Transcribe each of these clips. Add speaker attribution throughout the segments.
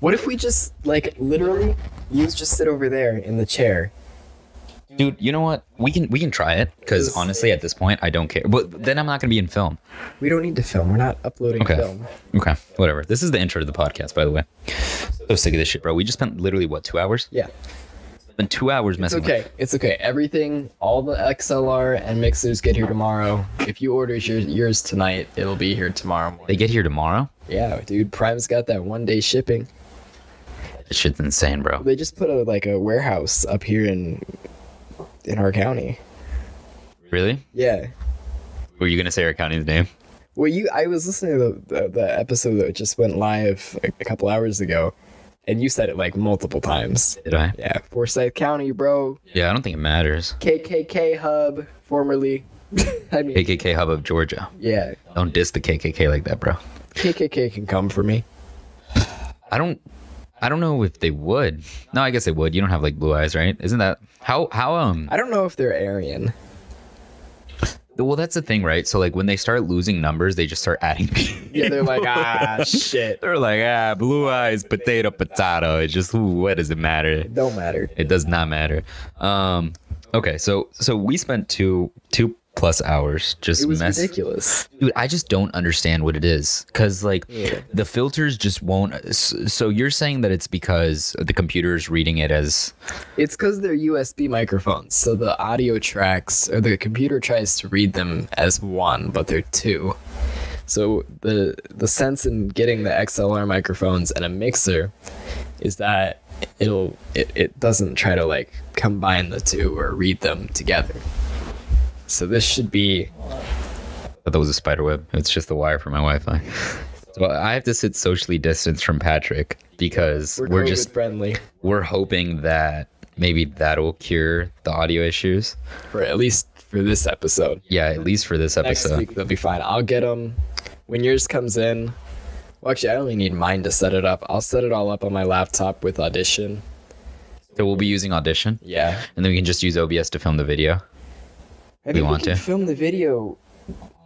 Speaker 1: What if we just like literally you just sit over there in the chair?
Speaker 2: Dude, you know what? We can we can try it because
Speaker 1: Just-
Speaker 2: honestly, at this point, I don't care. But then I'm not gonna be in film.
Speaker 1: We don't need to film. We're not uploading
Speaker 2: Okay.
Speaker 1: film.
Speaker 2: Okay, whatever. This is the intro to the podcast, by the way. So sick of this shit, bro. We just spent literally what two hours?
Speaker 1: Yeah.
Speaker 2: Been two hours
Speaker 1: It's
Speaker 2: messing. with-
Speaker 1: okay. It's okay. Everything, all the XLR and mixers get here tomorrow. If you order your, yours tonight, it'll be here tomorrow
Speaker 2: They
Speaker 1: morning.
Speaker 2: get here tomorrow.
Speaker 1: Yeah, dude. Prime's got that one day shipping.
Speaker 2: That shit's insane, bro.
Speaker 1: They just put a like a warehouse up here in in our county.
Speaker 2: Really?
Speaker 1: Yeah.
Speaker 2: Were you gonna say our county's name?
Speaker 1: Well, you, I was listening to the, the, the episode that just went live a, a couple hours ago, and you said it like multiple times.
Speaker 2: Did I?
Speaker 1: Yeah, Forsyth County, bro.
Speaker 2: Yeah, I don't think it matters.
Speaker 1: KKK hub, formerly. I mean,
Speaker 2: KKK hub of Georgia.
Speaker 1: yeah,
Speaker 2: Don't diss the KKK like that, bro.
Speaker 1: KKK can come for me.
Speaker 2: I don't. I don't know if they would. No, I guess they would. You don't have like blue eyes, right? Isn't that how how um?
Speaker 1: I don't know if they're Aryan.
Speaker 2: Well, that's the thing, right? So like when they start losing numbers, they just start adding.
Speaker 1: Yeah, they're like ah shit.
Speaker 2: They're like ah, blue eyes, potato, potato. It's just ooh, what does it matter?
Speaker 1: Don't matter.
Speaker 2: It does not matter. Um, okay, so so we spent two two plus hours just
Speaker 1: It was
Speaker 2: mess.
Speaker 1: ridiculous.
Speaker 2: Dude, I just don't understand what it is because like
Speaker 1: Yeah.
Speaker 2: the filters just won't. s- So you're saying that it's because the computer is reading it as
Speaker 1: It's because they're USB microphones, so the audio tracks or the computer tries to read them as one, but they're two. So the the sense in getting the XLR microphones and a mixer is that it'll it, it doesn't try to like combine the two or read them together. So this should be
Speaker 2: thought that was a spider web. It's just the wire for my Wi-Fi. So I have to sit socially distanced from Patrick because
Speaker 1: we're,
Speaker 2: we're,
Speaker 1: COVID
Speaker 2: just
Speaker 1: friendly
Speaker 2: we're hoping that maybe that'll cure the audio issues.
Speaker 1: for at least for this episode.
Speaker 2: Yeah, at least for this
Speaker 1: Next
Speaker 2: episode.
Speaker 1: week they'll be fine. I'll get them when yours comes in. Well, actually, I only need mine to set it up. I'll set it all up on my laptop with Audition.
Speaker 2: So we'll be using Audition,
Speaker 1: Yeah,
Speaker 2: and then we can just use OBS to film the video
Speaker 1: I
Speaker 2: We want to.
Speaker 1: film the video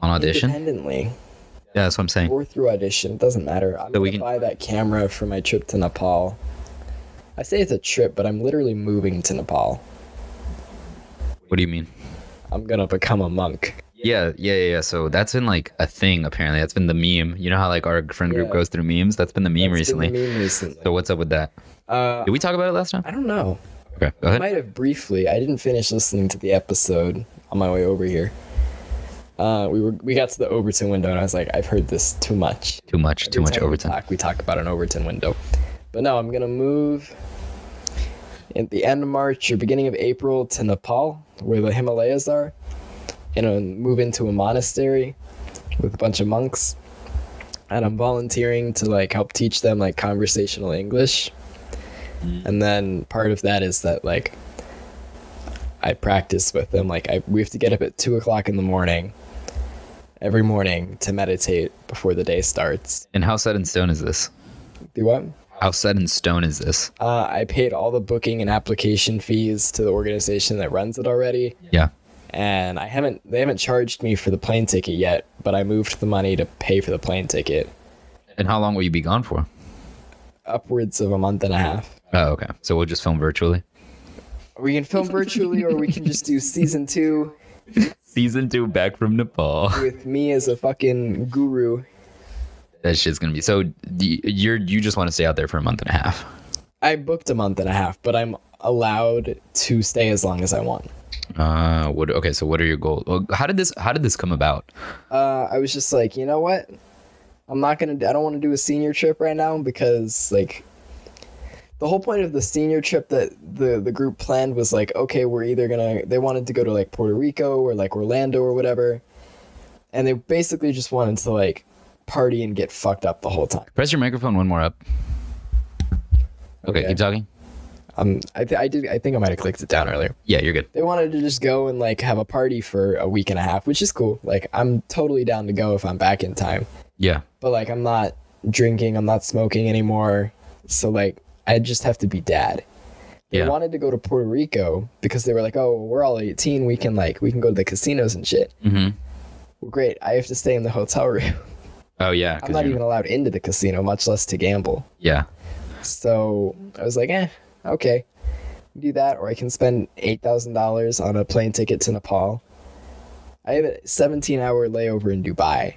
Speaker 2: on Audition. Yeah,
Speaker 1: independently
Speaker 2: that's what I'm saying.
Speaker 1: or through Audition. It doesn't matter. I'm
Speaker 2: So
Speaker 1: gonna
Speaker 2: we can-
Speaker 1: buy that camera for my trip to Nepal. I say it's a trip, but I'm literally moving to Nepal.
Speaker 2: What do you mean?
Speaker 1: I'm gonna become a monk.
Speaker 2: Yeah, yeah, yeah. yeah. So that's been like a thing apparently. That's been the meme. You know how like our friend group
Speaker 1: Yeah.
Speaker 2: goes through memes? That's been the meme
Speaker 1: It's been
Speaker 2: recently.
Speaker 1: the meme recently.
Speaker 2: So what's up with that?
Speaker 1: Uh,
Speaker 2: Did we talk about it last time?
Speaker 1: I don't know.
Speaker 2: Okay,
Speaker 1: I
Speaker 2: go ahead.
Speaker 1: might have briefly. I didn't finish listening to the episode on my way over here. Uh, we were we got to the Overton window, and I was like, I've heard this too much.
Speaker 2: Too much, too
Speaker 1: Every
Speaker 2: much
Speaker 1: time we
Speaker 2: overtime.
Speaker 1: Talk, we talk about an Overton window, but no, I'm gonna move at the end of March or beginning of April to Nepal, where the Himalayas are, and I'll move into a monastery with a bunch of monks, and I'm volunteering to like help teach them like conversational English, and then part of that is that like I practice with them. Like I, we have to get up at two o'clock in the morning. Every morning to meditate before the day starts,
Speaker 2: And how set in stone is this?
Speaker 1: do what?
Speaker 2: How set in stone is this?
Speaker 1: Uh, I paid all the booking and application fees to the organization that runs it already,
Speaker 2: Yeah.
Speaker 1: and I haven't. They haven't charged me for the plane ticket yet, but I moved the money to pay for the plane ticket.
Speaker 2: And how long will you be gone for?
Speaker 1: Upwards of a month and a half.
Speaker 2: Oh, okay. So we'll just film virtually.
Speaker 1: We can film virtually, or we can just do season two
Speaker 2: Season two back from Nepal.
Speaker 1: with me as a fucking guru.
Speaker 2: That shit's gonna be so. do you- You're you just want to stay out there for a month and a half.
Speaker 1: I booked a month and a half, but I'm allowed to stay as long as I want.
Speaker 2: Uh, what? Okay, so what are your goals? Well, How did this? How did this come about?
Speaker 1: uh, I was just like, you know what? I'm not gonna. I don't want to do a senior trip right now because like, the whole point of the senior trip that the the group planned was like, okay, we're either gonna. They wanted to go to like Puerto Rico or like Orlando or whatever, and they basically just wanted to like party and get fucked up the whole time.
Speaker 2: Press your microphone one more up. Okay,
Speaker 1: Okay.
Speaker 2: keep talking.
Speaker 1: Um, I th- I did. I think I might have clicked it down earlier.
Speaker 2: Yeah, you're good.
Speaker 1: They wanted to just go and like have a party for a week and a half, which is cool. Like, I'm totally down to go if I'm back in time.
Speaker 2: Yeah,
Speaker 1: but like I'm not drinking, I'm not smoking anymore. So like I just have to be dad. They
Speaker 2: yeah.
Speaker 1: wanted to go to Puerto Rico because they were like, "Oh, we're all 18, we can like we can go to the casinos and shit."
Speaker 2: Mm-hmm.
Speaker 1: Well, great. I have to stay in the hotel room.
Speaker 2: Oh yeah, 'cause
Speaker 1: I'm not
Speaker 2: you're-
Speaker 1: even allowed into the casino, much less to gamble.
Speaker 2: yeah.
Speaker 1: So I was like, eh, okay, do that, or I can spend eight thousand dollars on a plane ticket to Nepal. I have a 17 hour layover in Dubai.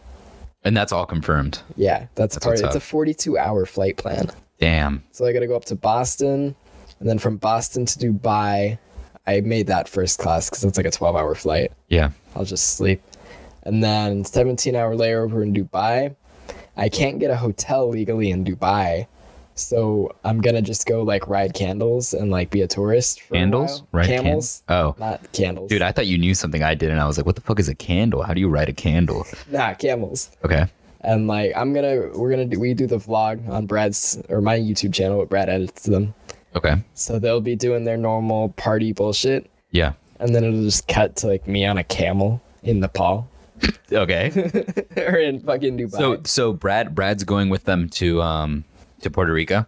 Speaker 2: And that's all confirmed.
Speaker 1: Yeah, that's,
Speaker 2: That's
Speaker 1: part.
Speaker 2: what's
Speaker 1: It's
Speaker 2: up.
Speaker 1: a 42 hour flight plan.
Speaker 2: Damn.
Speaker 1: So I got to go up to Boston, and then from Boston to Dubai, I made that first class because it's like a 12 hour flight.
Speaker 2: Yeah.
Speaker 1: I'll just sleep. And then 17 hour layover in Dubai. I can't get a hotel legally in Dubai. So I'm gonna just go like ride candles and like be a tourist for
Speaker 2: Candles?
Speaker 1: a while.
Speaker 2: Right? can-
Speaker 1: Camels,
Speaker 2: Oh.
Speaker 1: not candles.
Speaker 2: Dude, I thought you knew something I didn't. I was like, what the fuck is a candle? How do you ride a candle?
Speaker 1: nah, camels.
Speaker 2: Okay.
Speaker 1: and like I'm gonna we're gonna do, we do the vlog on Brad's or my YouTube channel, but Brad edits them.
Speaker 2: Okay.
Speaker 1: So they'll be doing their normal party bullshit,
Speaker 2: Yeah.
Speaker 1: and then it'll just cut to like me on a camel in Nepal
Speaker 2: Okay.
Speaker 1: or in fucking Dubai.
Speaker 2: so so Brad Brad's going with them to um to Puerto Rico.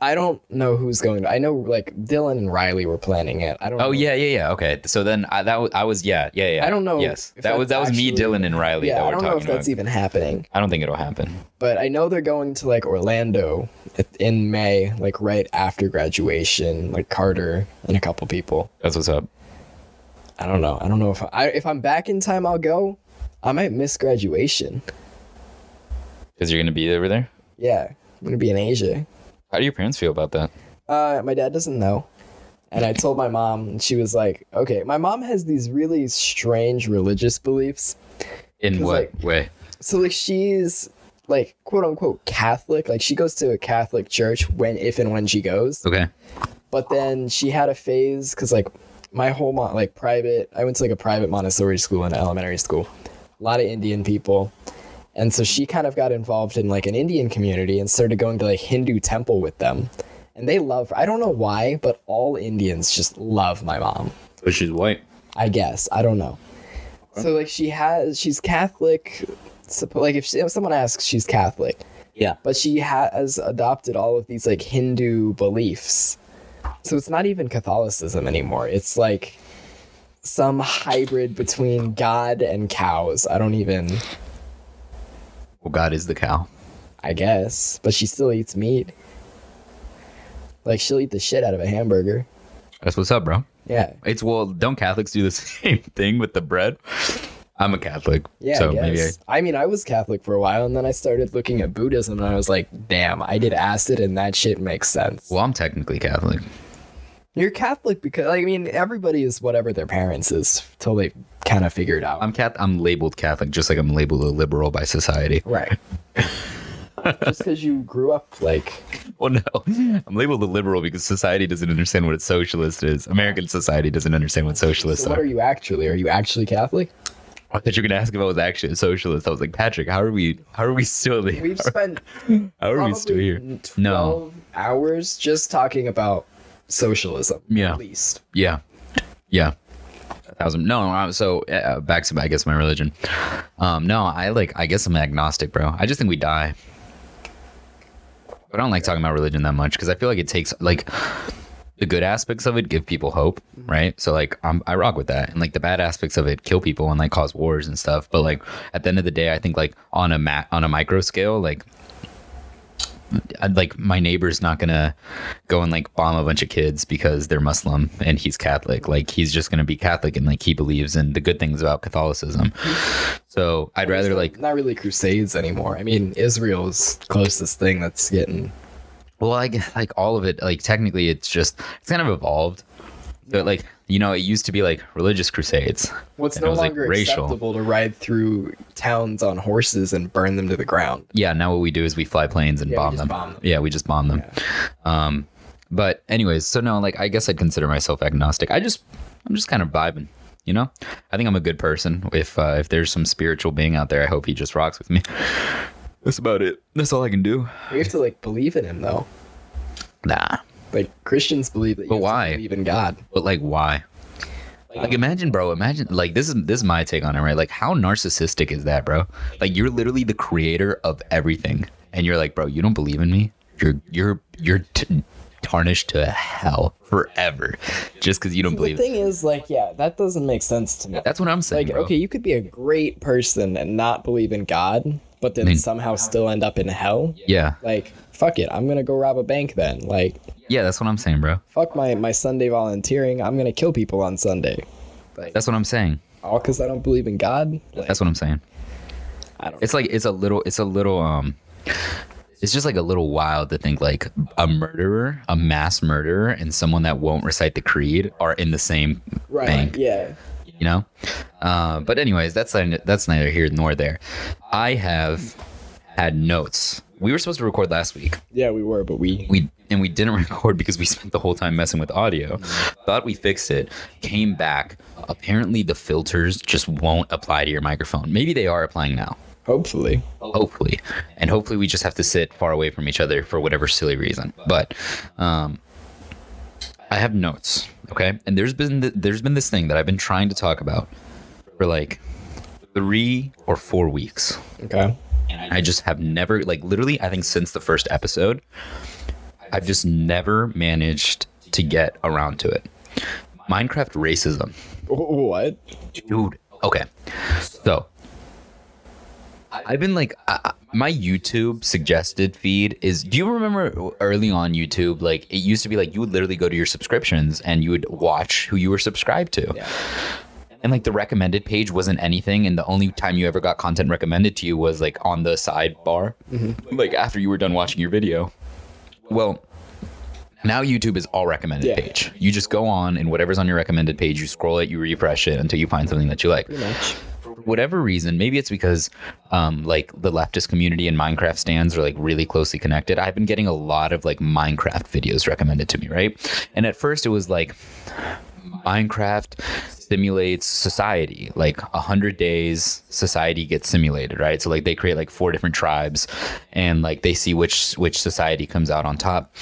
Speaker 1: I don't know who's going. to I know like Dylan and Riley were planning it. I don't.
Speaker 2: Oh
Speaker 1: know.
Speaker 2: yeah, yeah, yeah. Okay. So then I that was, I was yeah, yeah, yeah.
Speaker 1: I don't know
Speaker 2: Yes.
Speaker 1: if
Speaker 2: That was that
Speaker 1: that's
Speaker 2: was me,
Speaker 1: actually-
Speaker 2: Dylan and Riley
Speaker 1: Yeah,
Speaker 2: that
Speaker 1: I
Speaker 2: we're
Speaker 1: don't know
Speaker 2: talking
Speaker 1: if that's
Speaker 2: about.
Speaker 1: even happening,
Speaker 2: I don't think it'll happen.
Speaker 1: but I know they're going to like Orlando at- in May, like right after graduation, like Carter and a couple people.
Speaker 2: That's what's up.
Speaker 1: I don't know. I don't know if I if I'm back in time, I'll go. I might miss graduation.
Speaker 2: Because you're gonna be over there?
Speaker 1: Yeah, I'm gonna be in Asia.
Speaker 2: How do your parents feel about that?
Speaker 1: Uh, my dad doesn't know, and I told my mom, and she was like, "Okay." My mom has these really strange religious beliefs.
Speaker 2: In
Speaker 1: 'Cause,
Speaker 2: what
Speaker 1: like-
Speaker 2: way?
Speaker 1: So like she's like quote unquote Catholic. Like she goes to a Catholic church when if and when she goes.
Speaker 2: Okay.
Speaker 1: But then she had a phase because like my whole mon- like private, I went to like a private Montessori school in elementary school, a lot of Indian people, and so she kind of got involved in like an Indian community and started going to like Hindu temple with them, and they love. I don't know why, but all Indians just love my mom.
Speaker 2: So she's white.
Speaker 1: I guess I don't know. So like she has, she's Catholic. suppo- Like if, she, if someone asks, she's Catholic
Speaker 2: Yeah.
Speaker 1: but she has adopted all of these like Hindu beliefs. So it's not even Catholicism anymore. It's like some hybrid between God and cows. I don't even,
Speaker 2: Well, God is the cow.
Speaker 1: I guess, but she still eats meat. Like she'll eat the shit out of a hamburger.
Speaker 2: That's what's up, bro.
Speaker 1: Yeah.
Speaker 2: It's well, don't Catholics do the same thing with the bread? I'm a Catholic,
Speaker 1: Yeah,
Speaker 2: so
Speaker 1: I guess.
Speaker 2: maybe I,
Speaker 1: I mean, I was Catholic for a while, and then I started looking at Buddhism, and I was like, "Damn, I did acid, and that shit makes sense."
Speaker 2: well, I'm technically Catholic.
Speaker 1: You're Catholic because I mean everybody is whatever their parents is till they kind of figure it out.
Speaker 2: I'm Cath. I'm labeled Catholic, just like I'm labeled a liberal by society.
Speaker 1: right. Just because you grew up like
Speaker 2: Well, no, I'm labeled a liberal because society doesn't understand what a socialist is. American society doesn't understand what socialists
Speaker 1: so what
Speaker 2: are.
Speaker 1: are you actually? Are you actually Catholic?
Speaker 2: I thought you were gonna ask if I was actually a socialist. I was like, Patrick, how are we? How are we still here?
Speaker 1: We've spent
Speaker 2: How are we still
Speaker 1: probably
Speaker 2: here?
Speaker 1: n- 12
Speaker 2: No,
Speaker 1: hours just talking about socialism.
Speaker 2: Yeah.
Speaker 1: At least.
Speaker 2: Yeah, yeah. A thousand. No, I- so uh, back to I guess my religion. Um, no, I like. I guess I'm agnostic, bro. I just think we die. But I don't like talking about religion that much because I feel like it takes like the good aspects of it give people hope, right? So like I'm, I rock with that, and like the bad aspects of it kill people and like cause wars and stuff. But like at the end of the day, I think like on a ma- on a micro scale, like I'd, like my neighbor's not gonna go and like bomb a bunch of kids because they're Muslim and he's Catholic. Like he's just gonna be Catholic and like he believes in the good things about Catholicism. So I'd rather
Speaker 1: There's
Speaker 2: like
Speaker 1: not really crusades anymore. I mean, Israel's closest thing that's getting
Speaker 2: Well, like like all of it, like technically, it's just it's kind of evolved. But like you know, it used to be like religious crusades.
Speaker 1: What's
Speaker 2: And it
Speaker 1: no
Speaker 2: was, like,
Speaker 1: longer
Speaker 2: racial.
Speaker 1: acceptable to ride through towns on horses and burn them to the ground.
Speaker 2: Yeah, now what we do is we fly planes and
Speaker 1: Yeah, we
Speaker 2: bomb,
Speaker 1: just
Speaker 2: them.
Speaker 1: bomb them.
Speaker 2: Yeah, we just bomb them. Um, but anyways, so no, like I guess I'd consider myself agnostic. I just I'm just kind of vibing. You know, I think I'm a good person. If uh, if there's some spiritual being out there, I hope he just rocks with me. That's about it. That's all I can do.
Speaker 1: We have to like believe in him though.
Speaker 2: Nah,
Speaker 1: Like Christians believe that you
Speaker 2: But
Speaker 1: have to
Speaker 2: why?
Speaker 1: believe in God.
Speaker 2: but like, why? Like imagine, bro. Imagine like this is this is my take on it, right? Like how narcissistic is that, bro? Like you're literally the creator of everything, and you're like, bro, you don't believe in me. You're you're you're t- tarnished to hell forever, just because you don't
Speaker 1: The
Speaker 2: believe.
Speaker 1: thing is, like, yeah, that doesn't make sense to me.
Speaker 2: That's what I'm saying,
Speaker 1: like,
Speaker 2: bro.
Speaker 1: okay, you could be a great person and not believe in God, but then
Speaker 2: I mean-
Speaker 1: somehow still end up in hell.
Speaker 2: Yeah.
Speaker 1: Like, fuck it. I'm going to go rob a bank then. Like,
Speaker 2: Yeah, that's what I'm saying, bro.
Speaker 1: fuck my, my Sunday volunteering. I'm going to kill people on Sunday. Like,
Speaker 2: That's what I'm saying.
Speaker 1: all because I don't believe in God. Like,
Speaker 2: That's what I'm saying.
Speaker 1: I don't
Speaker 2: It's like it's a little it's a little um it's just like a little wild to think like a murderer, a mass murderer and someone that won't recite the creed are in the same
Speaker 1: Right.
Speaker 2: bank.
Speaker 1: Yeah.
Speaker 2: you know. Uh, but anyways, that's neither- that's neither here nor there. I have had notes. We were supposed to record last week.
Speaker 1: Yeah, we were, but we.
Speaker 2: We and we didn't record because we spent the whole time messing with audio. Thought we fixed it. Came back. Apparently, the filters just won't apply to your microphone. Maybe they are applying now.
Speaker 1: Hopefully.
Speaker 2: Hopefully, and hopefully we just have to sit far away from each other for whatever silly reason. But um, I have notes, okay? And there's been th- there's been this thing that I've been trying to talk about for like three or four weeks.
Speaker 1: Okay.
Speaker 2: And I just have never, like, literally, I think since the first episode, I've just never managed to get around to it. Minecraft racism.
Speaker 1: Wh- What?
Speaker 2: Dude, okay. So, I've been like, I, I- my YouTube suggested feed is. Do you remember early on YouTube? Like, it used to be like you would literally go to your subscriptions and you would watch who you were subscribed to
Speaker 1: Yeah.
Speaker 2: and like the recommended page wasn't anything and the only time you ever got content recommended to you was like on the sidebar
Speaker 1: Mm-hmm.
Speaker 2: like after you were done watching your video well now youtube is all recommended
Speaker 1: Yeah.
Speaker 2: page you just go on and whatever's on your recommended page you scroll it you refresh it until you find something that you like
Speaker 1: Pretty much.
Speaker 2: for whatever reason, maybe it's because um, like the leftist community and Minecraft stands are like really closely connected. I've been getting a lot of like Minecraft videos recommended to me, right? And at first it was like Minecraft simulates society, like a hundred days society gets simulated, right? So like they create like four different tribes, and like they see which which society comes out on top.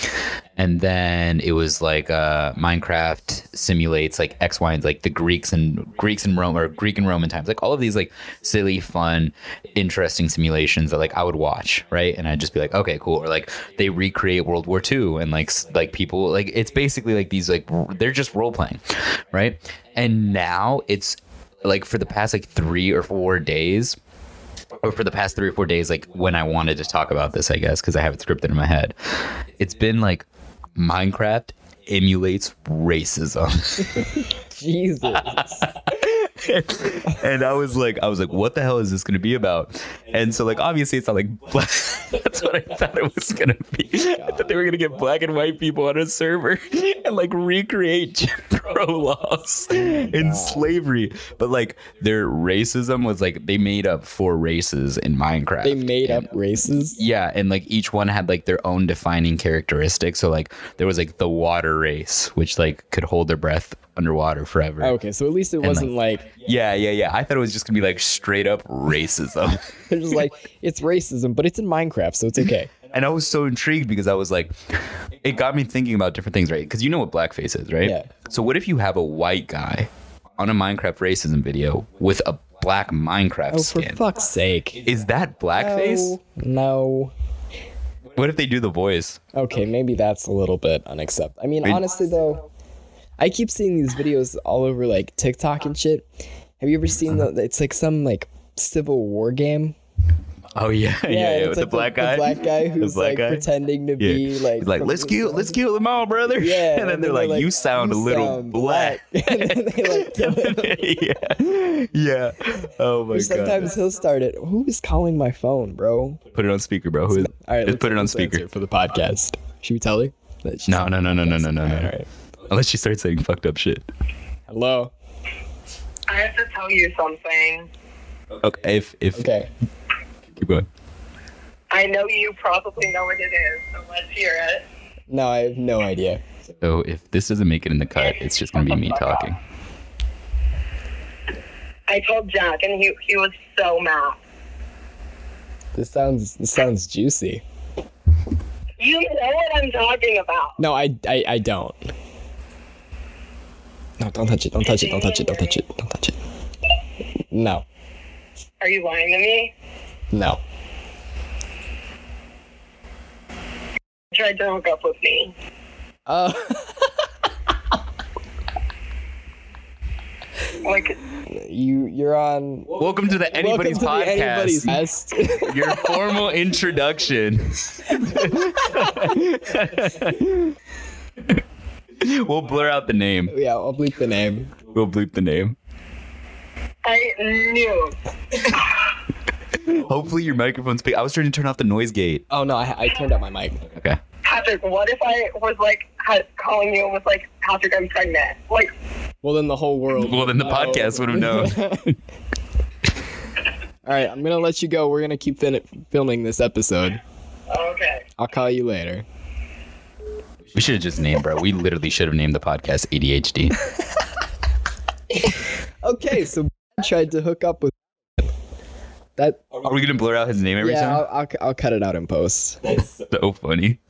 Speaker 2: And then it was like uh, Minecraft simulates like X, Y, and like the Greeks and Greeks and Rome or Greek and Roman times, like all of these like silly, fun, interesting simulations that like I would watch, right? And I'd just be like, okay, cool. Or like they recreate World War II and like s- like people like it's basically like these like r- they're just role playing, right? And now it's like for the past like three or four days, or for the past three or four days, like when I wanted to talk about this, I guess, because I have it scripted in my head, it's been like Minecraft emulates racism.
Speaker 1: Jesus.
Speaker 2: and I was like, I was like, what the hell is this going to be about? And so, like, obviously, it's not like black. That's what I thought it was going to be. I thought they were going to get black and white people on a server and like recreate Jim Crow laws and slavery. But like, their racism was like they made up four races in Minecraft.
Speaker 1: they made up races.
Speaker 2: Yeah, and like each one had like their own defining characteristics. So like there was like the water race, which like could hold their breath underwater forever.
Speaker 1: Okay, so at least it wasn't like
Speaker 2: Yeah, yeah, yeah. I thought it was just gonna be like straight up racism.
Speaker 1: they're just like it's racism, but it's in Minecraft, so it's okay.
Speaker 2: and I was so intrigued because I was like, it got me thinking about different things, right? Because you know what blackface is, right?
Speaker 1: Yeah.
Speaker 2: So what if you have a white guy on a Minecraft racism video with a black Minecraft
Speaker 1: Oh, for
Speaker 2: skin?
Speaker 1: fuck's sake!
Speaker 2: Is that blackface?
Speaker 1: No, no.
Speaker 2: What if they do the voice?
Speaker 1: Okay, maybe that's a little bit unacceptable. I mean, honestly though, I keep seeing these videos all over like TikTok and shit. Have you ever seen
Speaker 2: Uh-huh.
Speaker 1: the? It's like some like Civil War game.
Speaker 2: Oh yeah, yeah, yeah.
Speaker 1: it's
Speaker 2: With
Speaker 1: like
Speaker 2: the black guy.
Speaker 1: The black guy who's
Speaker 2: black
Speaker 1: like
Speaker 2: guy?
Speaker 1: pretending to
Speaker 2: Yeah.
Speaker 1: be like.
Speaker 2: He's like,
Speaker 1: from
Speaker 2: let's
Speaker 1: the
Speaker 2: kill,
Speaker 1: South."
Speaker 2: let's kill them all, brother.
Speaker 1: Yeah,
Speaker 2: and then they're like, you sound a
Speaker 1: "You
Speaker 2: little
Speaker 1: sound
Speaker 2: black.
Speaker 1: and then they like kill him.
Speaker 2: yeah, yeah. Oh my
Speaker 1: Or
Speaker 2: god.
Speaker 1: sometimes he'll start it. Who is calling my phone, bro?
Speaker 2: put it on speaker, bro. Who is,
Speaker 1: All right,
Speaker 2: just put it on
Speaker 1: let's
Speaker 2: speaker.
Speaker 1: answer for the podcast. Should we tell her? that she's-
Speaker 2: No, no, no, no, no, no, no,
Speaker 1: All right,
Speaker 2: no.
Speaker 1: all right.
Speaker 2: Unless she starts saying fucked up shit.
Speaker 1: Hello.
Speaker 3: I have to tell you something.
Speaker 2: Okay, if if
Speaker 1: Okay.
Speaker 2: keep going.
Speaker 3: I know you probably know what it is, so let's hear it.
Speaker 1: No, I have no idea.
Speaker 2: So if this doesn't make it in the cut, it's just gonna be me talking.
Speaker 3: I told Jack, and he he was so mad.
Speaker 1: This sounds this sounds juicy.
Speaker 3: You know what I'm talking about.
Speaker 1: No, I I, I don't. No, don't touch it. Don't touch it. Don't touch it. Don't touch it. Don't touch it. No.
Speaker 3: Are you lying to me?
Speaker 1: No.
Speaker 3: You tried to hook up with me.
Speaker 1: Uh,
Speaker 3: Like,
Speaker 1: You you're on
Speaker 2: Welcome to the Anybody's
Speaker 1: welcome to the
Speaker 2: Podcast.
Speaker 1: Anybody's Nest.
Speaker 2: Your formal introduction. we'll blur out the name.
Speaker 1: yeah, I'll bleep the name.
Speaker 2: We'll bleep the name.
Speaker 3: I knew.
Speaker 2: Hopefully your microphone's big. I was trying to turn off the noise gate.
Speaker 1: Oh no, I, I turned up my mic.
Speaker 2: Okay.
Speaker 3: Patrick, what if I was like had, calling you and was like, Patrick, I'm pregnant? Like,
Speaker 1: Well, then the whole world.
Speaker 2: Well, then the podcast would have known.
Speaker 1: All right, I'm gonna let you go. We're gonna keep fin- filming this episode.
Speaker 3: okay.
Speaker 1: I'll call you later.
Speaker 2: We should have just named, bro. We literally should have named the podcast ADHD.
Speaker 1: Okay, so Brad tried to hook up with that.
Speaker 2: Are we gonna blur out his name every
Speaker 1: Yeah,
Speaker 2: time?
Speaker 1: I'll, I'll, I'll cut it out in post.
Speaker 2: So funny.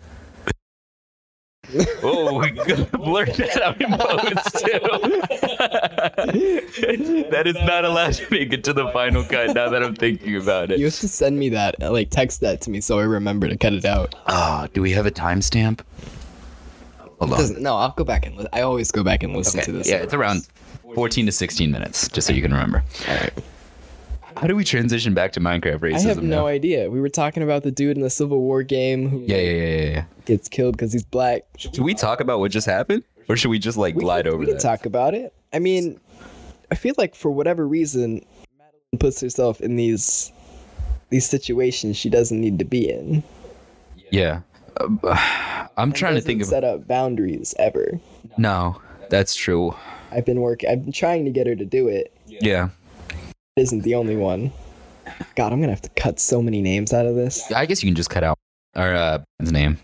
Speaker 2: oh, we gotta blur that out in post too. that is not allowed to make it to the final cut. Now that I'm thinking about
Speaker 1: You
Speaker 2: it.
Speaker 1: have to send me that, uh, like text that to me, so I remember to cut it out.
Speaker 2: Ah, do we have a timestamp? Hold on.
Speaker 1: Doesn't- no, I'll go back and li- I always go back and listen
Speaker 2: Okay,
Speaker 1: to this.
Speaker 2: Yeah, it's around 14 to 16 minutes, just so you can remember. How do we transition back to Minecraft racism?
Speaker 1: I have no
Speaker 2: now?
Speaker 1: idea. We were talking about the dude in the Civil War game who
Speaker 2: Yeah, yeah, yeah, yeah, yeah.
Speaker 1: gets killed because he's black.
Speaker 2: Should we talk about what just happened, or should we just like glide
Speaker 1: can,
Speaker 2: over
Speaker 1: we can
Speaker 2: that?
Speaker 1: talk about it. I mean, I feel like for whatever reason, Madeline puts herself in these these situations she doesn't need to be in.
Speaker 2: Yeah, Uh, I'm trying to
Speaker 1: Doesn't
Speaker 2: think of
Speaker 1: set up boundaries ever.
Speaker 2: no. That's true.
Speaker 1: I've been working. I've been trying to get her to do it.
Speaker 2: Yeah.
Speaker 1: It isn't the only one. God, I'm gonna have to cut so many names out of this.
Speaker 2: I guess you can just cut out our uh, his name.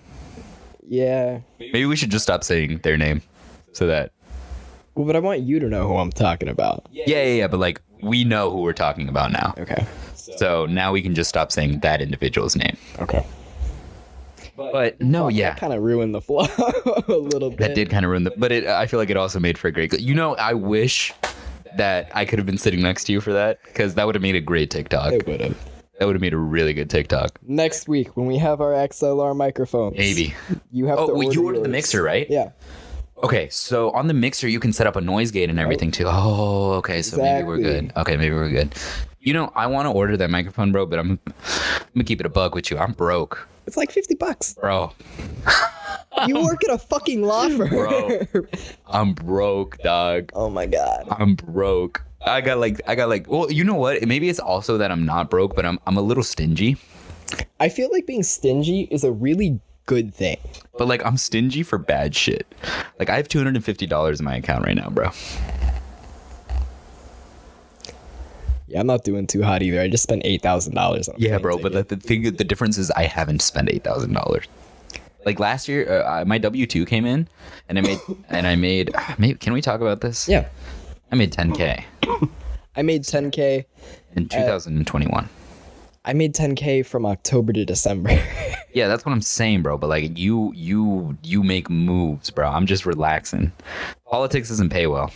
Speaker 1: Yeah.
Speaker 2: Maybe we should just stop saying their name, so that
Speaker 1: Well, but I want you to know who I'm talking about.
Speaker 2: yeah, yeah, yeah. But like we know who we're talking about now,
Speaker 1: Okay.
Speaker 2: so now we can just stop saying that individual's name.
Speaker 1: Okay.
Speaker 2: But no, yeah.
Speaker 1: Kind of ruined the flow a little bit.
Speaker 2: That did kind of ruin the, but it, I feel like it also made for a great. You know, I wish that I could have been sitting next to you for that because that would have made a great TikTok.
Speaker 1: It would have.
Speaker 2: That would have made a really good TikTok.
Speaker 1: Next week when we have our XLR microphones,
Speaker 2: Maybe.
Speaker 1: you have to.
Speaker 2: Oh, well,
Speaker 1: order
Speaker 2: you ordered the
Speaker 1: yours.
Speaker 2: mixer, right?
Speaker 1: Yeah.
Speaker 2: Okay, so on the mixer, you can set up a noise gate and everything too. Oh, okay, so maybe we're good. Okay, maybe we're good. You know, I want to order that microphone, bro, but I'm, I'm gonna keep it a bug with you. I'm broke,
Speaker 1: It's like 50 bucks.
Speaker 2: bro.
Speaker 1: You work at a fucking law firm.
Speaker 2: Bro. I'm broke, dog.
Speaker 1: oh my god.
Speaker 2: I'm broke. I got like I got like well, you know what? Maybe it's also that I'm not broke, but I'm I'm a little stingy.
Speaker 1: I feel like being stingy is a really good thing.
Speaker 2: But like I'm stingy for bad shit. Like I have two hundred and fifty dollars in my account right now, bro.
Speaker 1: Yeah, I'm not doing too hot either. I just spent eight thousand dollars on. a
Speaker 2: Yeah,
Speaker 1: plane
Speaker 2: bro. But
Speaker 1: ticket.
Speaker 2: the, the thing, the difference is I haven't spent eight thousand dollars. Like last year, uh, I- my W two came in, and I made and I made. Maybe can we talk about this?
Speaker 1: yeah,
Speaker 2: I made ten k
Speaker 1: I made 10k. uh,
Speaker 2: in two thousand and twenty one.
Speaker 1: I made 10k from October to December.
Speaker 2: Yeah, that's what I'm saying, bro. But like you, you, you make moves, bro. I'm just relaxing. Politics doesn't pay well.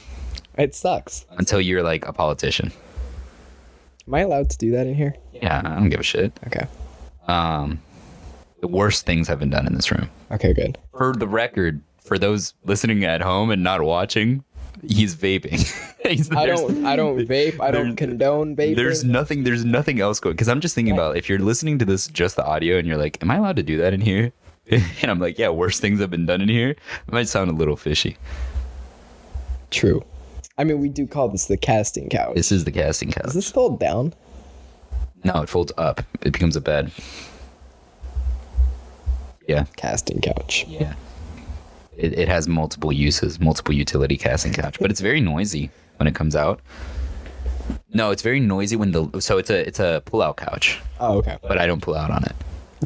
Speaker 1: it sucks.
Speaker 2: until you're like a politician.
Speaker 1: Am I allowed to do that in here?
Speaker 2: Yeah, I don't give a shit.
Speaker 1: Okay.
Speaker 2: Um, the worst things have been done in this room.
Speaker 1: Okay, good.
Speaker 2: For the record, for those listening at home and not watching, he's vaping. He's-
Speaker 1: I
Speaker 2: there's-
Speaker 1: don't. I don't vape. I don't
Speaker 2: there's-
Speaker 1: condone vaping.
Speaker 2: There's nothing. There's nothing else going. Because I'm just thinking about if you're listening to this just the audio and you're like, "Am I allowed to do that in here?" And I'm like, "Yeah, worst things have been done in here." It might sound a little fishy.
Speaker 1: True. I mean, we do call this the casting couch.
Speaker 2: This is the casting couch.
Speaker 1: Does this fold down?
Speaker 2: no, it folds up. It becomes a bed. Yeah.
Speaker 1: Casting couch.
Speaker 2: Yeah. It, it has multiple uses, multiple utility casting couch, but it's very noisy when it comes out. No, it's very noisy when the so it's a it's a pull out couch,
Speaker 1: Oh, okay.
Speaker 2: but I don't pull out on it.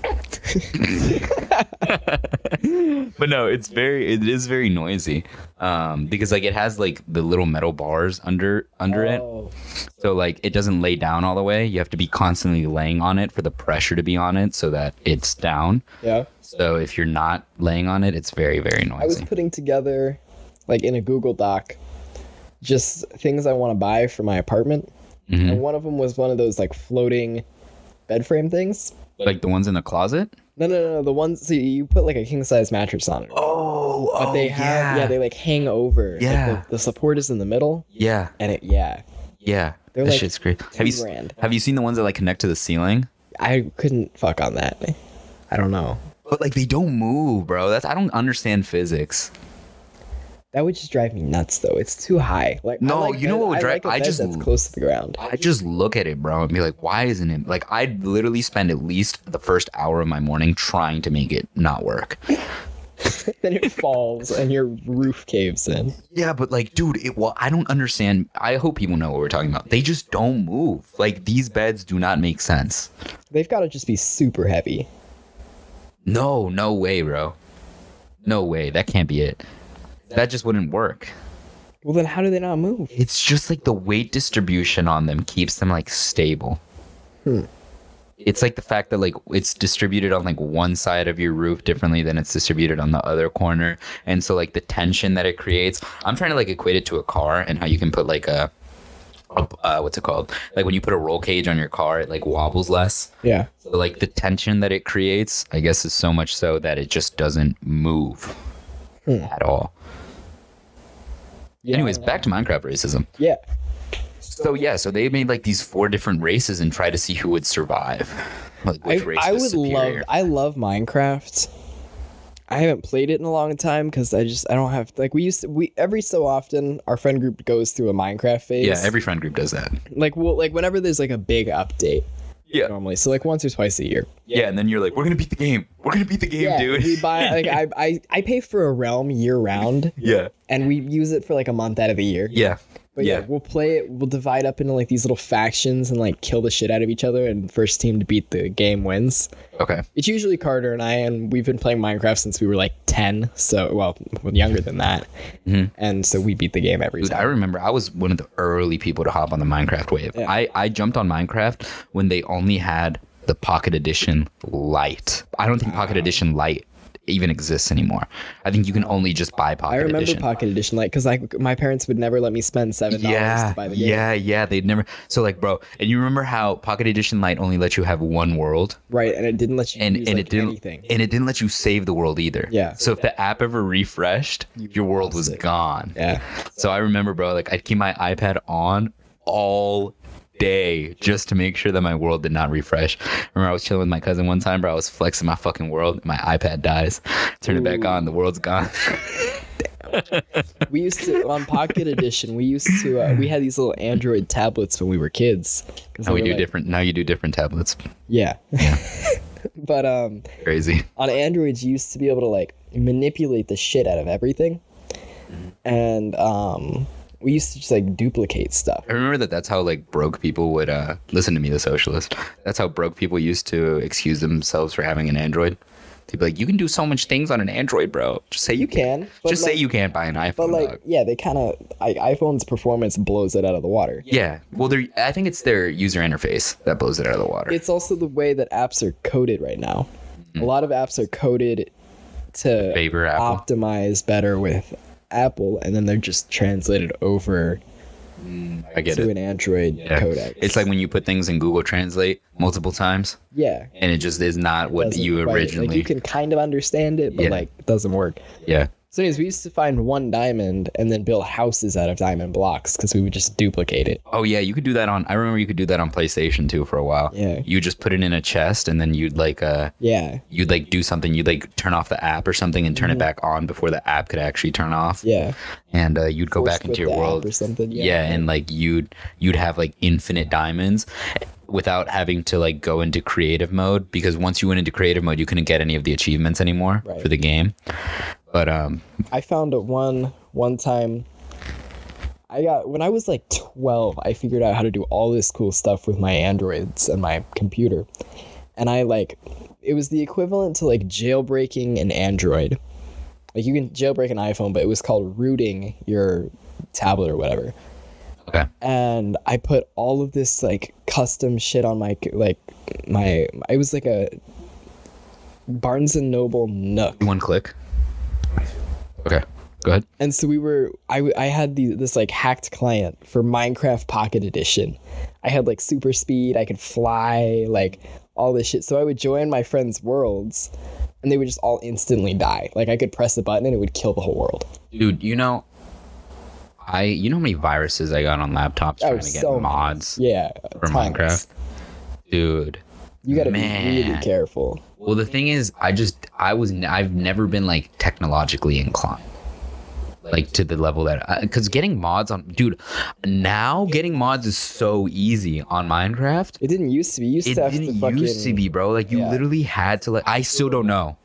Speaker 2: but no, it's very it is very noisy. Um because like it has like the little metal bars under under it.
Speaker 1: Oh.
Speaker 2: So like it doesn't lay down all the way. You have to be constantly laying on it for the pressure to be on it so that it's down.
Speaker 1: Yeah.
Speaker 2: So if you're not laying on it, it's very, very noisy.
Speaker 1: I was putting together, like in a Google Doc, just things I want to buy for my apartment.
Speaker 2: Mm-hmm.
Speaker 1: And one of them was one of those like floating bed frame things.
Speaker 2: like the ones in the closet.
Speaker 1: No, no, no, no. The ones so you put like a king size mattress on it.
Speaker 2: Oh, Oh,
Speaker 1: But
Speaker 2: oh,
Speaker 1: they have yeah.
Speaker 2: yeah,
Speaker 1: they like hang over. Like,
Speaker 2: Yeah.
Speaker 1: the, the support is in the middle,
Speaker 2: yeah,
Speaker 1: and it yeah.
Speaker 2: yeah.
Speaker 1: They're
Speaker 2: That
Speaker 1: like
Speaker 2: shit's great. Have
Speaker 1: two
Speaker 2: you s-
Speaker 1: grand.
Speaker 2: have you seen the ones that like connect to the ceiling?
Speaker 1: I couldn't fuck on that. I don't know.
Speaker 2: But like they don't move, bro. That's I don't understand physics.
Speaker 1: That would just drive me nuts, though. It's too high. Like I
Speaker 2: No,
Speaker 1: like
Speaker 2: you know
Speaker 1: bed-
Speaker 2: what would
Speaker 1: I
Speaker 2: drive-
Speaker 1: like a
Speaker 2: I
Speaker 1: bed
Speaker 2: just-
Speaker 1: that's close to the ground.
Speaker 2: I just look at it, bro, and be like, why isn't it? Like, I'd literally spend at least the first hour of my morning trying to make it not work.
Speaker 1: then it falls and your roof caves in.
Speaker 2: Yeah, but like, dude, it. Well, I don't understand. I hope people know what we're talking about. They just don't move. Like these beds do not make sense.
Speaker 1: They've got to just be super heavy.
Speaker 2: No, no way, bro. No way. That can't be it. That just wouldn't work.
Speaker 1: Well, then how do they not move?
Speaker 2: It's just like the weight distribution on them keeps them like stable. It's like the fact that like it's distributed on like one side of your roof differently than it's distributed on the other corner, and so like the tension that it creates. I'm trying to like equate it to a car and how you can put like a, a uh, what's it called? Like when you put a roll cage on your car, it like wobbles less.
Speaker 1: Yeah.
Speaker 2: So like the tension that it creates, I guess, is so much so that it just doesn't move at all.
Speaker 1: Yeah,
Speaker 2: Anyways, back to Minecraft racism.
Speaker 1: Yeah.
Speaker 2: So yeah, so they made like these four different races and try to see who would survive. Like
Speaker 1: I,
Speaker 2: which race
Speaker 1: I
Speaker 2: was
Speaker 1: would
Speaker 2: superior.
Speaker 1: love. I love Minecraft. I haven't played it in a long time because I just I don't have like we used to we every so often our friend group goes through a Minecraft phase.
Speaker 2: yeah, every friend group does that.
Speaker 1: like well like whenever there's like a big update
Speaker 2: Yeah.
Speaker 1: normally so like once or twice a year.
Speaker 2: Yeah, and then you're like, we're gonna beat the game. We're gonna beat the game,
Speaker 1: yeah,
Speaker 2: dude.
Speaker 1: we buy like I, I I pay for a realm year round
Speaker 2: yeah.
Speaker 1: and we use it for like a month out of the year.
Speaker 2: Yeah.
Speaker 1: But yeah. we'll play it. We'll divide up into like these little factions and like kill the shit out of each other, and first team to beat the game wins.
Speaker 2: Okay.
Speaker 1: It's usually Carter and I, and we've been playing Minecraft since we were like ten. So well, we're younger than that, and so we beat the game every
Speaker 2: Mm-hmm. Dude, I
Speaker 1: time.
Speaker 2: remember I was one of the early people to hop on the Minecraft wave.
Speaker 1: Yeah.
Speaker 2: I, I jumped on Minecraft when they only had the Pocket Edition Lite. I don't think
Speaker 1: Ah.
Speaker 2: Pocket Edition Lite even exists anymore. I think you can only just buy Pocket
Speaker 1: I remember
Speaker 2: Edition.
Speaker 1: Pocket Edition, like because like my parents would never let me spend seven dollars
Speaker 2: yeah,
Speaker 1: to buy the game.
Speaker 2: yeah, yeah. They'd never. So like, bro, and you remember how Pocket Edition Lite only let you have one world,
Speaker 1: Right, and it didn't let you
Speaker 2: and
Speaker 1: use,
Speaker 2: and
Speaker 1: like,
Speaker 2: it didn't,
Speaker 1: anything.
Speaker 2: and it didn't let you save the world either.
Speaker 1: Yeah.
Speaker 2: So if the app ever refreshed, your world was gone.
Speaker 1: yeah,
Speaker 2: So I remember, bro, like I'd keep my iPad on all day just to make sure that my world did not refresh. Remember, I was chilling with my cousin one time, bro. I was flexing my fucking world, and my iPad dies. Turn it back on, the world's gone.
Speaker 1: we used to on Pocket Edition. We used to uh, we had these little Android tablets when we were kids. 'cause
Speaker 2: now
Speaker 1: they
Speaker 2: we
Speaker 1: were,
Speaker 2: do
Speaker 1: like-
Speaker 2: different. Now you do different tablets.
Speaker 1: Yeah. but um
Speaker 2: Crazy.
Speaker 1: on Androids you used to be able to like manipulate the shit out of everything. And um we used to just like duplicate stuff.
Speaker 2: I remember that that's how like broke people would uh listen to me the socialist. That's how broke people used to excuse themselves for having an Android. They'd be like, "You can do so much things on an Android, bro. Just say you,
Speaker 1: can, but,
Speaker 2: Just
Speaker 1: like-
Speaker 2: say you can't buy an iPhone."
Speaker 1: But
Speaker 2: dog."
Speaker 1: like yeah, they kind of iPhone's performance blows it out of the water.
Speaker 2: Yeah. Well, they're, I think it's their user interface that blows it out of the water.
Speaker 1: It's also the way that apps are coded right now. A lot of apps are coded to
Speaker 2: Favor Mm-hmm. Apple.
Speaker 1: optimize better with Apple and then they're just translated over
Speaker 2: I get
Speaker 1: to
Speaker 2: it.
Speaker 1: an Android
Speaker 2: Yeah.
Speaker 1: codec.
Speaker 2: It's like when you put things in Google Translate multiple times,
Speaker 1: yeah.
Speaker 2: and it just is not what
Speaker 1: doesn't
Speaker 2: you
Speaker 1: quite- like,
Speaker 2: originally.
Speaker 1: you can kind of understand it, but
Speaker 2: Yeah.
Speaker 1: like it doesn't work.
Speaker 2: yeah.
Speaker 1: So, anyways, we used to find one diamond and then build houses out of diamond blocks because we would just duplicate it.
Speaker 2: Oh yeah, you could do that on. I remember you could do that on PlayStation too for a while.
Speaker 1: Yeah.
Speaker 2: You just put it in a chest, and then you'd like uh,
Speaker 1: Yeah,
Speaker 2: you'd like do something. You'd like turn off the app or something, and turn it back on before the app could actually turn off.
Speaker 1: Mm-hmm. yeah.
Speaker 2: And uh, you'd go
Speaker 1: Or
Speaker 2: back
Speaker 1: split
Speaker 2: into your
Speaker 1: the app
Speaker 2: world
Speaker 1: or something.
Speaker 2: yeah.
Speaker 1: Yeah,
Speaker 2: and like you'd you'd have like infinite diamonds without having to like go into creative mode because once you went into creative mode you couldn't get any of the achievements anymore
Speaker 1: Right.
Speaker 2: for the game but um
Speaker 1: I found a one one time. I got when I was like twelve. I figured out how to do all this cool stuff with my androids and my computer, and I like it was the equivalent to like jailbreaking an Android. Like you can jailbreak an iPhone, but it was called rooting your tablet or whatever.
Speaker 2: okay
Speaker 1: and I put all of this like custom shit on my like my I was like a Barnes and Noble Nook,
Speaker 2: one click okay go ahead
Speaker 1: and so we were I I had the, this like hacked client for Minecraft Pocket Edition. I had like super speed, I could fly, like all this shit. So I would join my friends' worlds, and they would just all instantly die. Like I could press the button and it would kill the whole world.
Speaker 2: dude. You know, I you know how many viruses I got on laptops
Speaker 1: Oh,
Speaker 2: trying to get
Speaker 1: so many.
Speaker 2: mods
Speaker 1: Yeah,
Speaker 2: for
Speaker 1: tons.
Speaker 2: Minecraft, dude.
Speaker 1: You got to be
Speaker 2: Man.
Speaker 1: really careful.
Speaker 2: Well, the thing is, I just I was n- I've never been like technologically inclined, like to the level that because getting mods on, dude, now getting mods is so easy on Minecraft.
Speaker 1: It didn't used to be. You used
Speaker 2: It
Speaker 1: to have
Speaker 2: didn't
Speaker 1: to fucking.
Speaker 2: used to be, bro. Like you
Speaker 1: yeah.
Speaker 2: literally had to like. I still don't know.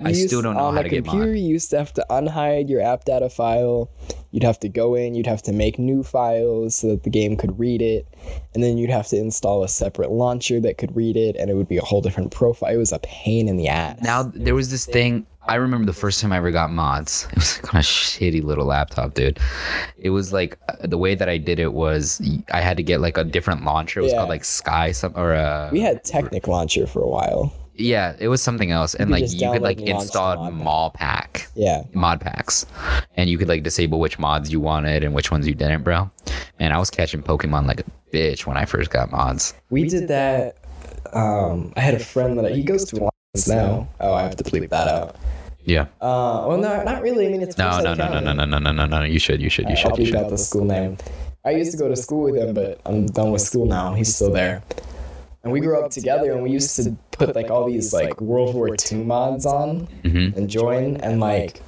Speaker 1: you
Speaker 2: I
Speaker 1: used-
Speaker 2: still don't know
Speaker 1: on
Speaker 2: how
Speaker 1: a
Speaker 2: to get
Speaker 1: computer,
Speaker 2: mod.
Speaker 1: you used to have to unhide your app data file. You'd have to go in. You'd have to make new files so that the game could read it, and then you'd have to install a separate launcher that could read it, and it would be a whole different profile. It was a pain in the ass.
Speaker 2: Now there was this thing. I remember the first time I ever got mods. It was like on a shitty little laptop, dude. It was like uh, the way that I did it was I had to get like a different launcher. It was
Speaker 1: Yeah.
Speaker 2: called like Sky some or uh,
Speaker 1: we had Technic Launcher for a while.
Speaker 2: Yeah, it was something else, and
Speaker 1: could
Speaker 2: like
Speaker 1: just
Speaker 2: you
Speaker 1: download
Speaker 2: could like
Speaker 1: and launch the
Speaker 2: install
Speaker 1: mod pack.
Speaker 2: mod pack,
Speaker 1: Yeah,
Speaker 2: mod packs, and you could like disable which mods you wanted and which ones you didn't, bro. And I was catching Pokemon like a bitch when I first got mods.
Speaker 1: we, did, that. Um, I had a friend that he goes to once now. Oh, I have to bleep that out.
Speaker 2: Yeah.
Speaker 1: Uh, well, no, not really. I mean, it's
Speaker 2: No,
Speaker 1: Forsyth
Speaker 2: no, no, no,
Speaker 1: County.
Speaker 2: no, no, no, no, no, no. You should, you should, you
Speaker 1: I'll
Speaker 2: should, you
Speaker 1: leave
Speaker 2: should.
Speaker 1: out the school name. I used to go to school with him, but I'm done with school now. He's still there. And we grew up together, and we used to put like all these like World War II mods on
Speaker 2: hmm
Speaker 1: and join and like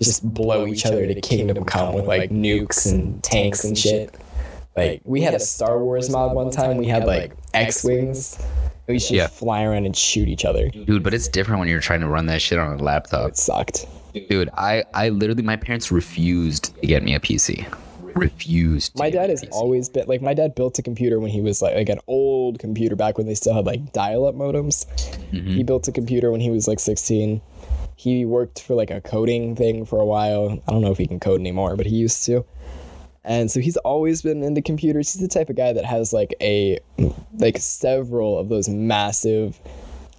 Speaker 1: just blow each other to kingdom come with like nukes and tanks and shit. Like we had a Star Wars mod one time. We had like X wings. We used to
Speaker 2: Yeah.
Speaker 1: fly around and shoot each other.
Speaker 2: Dude, but it's different when you're trying to run that shit on a laptop.
Speaker 1: It sucked.
Speaker 2: Dude, I, I literally, my parents refused to get me a PC. Refused. to
Speaker 1: My
Speaker 2: get me
Speaker 1: dad
Speaker 2: a
Speaker 1: has
Speaker 2: PC.
Speaker 1: always been like my dad built a computer when he was like like an old computer back when they still had like dial-up modems. He built a computer when he was like 16. He worked for like a coding thing for a while. I don't know if he can code anymore, but he used to. And so he's always been into computers. He's the type of guy that has like a like several of those massive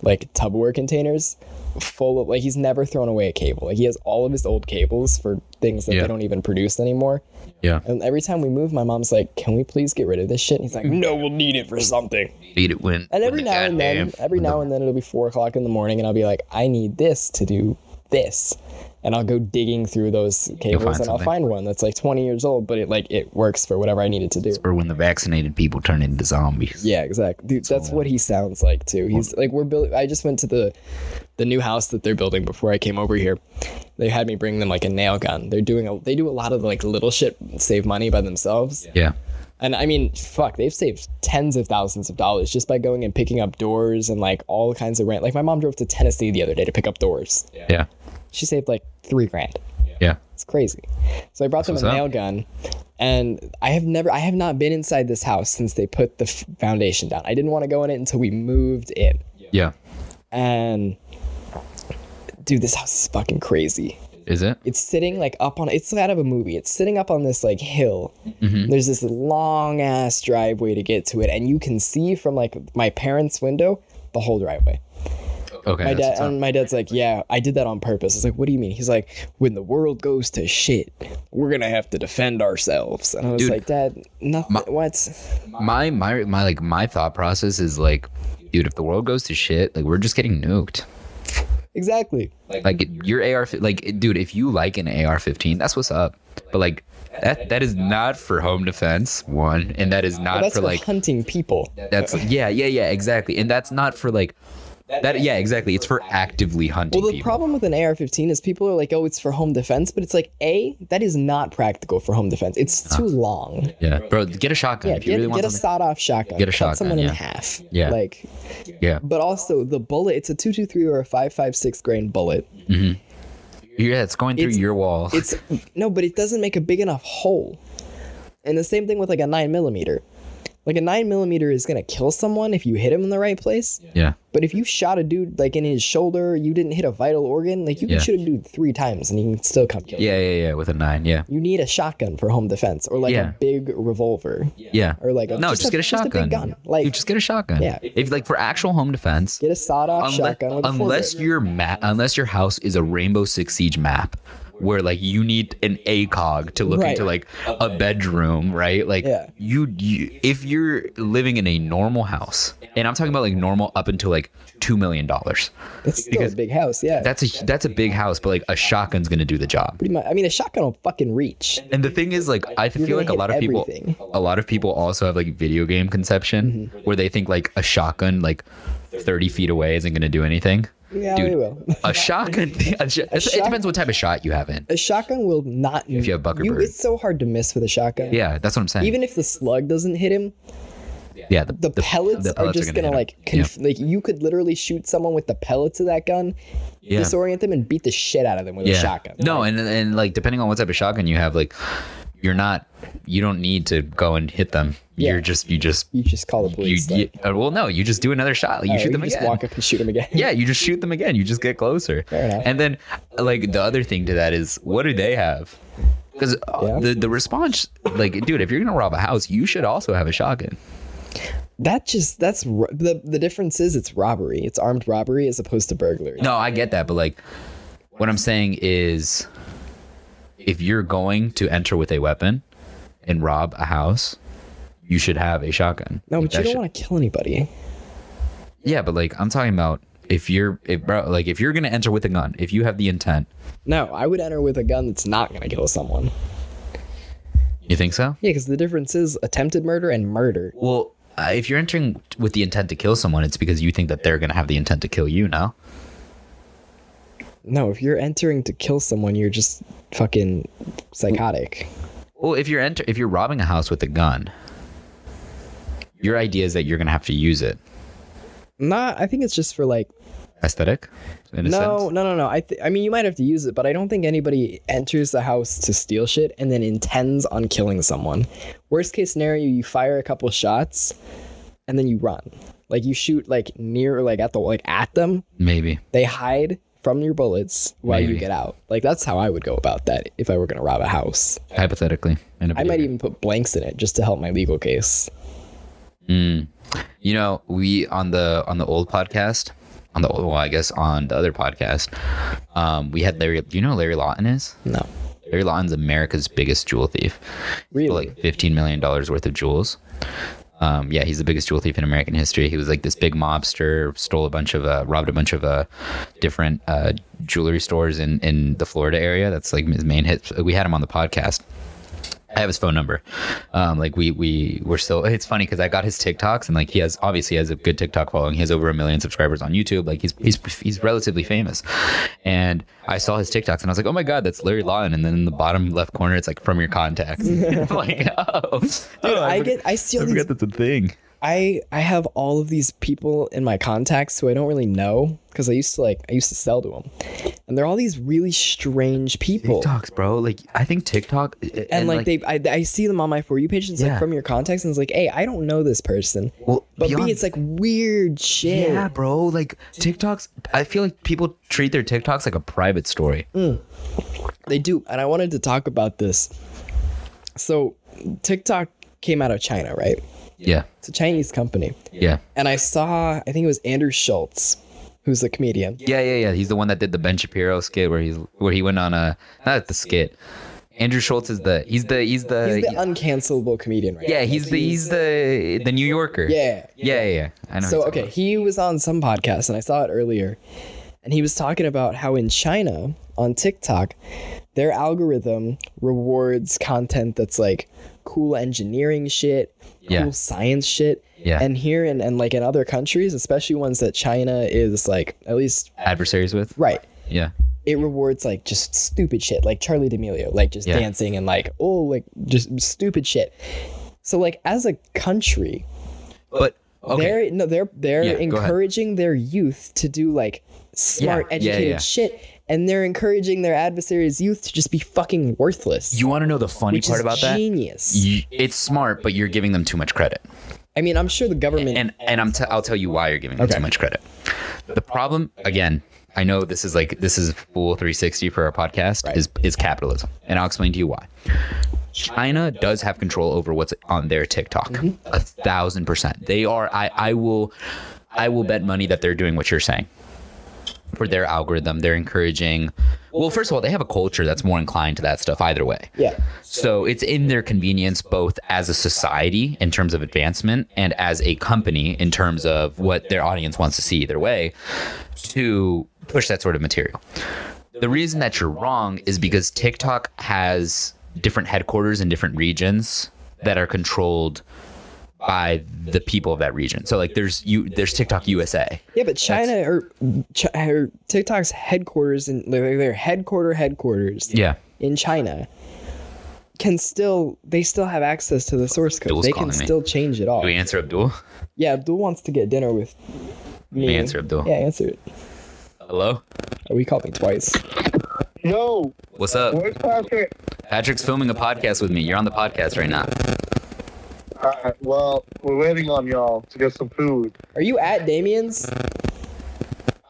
Speaker 1: like Tupperware containers full of like he's never thrown away a cable. Like he has all of his old cables for things that
Speaker 2: Yeah.
Speaker 1: they don't even produce anymore.
Speaker 2: Yeah.
Speaker 1: And every time we move, my mom's like, "Can we please get id of this shit?" And he's like, "No, we'll need it for something."
Speaker 2: Beat it when.
Speaker 1: And
Speaker 2: when
Speaker 1: every
Speaker 2: the
Speaker 1: now and then,
Speaker 2: goddamn-
Speaker 1: every now and then, it'll be four o'clock in the morning, and I'll be like, "I need this to do this," and I'll go digging through those
Speaker 2: find
Speaker 1: cables, and I'll
Speaker 2: something.
Speaker 1: find one that's like 20 years old, but it like it works for whatever I need it to do.
Speaker 2: Or when the vaccinated people turn into zombies.
Speaker 1: Yeah, exactly. Dude, that's what he sounds like too. He's like we're building. I just went to the the new house that they're building before I came over here. They had me bring them like a nail gun. They're doing a they do a lot of like little shit save money by themselves.
Speaker 2: Yeah.
Speaker 1: And I mean, fuck, they've saved tens of thousands of dollars just by going and picking up doors and like all kinds of rent. Like my mom drove to Tennessee the other day to pick up doors.
Speaker 2: Yeah.
Speaker 1: She saved like three grand.
Speaker 2: Yeah.
Speaker 1: It's crazy. So I brought
Speaker 2: what's
Speaker 1: them a
Speaker 2: up.
Speaker 1: nail gun, and I have never, I have not been inside this house since they put the f- foundation down. I didn't want to go in it until we moved in.
Speaker 2: Yeah.
Speaker 1: And dude, this house is fucking crazy.
Speaker 2: Is it?
Speaker 1: It's sitting like up on, it's out of a movie. It's sitting up on this like hill.
Speaker 2: Mm-hmm.
Speaker 1: There's this long ass driveway to get to it, and you can see from like my parents' window the whole driveway
Speaker 2: Okay.
Speaker 1: my
Speaker 2: that's
Speaker 1: dad
Speaker 2: what's up.
Speaker 1: and my dad's like yeah i did that on purpose it's like what do you mean he's like when the world goes to shit we're gonna have to defend ourselves and i was
Speaker 2: Dude.
Speaker 1: like dad nothing what
Speaker 2: my my my like my thought process is like dude if the world goes to shit like we're just getting nuked
Speaker 1: exactly
Speaker 2: like, your ar fi- like it- dude if you like an ar-15 that's what's up but like that that is not for home defense one and that is
Speaker 1: But
Speaker 2: not
Speaker 1: that's
Speaker 2: for
Speaker 1: for
Speaker 2: like
Speaker 1: hunting people
Speaker 2: that's yeah yeah yeah exactly and that's not for like that yeah exactly it's for actively hunting
Speaker 1: well the
Speaker 2: people
Speaker 1: problem with an ar-15 is people are like oh it's for home defense but it's like a that is not practical for home defense it's too long
Speaker 2: yeah bro get a shotgun
Speaker 1: yeah
Speaker 2: if you
Speaker 1: get,
Speaker 2: really want
Speaker 1: get a
Speaker 2: something
Speaker 1: sawed-off shotgun
Speaker 2: Get a
Speaker 1: cut
Speaker 2: shotgun,
Speaker 1: someone in
Speaker 2: yeah.
Speaker 1: half
Speaker 2: Yeah.
Speaker 1: like
Speaker 2: yeah
Speaker 1: but also the bullet it's a 223 or a 556 grain bullet
Speaker 2: yeah it's going through
Speaker 1: It's-
Speaker 2: your wall
Speaker 1: it's no, but it doesn't make a big enough hole. And the same thing with like a nine millimeter. Like a nine millimeter is gonna kill someone if you hit him in the right place.
Speaker 2: yeah
Speaker 1: But if you shot a dude like in his shoulder, you didn't hit a vital organ. Like you
Speaker 2: Yeah.
Speaker 1: can shoot a dude three times and he can still come kill. you.
Speaker 2: yeah yeah yeah with a nine yeah
Speaker 1: You need a shotgun for home defense, or like
Speaker 2: Yeah.
Speaker 1: a big revolver,
Speaker 2: yeah
Speaker 1: or like a,
Speaker 2: no just, get a shotgun
Speaker 1: Just a big gun. Like
Speaker 2: Dude, just get a shotgun
Speaker 1: Yeah.
Speaker 2: if like for actual home defense
Speaker 1: get a sawed off
Speaker 2: unless,
Speaker 1: shotgun. With a
Speaker 2: unless
Speaker 1: forward.
Speaker 2: your ma- unless your house is a Rainbow Six Siege map, where like you need an ACOG to look
Speaker 1: Right.
Speaker 2: into like a bedroom, right? Like
Speaker 1: Yeah.
Speaker 2: you, you, if you're living in a normal house, and I'm talking about like normal up until like two million dollars,
Speaker 1: That's still
Speaker 2: Because
Speaker 1: a big house, yeah.
Speaker 2: that's a that's a big house, but like a shotgun's gonna do the job.
Speaker 1: pretty much. I mean, a shotgun will fucking reach.
Speaker 2: And the thing is, like, I
Speaker 1: You're
Speaker 2: feel
Speaker 1: gonna
Speaker 2: like a
Speaker 1: hit Mm-hmm.
Speaker 2: lot of people,
Speaker 1: everything.
Speaker 2: a lot of people also have like video game conception where they think like a shotgun like 30 feet away isn't gonna do anything.
Speaker 1: Yeah,
Speaker 2: Dude.
Speaker 1: they will.
Speaker 2: A shotgun, a sh- it
Speaker 1: shot-
Speaker 2: depends what type of shot you have in.
Speaker 1: A shotgun will not.
Speaker 2: If you have Bucker Bird.
Speaker 1: it's so hard to miss with a shotgun.
Speaker 2: Yeah, that's what I'm saying.
Speaker 1: Even if the slug doesn't hit him,
Speaker 2: yeah, the,
Speaker 1: the, pellets, are just gonna,
Speaker 2: hit 'em.
Speaker 1: like
Speaker 2: Yeah.
Speaker 1: conf- like you could literally shoot someone with the pellets of that gun,
Speaker 2: Yeah.
Speaker 1: disorient them, and beat the shit out of them with a shotgun.
Speaker 2: No, and and like depending on what type of shotgun you have, like you're not you don't need to go and hit them.
Speaker 1: Yeah.
Speaker 2: You're just you just
Speaker 1: you just call the
Speaker 2: you,
Speaker 1: police.
Speaker 2: you
Speaker 1: like,
Speaker 2: uh, well no, you just do another shot. Like, you
Speaker 1: "Alright,
Speaker 2: shoot
Speaker 1: we
Speaker 2: them
Speaker 1: can just
Speaker 2: again.
Speaker 1: walk up and shoot him again.
Speaker 2: yeah, you just shoot them again. You just get closer.
Speaker 1: Fair enough.
Speaker 2: And then like the other thing to that is what do they have? Because
Speaker 1: Yeah.
Speaker 2: the the response, like, dude, if you're gonna rob a house, you should also have a shotgun.
Speaker 1: that just that's ro- the the difference is it's robbery. It's armed robbery as opposed to burglary.
Speaker 2: No, I get that, but like, what I'm saying is, if you're going to enter with a weapon and rob a house, you should have a shotgun.
Speaker 1: No,
Speaker 2: Like,
Speaker 1: but you
Speaker 2: that
Speaker 1: don't
Speaker 2: should-
Speaker 1: want to kill anybody.
Speaker 2: Yeah, but like, I'm talking about if you're, if, bro, like, if you're gonna enter with a gun, if you have the intent,
Speaker 1: No, I would enter with a gun that's not gonna kill someone.
Speaker 2: you think so?
Speaker 1: Yeah, because the difference is attempted murder and murder.
Speaker 2: Well, uh, if you're entering with the intent to kill someone, it's because you think that they're gonna have the intent to kill you. Now,
Speaker 1: No, if you're entering to kill someone, you're just fucking psychotic.
Speaker 2: well, if you're enter, if you're robbing a house with a gun, your idea is that you're gonna have to use it.
Speaker 1: Nah, I think it's just for like
Speaker 2: Aesthetic, in a sense.
Speaker 1: no, no, no, no. I th- I mean, you might have to use it, but I don't think anybody enters the house to steal shit and then intends on killing someone. Worst case scenario, you fire a couple shots, and then you run. Like you shoot like near, like at the like at them.
Speaker 2: Maybe.
Speaker 1: They hide from your bullets while you
Speaker 2: Maybe.
Speaker 1: get out. Like that's how I would go about that if I were gonna rob a house.
Speaker 2: hypothetically. In a
Speaker 1: I might
Speaker 2: video
Speaker 1: even put blanks in it just to help my legal case.
Speaker 2: game. you know, we on the on the old podcast, on the old, well, I guess on the other podcast, um, we had Larry. Do you know who Larry Lawton is?
Speaker 1: No,
Speaker 2: Larry Lawton's America's biggest jewel thief.
Speaker 1: really.
Speaker 2: like fifteen million dollars worth of jewels. Um, yeah, he's the biggest jewel thief in American history. He was like this big mobster, stole a bunch of, uh, robbed a bunch of uh, different uh, jewelry stores in in the Florida area. That's like his main hit. We had him on the podcast. I have his phone number. Um, like we we we're still. It's funny because I got his TikToks and like he has obviously he has a good TikTok following. He has over a million subscribers on YouTube. Like he's he's he's relatively famous. And I saw his TikToks and I was like, oh my god, that's Larry Lawton. And then in the bottom left corner, it's like from your contacts. like oh, dude,
Speaker 1: I get, I steal
Speaker 2: I
Speaker 1: these.
Speaker 2: forgot that's a thing.
Speaker 1: I I have all of these people in my contacts who I don't really know because I used to like I used to sell to them, and they're all these really strange people.
Speaker 2: TikToks, bro. Like I think TikTok and,
Speaker 1: And, like, they, I, I see them on my for you page. And it's
Speaker 2: Yeah.
Speaker 1: like from your contacts, and it's like, hey, I don't know this person,
Speaker 2: well,
Speaker 1: but
Speaker 2: beyond-
Speaker 1: B, it's like weird shit.
Speaker 2: Yeah, bro. Like TikToks, I feel like people treat their TikToks like a private story.
Speaker 1: Mm. They do, and I wanted to talk about this. So TikTok came out of China, right?
Speaker 2: Yeah,
Speaker 1: It's a Chinese company,
Speaker 2: yeah,
Speaker 1: and I saw I think it was Andrew Schultz, who's a comedian.
Speaker 2: yeah, yeah, yeah. He's the one that did the Ben Shapiro skit where he's where he went on a not the skit. Andrew Schultz is the he's the he's the,
Speaker 1: He's the uncancelable comedian, right?
Speaker 2: yeah he's the he's the the New Yorker.
Speaker 1: Yeah.
Speaker 2: yeah, yeah. yeah. I know. who
Speaker 1: So
Speaker 2: you're talking
Speaker 1: okay, he was on some podcast and I saw it earlier. And he was talking about how in China on TikTok, their algorithm rewards content that's like cool engineering shit,
Speaker 2: Yeah.
Speaker 1: cool science shit.
Speaker 2: Yeah.
Speaker 1: And here in and like in other countries, especially ones that China is like at least
Speaker 2: about. adversaries with.
Speaker 1: right.
Speaker 2: Yeah,
Speaker 1: It rewards like just stupid shit, like Charlie D'Amelio, like just
Speaker 2: Yeah.
Speaker 1: dancing and like oh like just stupid shit. So like as a country,
Speaker 2: but okay.
Speaker 1: they're no, they're they're
Speaker 2: Yeah, go ahead.
Speaker 1: encouraging their youth to do like smart,
Speaker 2: Yeah, yeah,
Speaker 1: educated
Speaker 2: yeah.
Speaker 1: shit, and they're encouraging their adversaries' youth to just be fucking worthless.
Speaker 2: you want to know the funny
Speaker 1: which
Speaker 2: part
Speaker 1: is
Speaker 2: about that?
Speaker 1: genius.
Speaker 2: You, it's smart, but you're giving them too much credit.
Speaker 1: I mean, I'm sure the government.
Speaker 2: and and I'm t- I'll tell you why you're giving them too much credit. The problem again, I know this is like this is full 360 for our podcast
Speaker 1: Right.
Speaker 2: is is capitalism, and I'll explain to you why. China does have control over what's on their TikTok,
Speaker 1: Mm-hmm.
Speaker 2: a thousand percent. They are. I I will, I will bet money that they're doing what you're saying. for their algorithm. They're encouraging. Well, first of all, they have a culture that's more inclined to that stuff either way.
Speaker 1: Yeah.
Speaker 2: So it's in their convenience both as a society in terms of advancement and as a company in terms of what their audience wants to see either way to push that sort of material. The reason that you're wrong is because TikTok has different headquarters in different regions that are controlled by the people of that region. So like there's you there's TikTok USA.
Speaker 1: Yeah, but China or, Chi- or TikTok's headquarters and their, their headquarter headquarters
Speaker 2: Yeah.
Speaker 1: in China can still they still have access to the source code.
Speaker 2: Abdul's
Speaker 1: they can
Speaker 2: calling me.
Speaker 1: still change it all.
Speaker 2: Do we answer Abdul?
Speaker 1: Yeah, Abdul wants to get dinner with me.
Speaker 2: answer, Abdul.
Speaker 1: Yeah, answer it.
Speaker 2: Hello?
Speaker 1: Oh, he called me twice.
Speaker 4: Yo,
Speaker 2: What's up?
Speaker 4: where's Patrick?
Speaker 2: Patrick's filming a podcast with me. You're on the podcast right now.
Speaker 4: Alright, well, we're waiting on y'all to get some food.
Speaker 1: Are you at Damien's?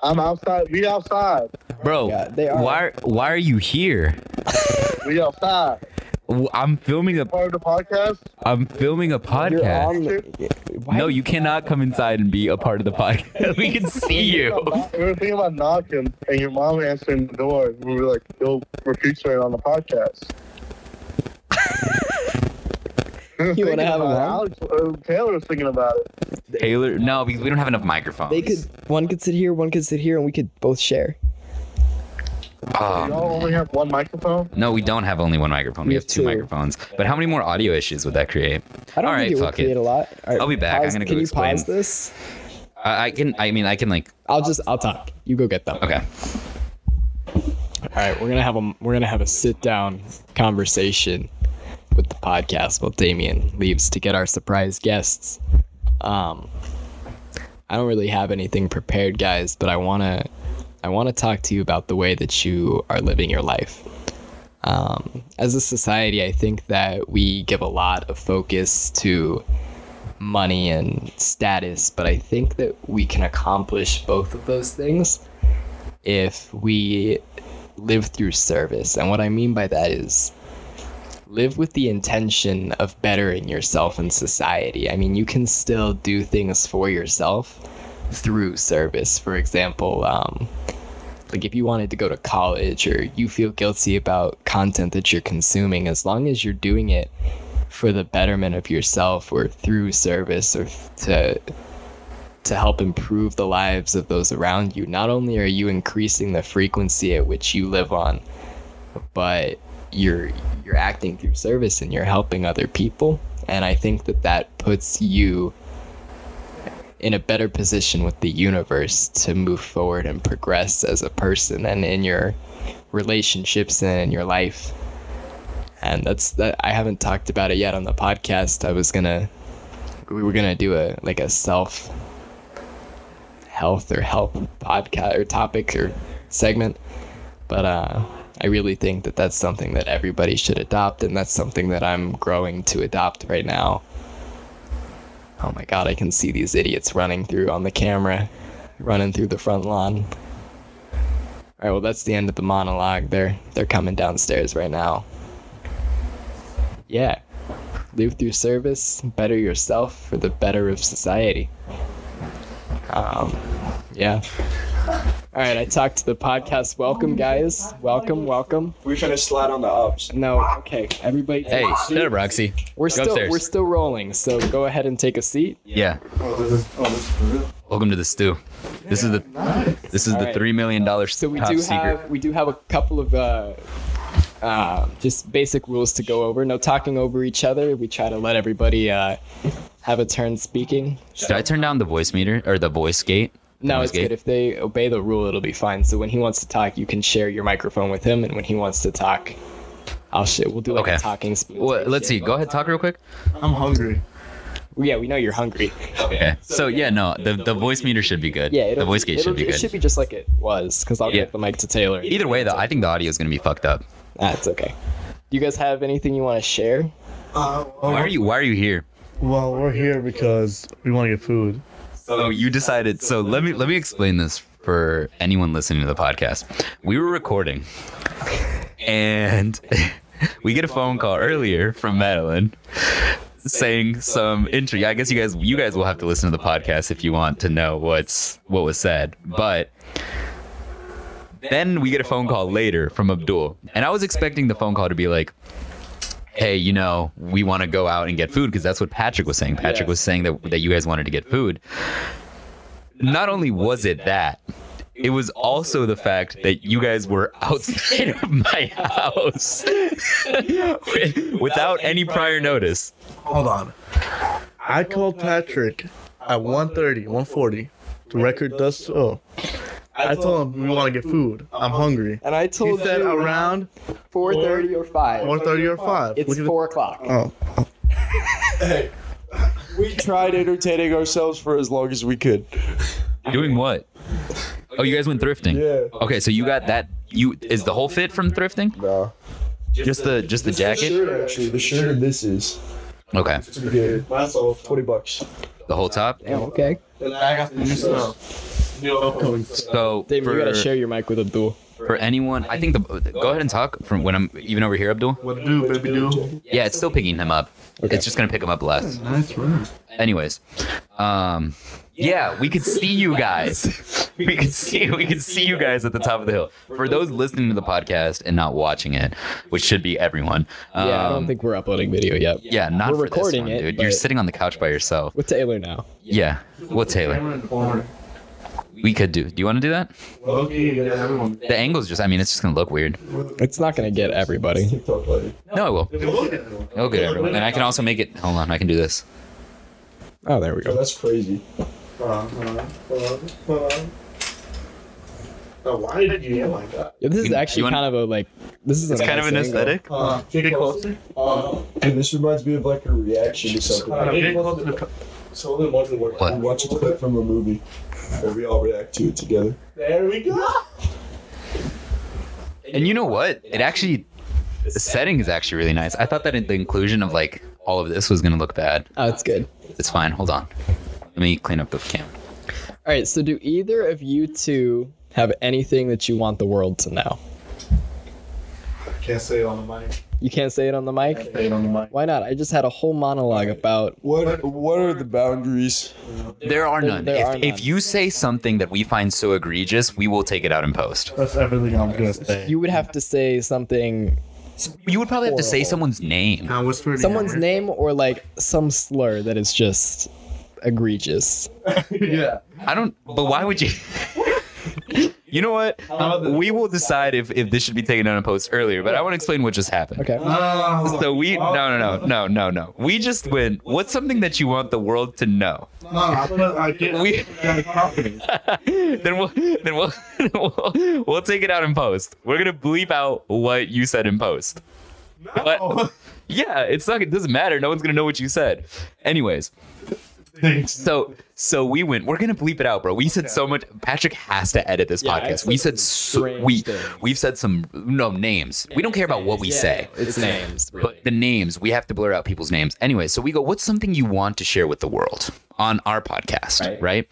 Speaker 4: I'm outside. We outside.
Speaker 2: Bro,
Speaker 1: Yeah, they are.
Speaker 2: why why are you here?
Speaker 4: We outside.
Speaker 2: W- I'm filming a
Speaker 4: Part of the podcast.
Speaker 2: I'm filming a
Speaker 1: You're
Speaker 2: podcast.
Speaker 1: on the, why,
Speaker 2: No, you cannot come inside and be a part of the podcast. we can see you.
Speaker 4: We were thinking about knocking, and your mom answering the door. We were like, "Yo, we're featuring on the podcast." We were
Speaker 1: You wanna
Speaker 4: thinking
Speaker 1: have
Speaker 4: about it.
Speaker 1: one?
Speaker 4: Alex, uh, Taylor was thinking about it.
Speaker 2: Taylor, no, because we don't have enough microphones.
Speaker 1: They could one could sit here, one could sit here, and we could both share. Ah.
Speaker 4: We
Speaker 2: Oh,
Speaker 4: all only have one microphone.
Speaker 2: no, we don't have only one microphone. We
Speaker 1: Me
Speaker 2: have two
Speaker 1: too.
Speaker 2: microphones. But how many more audio issues would that create?
Speaker 1: I don't
Speaker 2: All right,
Speaker 1: think it would
Speaker 2: fuck it.
Speaker 1: create a lot. All right,
Speaker 2: I'll be back. I'm
Speaker 1: pause-
Speaker 2: gonna go
Speaker 1: Can you
Speaker 2: explain.
Speaker 1: pause this?
Speaker 2: I, I can. I mean, I can like.
Speaker 1: I'll just I'll talk. You go get them.
Speaker 2: Okay.
Speaker 1: All right, we're gonna have a we're gonna have a sit down conversation with the podcast while Damien leaves to get our surprise guests. Um, I don't really have anything prepared, guys, but I wanna I wanna talk to you about the way that you are living your life. Um, as a society, I think that we give a lot of focus to money and status, but I think that we can accomplish both of those things if we live through service. And what I mean by that is live with the intention of bettering yourself and society. I mean, you can still do things for yourself through service. For example, um, like if you wanted to go to college or you feel guilty about content that you're consuming, as long as you're doing it for the betterment of yourself or through service or f- to to help improve the lives of those around you. Not only are you increasing the frequency at which you live on, but you're you're acting through service and you're helping other people. And I think that that puts you in a better position with the universe to move forward and progress as a person and in your relationships and in your life. And that's that I haven't talked about it yet on the podcast. I was gonna we were gonna do a like a self health or help podcast or topic or segment. But uh, I really think that that's something that everybody should adopt, and that's something that I'm growing to adopt right now. Oh my god, I can see these idiots running through on the camera, running through the front lawn. All right, well, that's the end of the monologue. They're they're coming downstairs right now. Yeah. Live through service, better yourself for the better of society. Um, yeah. All right, I talked to the podcast. Welcome, guys. Welcome, welcome.
Speaker 5: We finished slide on the ups.
Speaker 1: No, okay, everybody.
Speaker 2: Hey, shut up, Roxy.
Speaker 1: we're
Speaker 2: Go
Speaker 1: still
Speaker 2: upstairs.
Speaker 1: we're still rolling. So go ahead and take a seat.
Speaker 2: Yeah.
Speaker 4: Oh, this is. Oh, this is for real.
Speaker 2: Welcome to the stew. This is the this is
Speaker 1: All
Speaker 2: the
Speaker 1: right.
Speaker 2: three million dollar
Speaker 1: So we
Speaker 2: top
Speaker 1: do
Speaker 2: secret.
Speaker 1: have we do have a couple of uh, uh, just basic rules to go over. No talking over each other. We try to let everybody uh, have a turn speaking.
Speaker 2: Should I turn down the voice meter or the voice gate? The
Speaker 1: No,
Speaker 2: noise
Speaker 1: it's
Speaker 2: gate?
Speaker 1: good. If they obey the rule, it'll be fine. So when he wants to talk, you can share your microphone with him, and when he wants to talk, I'll shit. We'll do like
Speaker 2: Okay.
Speaker 1: a talking. Sp-
Speaker 2: Well, let's see. Go ahead, talk real quick.
Speaker 4: I'm hungry.
Speaker 1: Yeah, we know you're hungry.
Speaker 2: Okay. So yeah, no, the the voice meter should be good.
Speaker 1: Yeah,
Speaker 2: the
Speaker 1: it'll,
Speaker 2: voice gate
Speaker 1: it'll-
Speaker 2: should be
Speaker 1: It should be
Speaker 2: good.
Speaker 1: just like it was, because I'll
Speaker 2: Yeah.
Speaker 1: get the mic to Taylor.
Speaker 2: Either way, though, I think the audio is gonna be fucked up.
Speaker 1: That's okay. Do you guys have anything you want to share?
Speaker 4: Uh,
Speaker 2: Why are you Why are you here?
Speaker 4: Well, we're here because we want to get food.
Speaker 2: So you decided. So let me let me explain this for anyone listening to the podcast. We were recording, and we get a phone call earlier from Madeline saying some intro. I guess you guys you guys will have to listen to the podcast if you want to know what's what was said. But Then we get a phone call later from Abdul. And I was expecting the phone call to be like, hey, you know, we want to go out and get food because that's what Patrick was saying. Patrick was saying that, that you guys wanted to get food. Not only was it that, it was also the fact that you guys were outside of my house without any prior notice.
Speaker 5: Hold on. I called Patrick at 1.30, 1.40. The record does so. I told him we want to get food. I'm hungry.
Speaker 1: And I
Speaker 5: He
Speaker 1: told
Speaker 5: said
Speaker 1: you
Speaker 5: around
Speaker 1: 4:30 or 5.
Speaker 5: 1.30 or 5.
Speaker 1: it's
Speaker 5: Look at the-
Speaker 1: 4 o'clock.
Speaker 5: Oh,
Speaker 6: We tried entertaining ourselves for as long as we could.
Speaker 2: Doing what? Oh, you guys went thrifting.
Speaker 6: Yeah.
Speaker 2: Okay, so you got that. You is the whole fit from thrifting?
Speaker 6: No.
Speaker 2: Just the just the jacket.
Speaker 6: shirt, actually. The shirt and this is.
Speaker 2: Okay,
Speaker 6: It's pretty good. That's all. 20 bucks.
Speaker 2: the whole top.
Speaker 1: Damn, okay.
Speaker 6: And I got the new stuff.
Speaker 2: So
Speaker 1: Dave, you gotta share
Speaker 2: for,
Speaker 1: your mic with Abdul.
Speaker 2: for anyone, I think the go ahead and talk from when I'm even over here, Abdul.
Speaker 5: what to do, baby do?
Speaker 2: Yeah, it's still picking him up. It's just gonna pick him up less.
Speaker 5: Nice room.
Speaker 2: Anyways, um, yeah, we could see you guys. We could see we could see you guys at the top of the hill. For those listening to the podcast and not watching it, which should be everyone. Um,
Speaker 1: yeah, I don't think we're uploading video yet.
Speaker 2: Yeah, not
Speaker 1: We're
Speaker 2: for
Speaker 1: recording
Speaker 2: this one,
Speaker 1: it,
Speaker 2: dude. You're
Speaker 1: but-
Speaker 2: sitting on the couch by yourself.
Speaker 1: With Taylor now.
Speaker 2: Yeah. Well, Taylor, we could do. Do you want to do that?
Speaker 5: Oh,
Speaker 2: The angle's just. I mean, it's just gonna look weird.
Speaker 1: It's not gonna get everybody.
Speaker 2: No, I will. It'll get everyone. And I can also make it. Hold on, I can do this.
Speaker 1: Oh, there we go.
Speaker 6: That's crazy.
Speaker 4: Why did you yell like that?
Speaker 1: Yeah, this is
Speaker 2: You-
Speaker 1: actually
Speaker 2: you wanna-
Speaker 1: kind of a like. This is a
Speaker 2: It's kind of
Speaker 1: nice
Speaker 2: an
Speaker 1: angle.
Speaker 2: aesthetic.
Speaker 6: Uh, and this reminds me of like a reaction to something. So only one can work.
Speaker 2: What?
Speaker 6: We watch a clip from a movie, and we all react to it together.
Speaker 4: There we go.
Speaker 2: And you know what? It actually. The setting is actually really nice. I thought that in the inclusion of like all of this was gonna look bad.
Speaker 1: Oh, it's good.
Speaker 2: It's fine. Hold on. Let me clean up the cam.
Speaker 1: All right. So, do either of you two have anything that you want the world to know?
Speaker 4: Can't say it on the mic.
Speaker 1: You can't say it on the mic.
Speaker 4: Say it on the mic.
Speaker 1: Why not? I just had a whole monologue about.
Speaker 6: What What are the boundaries?
Speaker 2: There are
Speaker 1: There-
Speaker 2: none.
Speaker 1: there
Speaker 2: if,
Speaker 1: are none.
Speaker 2: if you say something that we find so egregious, we will take it out in post.
Speaker 5: That's everything I'm gonna say.
Speaker 1: You would have to say something,
Speaker 2: You would probably have to say someone's name.
Speaker 5: Now whisper in your
Speaker 1: someone's
Speaker 5: ear.
Speaker 1: name or like some slur that is just egregious.
Speaker 5: yeah.
Speaker 2: I don't. But why would you? you know what? We will decide if, if this should be taken out in post earlier. But I want to explain what just happened.
Speaker 1: Okay.
Speaker 5: No,
Speaker 2: So we no no no no no no. We just went. What's something that you want the world to know?
Speaker 5: no, oh, I put, I get,
Speaker 2: We
Speaker 5: got confidence.
Speaker 2: then we'll then we'll, we'll we'll take it out in post. We're gonna bleep out what you said in post. But yeah, it's not. It doesn't matter. No one's gonna know what you said. Anyways,
Speaker 5: Thanks.
Speaker 2: so so we went. We're gonna bleep it out, bro. We said so much. Patrick has to edit this
Speaker 1: Yeah, I
Speaker 2: podcast.
Speaker 1: said
Speaker 2: We
Speaker 1: some
Speaker 2: said so,
Speaker 1: strange
Speaker 2: we
Speaker 1: things.
Speaker 2: we've said some no names. We don't care about what we say.
Speaker 1: It's names. really.
Speaker 2: But the names, we have to blur out people's names. Anyway, so we go, what's something you want to share with the world on our podcast, right?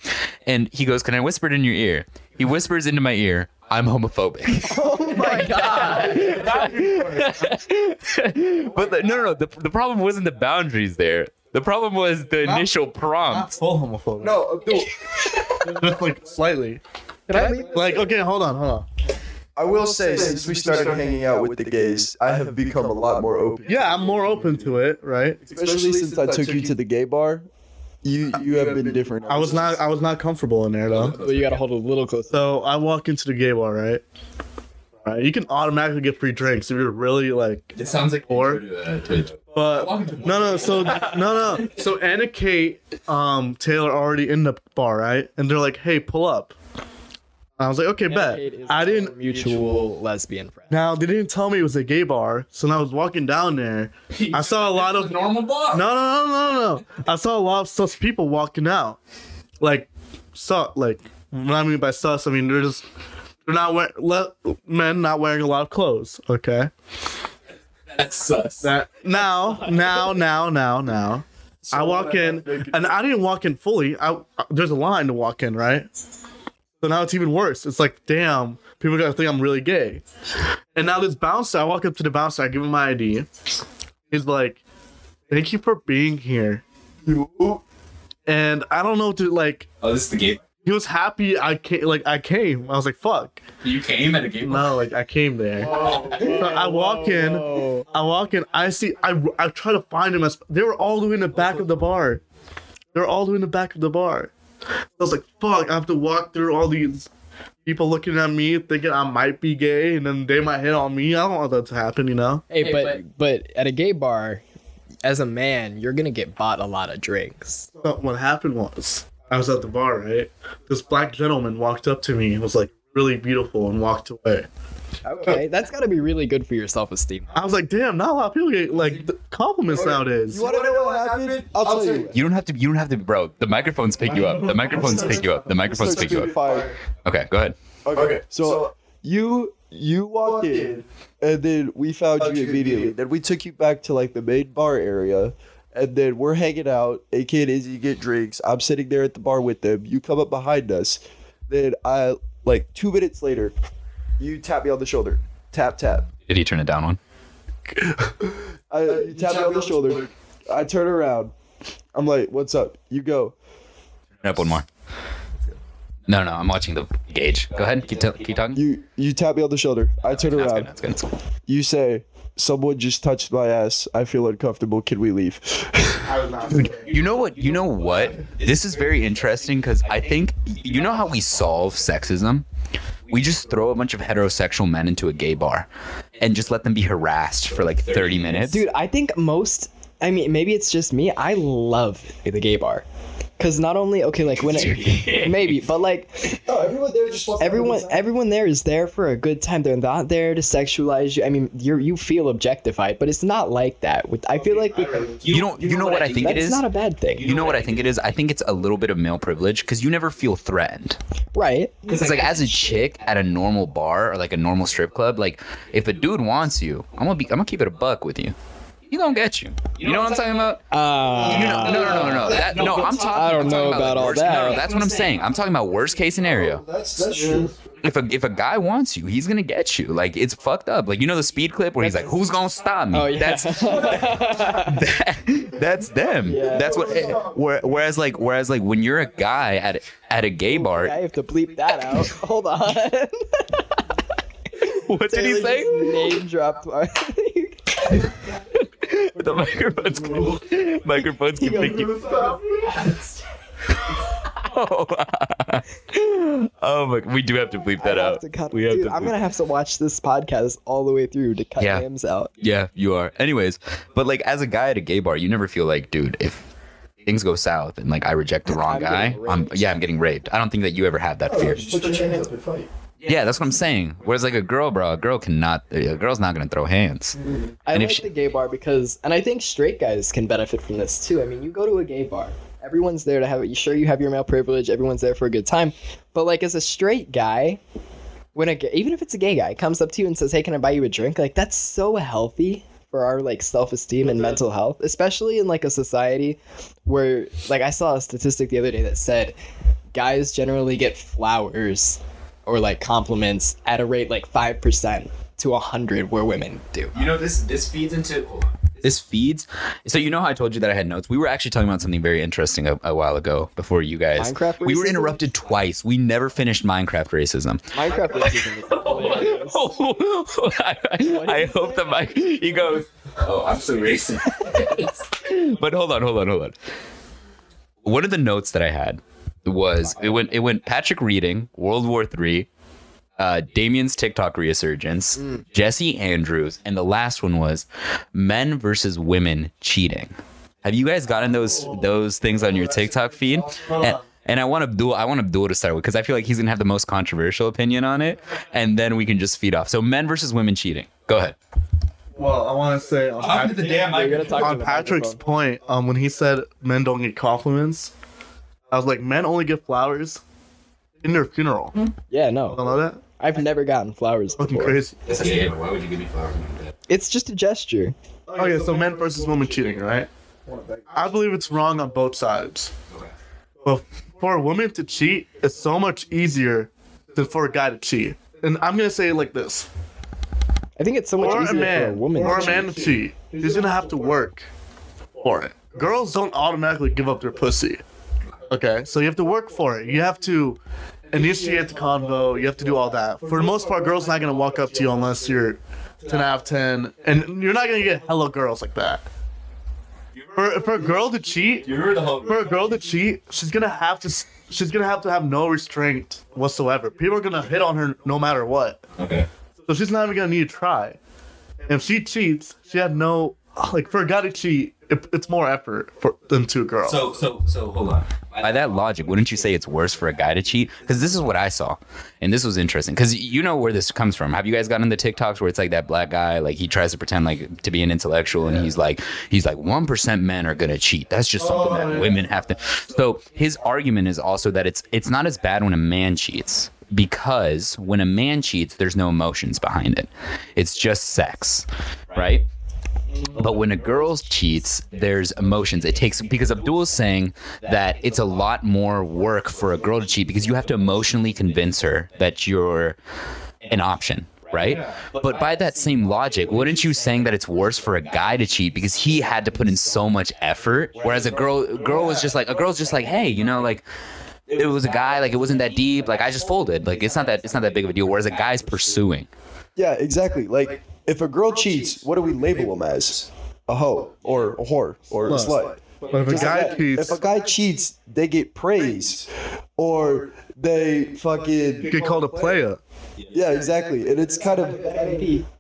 Speaker 2: And he goes, Can I whisper it in your ear? He whispers into my ear, I'm homophobic.
Speaker 1: Oh my god.
Speaker 2: but the, no, no, no. The, the problem wasn't the boundaries there. The problem was the initial
Speaker 5: Not
Speaker 2: prompt.
Speaker 5: full homophobic.
Speaker 6: No, Abdul.
Speaker 5: just like slightly.
Speaker 1: Can I leave?
Speaker 5: Like, okay, hold on, hold on.
Speaker 6: I will say, since we started hanging out with the gays, I have become a lot more open.
Speaker 5: Yeah, I'm more open to it, right?
Speaker 6: especially since I took you to the gay bar. You you have been different.
Speaker 5: I was not, I was not comfortable in there though.
Speaker 1: Well, you gotta hold a little close.
Speaker 5: So I walk into the gay bar, right? Right, you can automatically get free drinks if you're really like. It sounds like poor. But no, no. So no, no. So Anna Kate, um, Taylor already in the bar, right? And they're like, "Hey, pull up." I was like, "Okay,
Speaker 1: Medicaid is
Speaker 5: bet." I
Speaker 1: our
Speaker 5: didn't.
Speaker 1: mutual lesbian friend.
Speaker 5: Now they didn't tell me it was a gay bar, so when I was walking down there, I saw a lot of normal bar. No, no, no, no, no. I saw a lot of sus people walking out, like, sus. Like, what I mean by sus, I mean they're just they're not wearing le- men not wearing a lot of clothes. Okay. That's sus. That, now, now, now, now, now. I walk in, and I didn't walk in fully. I there's a line to walk in, right? So now it's even worse. It's like, damn, people are gonna think I'm really gay. And now this bouncer, I walk up to the bouncer, I give him my ID. He's like, "Thank you for being here." And I don't know what to like.
Speaker 2: Oh, this is the gate.
Speaker 5: He was happy. I came. Like I came. I was like, fuck.
Speaker 7: You came at a game.
Speaker 5: No, like I came there. So I walk in. I walk in. I see. I I try to find him. As they were all the way in the back of the bar. They were all the way in the back of the bar. I was like, fuck. I have to walk through all these people looking at me, thinking I might be gay, and then they might hit on me. I don't want that to happen. You know.
Speaker 1: Hey, but but at a gay bar, as a man, you're gonna get bought a lot of drinks.
Speaker 5: But what happened was, I was at the bar, right? This black gentleman walked up to me and was like really beautiful and walked away.
Speaker 1: Okay, that's gotta be really good for your self-esteem.
Speaker 5: I was like, damn, not a lot of people get like th- compliments nowadays.
Speaker 6: want to know what happened? I'll tell you.
Speaker 2: You don't have to. You don't have to, bro. The microphones pick you up. The microphones pick you up. The microphones pick you up.
Speaker 8: Fire.
Speaker 2: Okay, go ahead.
Speaker 8: Okay. So you you walk in, and then we found you immediately. Then we took you back to like the main bar area, and then we're hanging out. AK and Izzy get drinks. I'm sitting there at the bar with them. You come up behind us. Then I like two minutes later, you tap me on the shoulder. Tap tap.
Speaker 2: Did he turn it down one?
Speaker 8: I Uh, you tap me on the shoulder. I turn around. I'm like, "What's up?" You go.
Speaker 2: Turn it up one more. No, no, I'm watching the gauge. Go ahead. Keep, tell keep talking.
Speaker 8: You you tap me on the shoulder. I turn
Speaker 2: That's
Speaker 8: around.
Speaker 2: good. That's good. That's good.
Speaker 8: You say, "Someone just touched my ass. I feel uncomfortable. Can we leave?"
Speaker 2: You know what? You know what? This is very interesting because I think you know how we solve sexism. We just throw a bunch of heterosexual men into a gay bar, and just let them be harassed for like 30 minutes.
Speaker 1: Dude, I think most. I mean, maybe it's just me. I love the gay bar, cause not only okay, like when it, maybe, but like
Speaker 6: No, everyone there just wants to have a good
Speaker 1: everyone,
Speaker 6: time.
Speaker 1: everyone there is there for a good time. They're not there to sexualize you. I mean, you are you feel objectified, but it's not like that. With I feel like with,
Speaker 2: You know. You know what I think it
Speaker 1: that's
Speaker 2: is.
Speaker 1: not a bad thing,
Speaker 2: You know what I think it is? I think it's a little bit of male privilege because you never feel threatened.
Speaker 1: right?
Speaker 2: Because like as a chick at a normal bar or like a normal strip club, like if a dude wants you, I'm gonna be I'm gonna keep it a buck with you. He gonna get you. You know what I'm talking about?
Speaker 1: Uh,
Speaker 2: You know, no, no, no, no. That, no, I'm talking.
Speaker 1: I don't
Speaker 2: I'm talking
Speaker 1: know about
Speaker 2: like,
Speaker 1: all
Speaker 2: worst,
Speaker 1: that.
Speaker 2: No, no, that's what I'm saying. I'm talking about worst case scenario.
Speaker 6: That's that's true.
Speaker 2: If a if a guy wants you, he's gonna get you. Like it's fucked up. Like you know the speed clip where he's like, "Who's gonna stop me?"
Speaker 1: oh yeah.
Speaker 2: That's that's them. That's what. eh, where- Whereas like whereas like when you're a guy at at a gay bar,
Speaker 1: I have to bleep that out. Hold on.
Speaker 2: what did
Speaker 1: Taylor
Speaker 2: he say?
Speaker 1: just Name drop.
Speaker 2: The microphones can, microphones can pick you. oh, my! We do have to bleep that
Speaker 1: I have
Speaker 2: out.
Speaker 1: to cut-
Speaker 2: we have
Speaker 1: dude,
Speaker 2: to.
Speaker 1: I'm
Speaker 2: bleep-
Speaker 1: gonna have to watch this podcast all the way through to cut
Speaker 2: Yeah.
Speaker 1: names out.
Speaker 2: Yeah, you are. Anyways, but like as a guy at a gay bar, you never feel like, dude, if things go south and like I reject the wrong
Speaker 1: I'm
Speaker 2: guy,
Speaker 1: getting
Speaker 2: I'm yeah, I'm getting raped. I don't think that you ever had that fear.
Speaker 6: Just put your hand up and fight.
Speaker 2: Yeah, that's what I'm saying. Whereas like a girl, bro, a girl cannot, a girl's not gonna throw hands.
Speaker 1: I
Speaker 2: And if
Speaker 1: like
Speaker 2: she-
Speaker 1: the gay bar because, and I think straight guys can benefit from this too. I mean, you go to a gay bar, everyone's there to have it. You sure you have your male privilege, everyone's there for a good time, but like as a straight guy, when a g- even if it's a gay guy comes up to you and says, "Hey, can I buy you a drink?" Like that's so healthy for our like self esteem and mental health, especially in like a society where like I saw a statistic the other day that said guys generally get flowers or like compliments at a rate like five percent to a hundred where women do.
Speaker 7: You know this. This feeds into. oh, hold on.
Speaker 2: This feeds. So you know how I told you that I had notes. We were actually talking about something very interesting a, a while ago before you guys.
Speaker 1: Minecraft
Speaker 2: we were
Speaker 1: racism?
Speaker 2: interrupted twice. We never finished Minecraft racism.
Speaker 1: Minecraft racism is hilarious.
Speaker 2: Oh, I, I hope the mic. He goes.
Speaker 7: Oh, I'm so racist.
Speaker 2: but hold on, hold on, hold on. One of the notes that I had was it went it went Patrick reading World War Three, uh, Damien's TikTok resurgence, Jesse Andrews, and the last one was men versus women cheating. Have you guys gotten those those things on your TikTok feed? And, and I want Abdul. I want Abdul to start with because I feel like he's gonna have the most controversial opinion on it, and then we can just feed off. So men versus women cheating. Go ahead.
Speaker 5: Well, I want to say on,
Speaker 7: After the damn, I
Speaker 1: gotta talk
Speaker 5: on Patrick's point, um, when he said men don't get compliments, I was like, men only get flowers in their funeral.
Speaker 7: Hmm?
Speaker 5: I
Speaker 1: Yeah,
Speaker 5: don't
Speaker 1: no.
Speaker 5: know that.
Speaker 1: I've never gotten flowers
Speaker 5: Fucking
Speaker 1: before.
Speaker 5: crazy.
Speaker 7: It's gay, but why would you give me flowers?
Speaker 1: It's just a gesture.
Speaker 5: Okay, so men versus women cheating, right? I believe it's wrong on both sides. But for a woman to cheat is so much easier than for a guy to cheat. And I'm gonna say it like this:
Speaker 1: I think it's so much
Speaker 5: or a
Speaker 1: easier for a
Speaker 5: man,
Speaker 1: woman.
Speaker 5: or
Speaker 1: to
Speaker 5: a man to cheat, he's gonna have to work for it. Girls don't automatically give up their pussy. Okay. So you have to work for it. You have to initiate the convo. You have to do all that. For the most part, girls not gonna walk up to you unless you're ten out of ten, and you're not gonna get hello girls like that. For, for a girl to cheat,
Speaker 7: You heard the whole.
Speaker 5: for a girl to cheat, she's gonna have to. s- She's gonna have to have no restraint whatsoever. People are gonna hit on her no matter what.
Speaker 7: Okay.
Speaker 5: So she's not even gonna need to try. If she cheats, she had no like for a guy to cheat. It, it's more effort for, than two girls.
Speaker 7: So so so hold on.
Speaker 2: By that logic, wouldn't you say it's worse for a guy to cheat? Because this is what I saw, and this was interesting. Because you know where this comes from. Have you guys gotten the TikToks where it's like that black guy, like he tries to pretend like to be an intellectual, and he's like, he's like, one percent men are gonna cheat. That's just something
Speaker 7: Oh,
Speaker 2: that women have to. So his argument is also that it's it's not as bad when a man cheats because when a man cheats, there's no emotions behind it. It's just sex, right? But when a girl cheats, there's emotions. It takes because Abdul's saying that it's a lot more work for a girl to cheat because you have to emotionally convince her that you're an option. Right? But by that same logic, wouldn't you saying that it's worse for a guy to cheat because he had to put in so much effort? Whereas a girl a girl was just like a girl's just like, hey, you know, like it was a guy, like it wasn't that deep, like I just folded. Like it's not that it's not that big of a deal. Whereas a guy's pursuing.
Speaker 8: Yeah, exactly. Like, if a girl cheats, what do we label them as? A hoe or a whore or a slut.
Speaker 5: But if a
Speaker 8: Just like
Speaker 5: guy
Speaker 8: that.
Speaker 5: cheats,
Speaker 8: If a guy cheats, they get praise, or they fucking
Speaker 5: get called a player.
Speaker 8: yeah, exactly. And it's kind of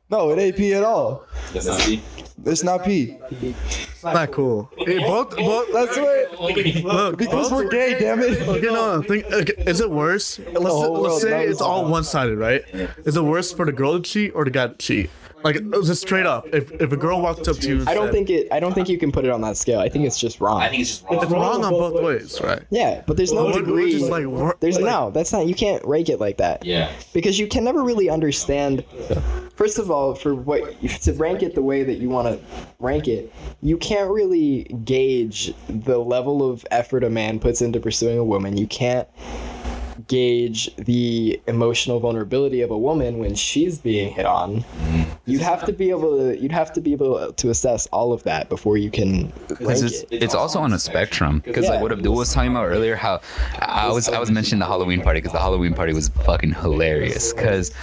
Speaker 8: no, it ain't P at all.
Speaker 7: That's not me.
Speaker 8: It's not P.
Speaker 5: It's not cool. Hey, both, both,
Speaker 8: That's what
Speaker 5: look,
Speaker 8: because
Speaker 5: both-
Speaker 8: we're gay. Damn it.
Speaker 5: Okay, no, no, think, uh, okay, is it
Speaker 1: Oh,
Speaker 5: worse? Let's,
Speaker 8: whole
Speaker 5: let's
Speaker 8: world
Speaker 5: say
Speaker 8: knows
Speaker 5: it's all
Speaker 8: about it.
Speaker 5: one sided, right? Is it worse for the girl to cheat or the guy to cheat? Like, just straight up, if, if a girl walked up to you, and
Speaker 1: I don't
Speaker 5: said-
Speaker 1: think it. I don't think you can put it on that scale. I think it's just wrong.
Speaker 7: I think it's just wrong.
Speaker 5: it's wrong on both ways, right?
Speaker 1: yeah, but there's no
Speaker 5: We're- we're
Speaker 1: degree.
Speaker 5: just like, we're-
Speaker 1: there's
Speaker 5: like,
Speaker 1: no. That's not. You can't rake it like that.
Speaker 7: Yeah.
Speaker 1: because you can never really understand first of all for what to rank it the way that you want to rank it you can't really gauge the level of effort a man puts into pursuing a woman you can't gauge the emotional vulnerability of a woman when she's being hit on you'd have to be able to you'd have to be able to assess all of that before you can rank
Speaker 2: Because it's,
Speaker 1: it
Speaker 2: it's also on a spectrum. Because
Speaker 1: Yeah.
Speaker 2: like what Abdul was talking about earlier, how I was I was mentioning the Halloween party because the Halloween party was fucking hilarious. Because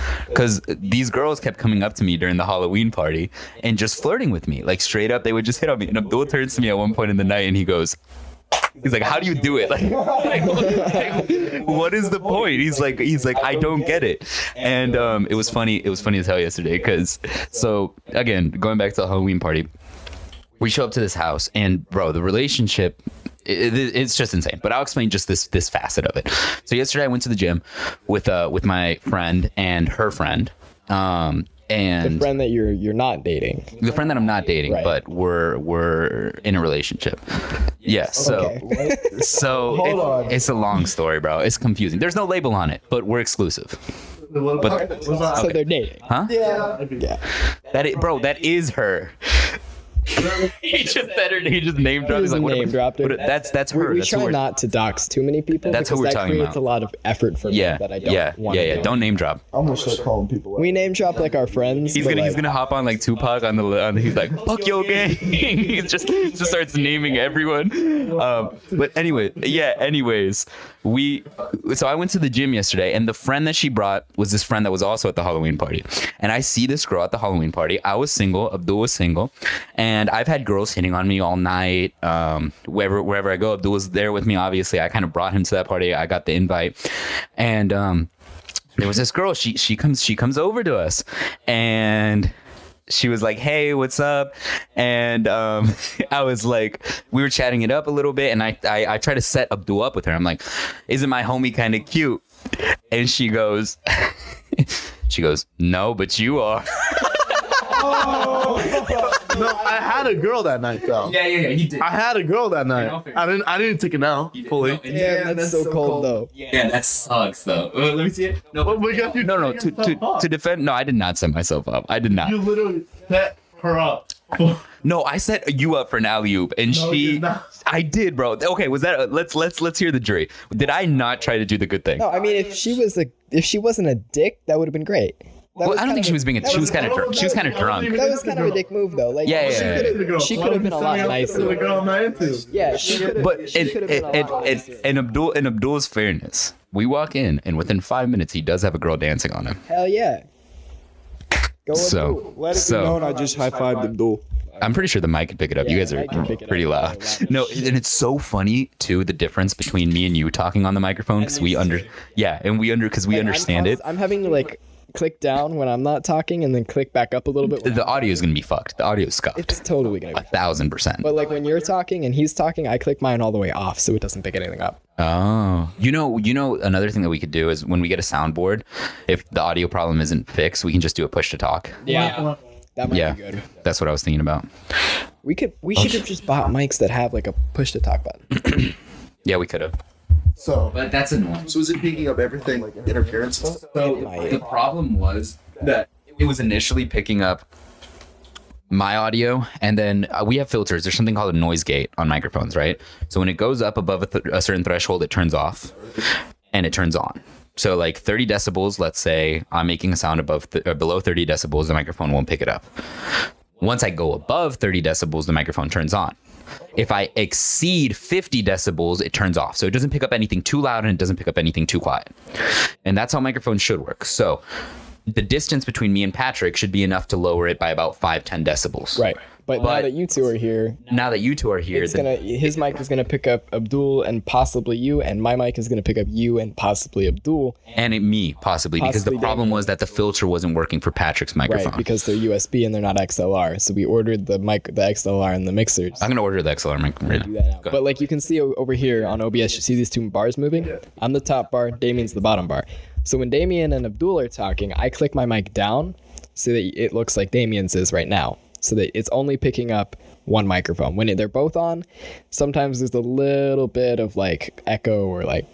Speaker 2: these girls kept coming up to me during the Halloween party and just flirting with me, like straight up. They would just hit on me. And Abdul turns to me at one point in the night and he goes. He's like, how do you do it? Like, like, what is the point? He's like, he's like, I don't get it. And um, it was funny. It was funny as hell yesterday because, so again, going back to the Halloween party, we show up to this house and bro the relationship it, it- it's just insane but i'll explain just this this facet of it so yesterday i went to the gym with uh with my friend and her friend um and
Speaker 1: friend that you're you're not dating
Speaker 2: the friend that i'm not dating
Speaker 1: Right.
Speaker 2: but we're we're in a relationship yeah so so
Speaker 8: Hold
Speaker 2: it-
Speaker 8: on.
Speaker 2: it's a long story bro it's confusing there's no label on it but we're exclusive
Speaker 5: What about, what about-
Speaker 1: so they're dating
Speaker 2: huh yeah that is, bro that is her he just said her he just name dropped he's
Speaker 1: just
Speaker 2: like what
Speaker 1: name dropped her.
Speaker 2: what- that's that's her
Speaker 1: We
Speaker 2: that's who
Speaker 1: try
Speaker 2: we're-
Speaker 1: not to dox too many people.
Speaker 2: That's who
Speaker 1: because
Speaker 2: we're
Speaker 1: that
Speaker 2: talking
Speaker 1: creates a
Speaker 2: about.
Speaker 1: lot of effort for me
Speaker 2: Yeah,
Speaker 1: that I don't
Speaker 2: yeah,
Speaker 1: want
Speaker 2: yeah,
Speaker 1: to
Speaker 2: yeah.
Speaker 1: do.
Speaker 2: Don't name drop.
Speaker 8: I'm gonna start calling people.
Speaker 1: We name drop like our friends.
Speaker 2: He's
Speaker 1: but,
Speaker 2: gonna he's
Speaker 1: like,
Speaker 2: gonna hop on like Tupac on the on. He's like fuck your gang. he just just starts naming everyone. Um, but anyway, yeah. Anyways, we so I went to the gym yesterday, and the friend that she brought was this friend that was also at the Halloween party. And I see this girl at the Halloween party. I was single. Abdul was single, and I've had girls hitting on me all night. Um, wherever wherever I go, Abdul was there with me. Obviously, I kind of brought him to that party. I got the invite, and um. there was this girl she she comes she comes over to us and she was like hey what's up and um i was like we were chatting it up a little bit and i i, I try to set abdul up with her i'm like isn't my homie kind of cute and she goes she goes no but you are
Speaker 5: no, I had a girl that night though.
Speaker 7: Yeah, yeah, yeah. He did.
Speaker 5: I had a girl that night. I didn't. I didn't take it now fully.
Speaker 1: Damn, that's, so, cold, though.
Speaker 7: Yeah, that sucks though. Uh, let me see it. No,
Speaker 5: But we got you.
Speaker 2: no no to, to, to defend no i did not set myself up i did not
Speaker 5: you literally set her up.
Speaker 2: no i set you up for an alley-oop and she
Speaker 5: did not.
Speaker 2: i did bro okay was that uh, let's let's let's hear the jury did i not try to do the good thing
Speaker 1: No, I mean if she was a if she wasn't a dick, that would have been great.
Speaker 2: Well,
Speaker 1: was
Speaker 2: I don't
Speaker 1: kinda-
Speaker 2: think she was being. A,
Speaker 1: that
Speaker 2: she
Speaker 1: was
Speaker 2: was kind of.
Speaker 1: kinda-
Speaker 2: Dr- she was kind of drunk.
Speaker 1: That was kind of a dick move though. Like,
Speaker 2: Yeah, yeah,
Speaker 1: she
Speaker 2: yeah.
Speaker 1: could've- She could have been a lot
Speaker 5: The
Speaker 1: nicer.
Speaker 5: girl I'm not into.
Speaker 1: Yeah, she could have.
Speaker 2: But
Speaker 1: she
Speaker 2: in,
Speaker 1: could've been
Speaker 2: in,
Speaker 1: a
Speaker 2: in,
Speaker 1: lot
Speaker 2: in,
Speaker 1: nicer.
Speaker 2: in Abdul in Abdul's fairness, we walk in and within five minutes he does have a girl dancing on him.
Speaker 1: Hell yeah. Go
Speaker 2: So
Speaker 8: Let it
Speaker 2: So-
Speaker 8: be known I just high fived them dual.
Speaker 2: I'm pretty sure the mic could pick it up. you
Speaker 1: Yeah,
Speaker 2: guys
Speaker 1: the
Speaker 2: are
Speaker 1: mic can pick it up.
Speaker 2: pretty loud. No, and it's so funny too the difference between me and you talking on the microphone because we under yeah, and we under because we understand it.
Speaker 1: I'm having to like click down when I'm not talking and then click back up a little bit. when
Speaker 2: The audio is gonna be fucked. The audio is
Speaker 1: It's
Speaker 2: scuffed
Speaker 1: totally gonna
Speaker 2: a
Speaker 1: be.
Speaker 2: thousand percent.
Speaker 1: But like when you're talking and he's talking, I click mine all the way off so it doesn't pick anything up.
Speaker 2: Oh, you know, you know, another thing that we could do is when we get a soundboard, if the audio problem isn't fixed, we can just do a push to talk.
Speaker 1: Yeah. That might
Speaker 2: Yeah.
Speaker 1: be good.
Speaker 2: That's what I was thinking about.
Speaker 1: We could we should have just bought mics that have like a push to talk button.
Speaker 2: Yeah, we could have.
Speaker 4: So,
Speaker 7: But that's annoying.
Speaker 6: So is it picking up everything like interference stuff?
Speaker 7: So the, the problem was that
Speaker 2: It was initially picking up my audio, and then uh, we have filters. There's something called a noise gate on microphones, right? So when it goes up above a, th- a certain threshold, it turns off and it turns on. So like 30 decibels, let's say I'm making a sound above th- or below 30 decibels, the microphone won't pick it up. Once I go above 30 decibels, the microphone turns on. If I exceed 50 decibels, it turns off. So it doesn't pick up anything too loud and it doesn't pick up anything too quiet. And that's how microphones should work. So the distance between me and Patrick should be enough to lower it by about 5, 10 decibels.
Speaker 1: Right. But, now
Speaker 2: But-
Speaker 1: that you two are here,
Speaker 2: Now that you two are here,
Speaker 1: it's
Speaker 2: the-
Speaker 1: gonna his mic is gonna pick up Abdul and possibly you, and my mic is gonna pick up you and possibly Abdul.
Speaker 2: and it, me possibly, because the
Speaker 1: Possibly
Speaker 2: problem was that the filter wasn't working for Patrick's microphone.
Speaker 1: Right, because they're USB and they're not XLR. So we ordered the mic the XLR and the mixers.
Speaker 2: I'm gonna order the XLR mic. right
Speaker 1: do
Speaker 2: now.
Speaker 1: that now.
Speaker 2: Go
Speaker 1: But like you can see o- over here on OBS, you see these two bars moving. I'm the top bar, Damien's the bottom bar. So when Damien and Abdul are talking, I click my mic down so that it looks like Damien's is right now. So that it's only picking up one microphone. When it- they're both on, sometimes there's a little bit of like echo or like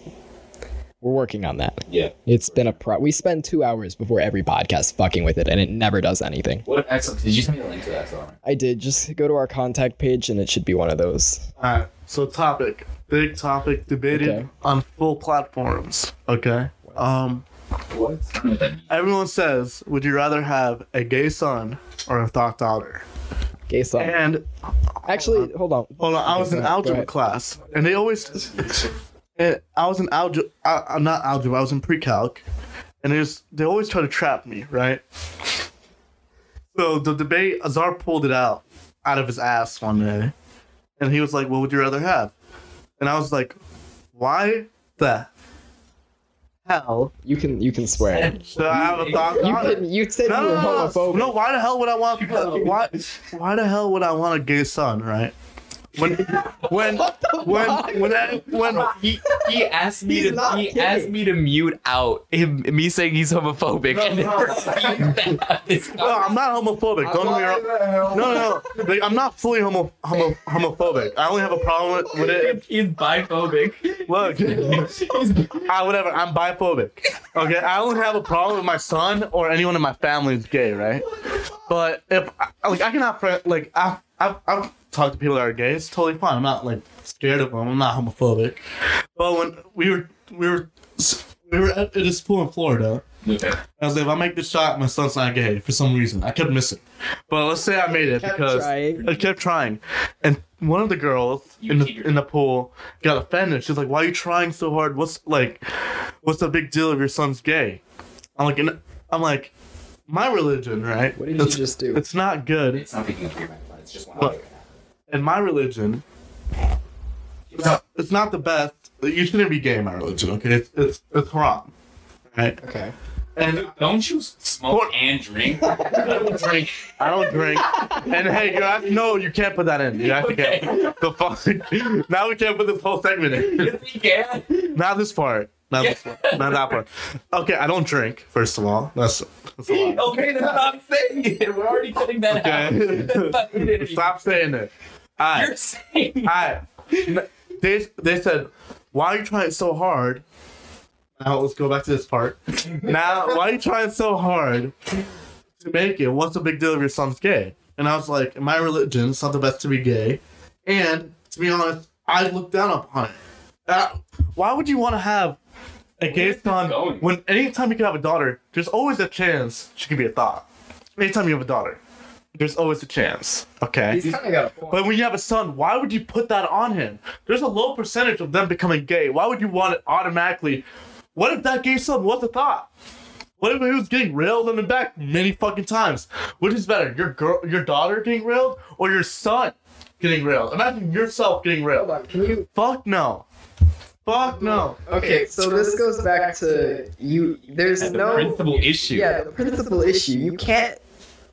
Speaker 1: we're working on that.
Speaker 7: yeah.
Speaker 1: It's been a pro. We spend two hours before every podcast fucking with it, and it never does anything.
Speaker 7: What Excel? Did you send me a link to that? Excel?
Speaker 1: I did just go to our contact page, and it should be one of those.
Speaker 5: All right. So topic, big topic debated
Speaker 1: Okay.
Speaker 5: on full platforms. Okay. Um, everyone says, would you rather have a gay son or a thought daughter?
Speaker 1: Gay song.
Speaker 5: And
Speaker 1: Actually, hold on.
Speaker 5: hold on, I was in
Speaker 1: Go ahead, go
Speaker 5: algebra
Speaker 1: ahead.
Speaker 5: class, and they always, and I was in algebra. I, I'm not algebra. I was in pre-calc, and there's they always try to trap me, right? So the debate, Azar pulled it out out of his ass one day, and he was like, "What would you rather have?" And I was like, "Why the hell?"
Speaker 1: You can you can swear.
Speaker 5: So I have a thought.
Speaker 1: You
Speaker 5: on it?
Speaker 1: can you said
Speaker 5: No,
Speaker 1: you were
Speaker 5: no, no, no,
Speaker 1: homophobic.
Speaker 5: no. Why the hell would I want? Why? Why the hell would I want a gay son? Right? When, when, when, when, I, when,
Speaker 2: he, he asked me
Speaker 1: He's
Speaker 2: to
Speaker 1: not
Speaker 2: he
Speaker 1: kidding.
Speaker 2: asked me to mute out him me saying he's homophobic and then proceed to have this
Speaker 5: no, I'm not homophobic. Don't get me wrong. No, no, no. Like, I'm not fully homo, homo homophobic. I only have a problem with, with it.
Speaker 2: He's biphobic.
Speaker 5: If, look, I, whatever. I'm biphobic. Okay, I only have a problem with my son or anyone in my family is gay, right? But if I- like I can have friends like I I've, I've talked to people that are gay. It's totally fine. I'm not like scared of them. I'm not homophobic. But when we were we were we were at this pool in Florida.
Speaker 7: Okay.
Speaker 5: I was like, if I make this shot, my son's not gay for some reason. I kept missing. But let's say I made it because
Speaker 1: trying.
Speaker 5: I kept trying. And one of the girls in the in the pool got offended. She's like, Why are you trying so hard? What's like what's the big deal if your son's gay? I'm like and I'm like, my religion, right?
Speaker 1: What did you
Speaker 5: It's-
Speaker 1: just do?
Speaker 5: It's not good
Speaker 7: It's not picking up your microphone. It's just one.
Speaker 5: Look. in my religion, it's not, it's not the best. You shouldn't be gay in my religion, okay? It's it's, it's haram, right?
Speaker 1: Okay.
Speaker 5: And
Speaker 7: Don't you smoke and drink?
Speaker 5: drink. I don't drink. And hey, you have, no, you can't put that in. You have to get the fuck. Now we can't put this whole segment in. Not this part. Not this part. Not that part. Okay, I don't drink. First of all, that's, that's a lot.
Speaker 7: Okay, then stop saying it. We're already cutting that
Speaker 5: Okay. Stop saying it. I.
Speaker 7: saying
Speaker 5: I they they said, why are you trying so hard? Now let's go back to this part. now why are you trying so hard to make it? What's the big deal if your son's gay? And I was like, in my religion, it's not the best to be gay, and to be honest, I look down upon it. Uh, why would you want to have At
Speaker 7: going?
Speaker 5: GaysCon, when anytime you can have a daughter, there's always a chance she could be a thought. Anytime you have a daughter, there's always a chance. Okay.
Speaker 9: He's kind of got a point.
Speaker 5: But when you have a son, why would you put that on him? There's a low percentage of them becoming gay. Why would you want it automatically? What if that gay son was a thought? What if he was getting railed on the back many fucking times? Which is better, your girl, your daughter getting railed, or your son getting railed? Imagine yourself getting
Speaker 9: Hold
Speaker 5: railed.
Speaker 9: on, can you?
Speaker 5: Fuck no. Fuck no.
Speaker 9: Okay, so this goes back to you. There's
Speaker 7: The
Speaker 9: no.
Speaker 7: principal issue.
Speaker 9: Yeah, the principal issue. You can't.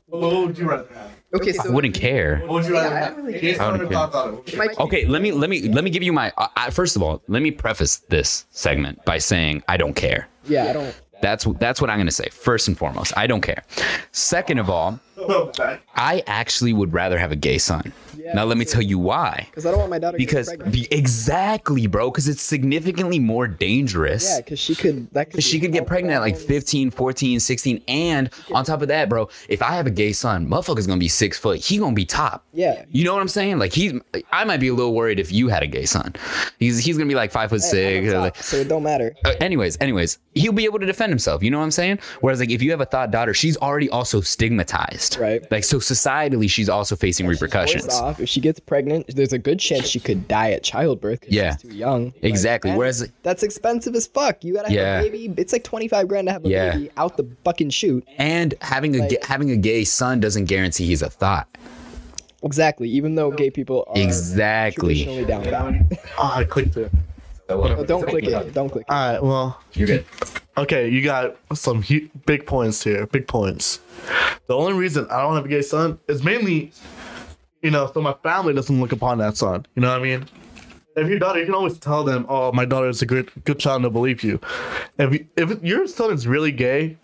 Speaker 5: What would you rather have?
Speaker 9: Okay,
Speaker 2: I
Speaker 9: so
Speaker 2: wouldn't care.
Speaker 5: What would you rather
Speaker 9: Yeah, I
Speaker 5: have?
Speaker 9: don't really
Speaker 5: Gay
Speaker 9: care.
Speaker 2: I
Speaker 5: son
Speaker 2: don't
Speaker 5: or
Speaker 2: care.
Speaker 5: thought daughter? Which-
Speaker 9: Mike-
Speaker 2: Okay, let me let me let me give you my. I, I, first of all, let me preface this segment by saying I don't care.
Speaker 9: yeah, I don't.
Speaker 2: That's that's what I'm gonna say first and foremost. I don't care. Second of all, I actually would rather have a gay son. now let me tell you why.
Speaker 9: Because I don't want my daughter to get
Speaker 2: Because
Speaker 9: pregnant.
Speaker 2: be- exactly, bro. Because it's significantly more dangerous.
Speaker 9: Yeah, because she could. That could.
Speaker 2: she could get pregnant at like 15 14 16 and on top of that bro if i have a gay son motherfucker's gonna be six foot he gonna be top
Speaker 9: Yeah.
Speaker 2: you know what i'm saying like he's i might be a little worried if you had a gay son he's he's gonna be like five foot
Speaker 9: Hey, I'm
Speaker 2: six
Speaker 9: on
Speaker 2: like-
Speaker 9: top, so it don't matter.
Speaker 2: uh, anyways, anyways, he'll be able to defend himself. You know what I'm saying? Whereas, like, if you have a thought daughter, she's already also stigmatized.
Speaker 9: Right.
Speaker 2: Like, so societally, she's also facing
Speaker 9: First
Speaker 2: repercussions.
Speaker 9: off, if she gets pregnant, there's a good chance she could die at childbirth. 'cause
Speaker 2: Yeah.
Speaker 9: she's too young.
Speaker 2: Exactly.
Speaker 9: Like,
Speaker 2: Whereas,
Speaker 9: that's expensive as fuck. You gotta have
Speaker 2: Yeah.
Speaker 9: a baby. It's like twenty five grand to have a
Speaker 2: Yeah.
Speaker 9: baby out the fucking shoot.
Speaker 2: and having a ga- having a gay son doesn't guarantee he's a thought.
Speaker 9: Exactly. Even though gay people are
Speaker 2: Exactly.
Speaker 9: traditionally down bad.
Speaker 5: Ah, I clicked it.
Speaker 9: No, don't click it. Don't click. it.
Speaker 5: All right, well, you're good. Okay, you got some hu big points here. Big points. The only reason I don't have a gay son is mainly, you know, so my family doesn't look upon that son. You know what I mean? If your daughter, you can always tell them, "Oh, my daughter is a good good child, and they'll believe you." If you, if your son is really gay,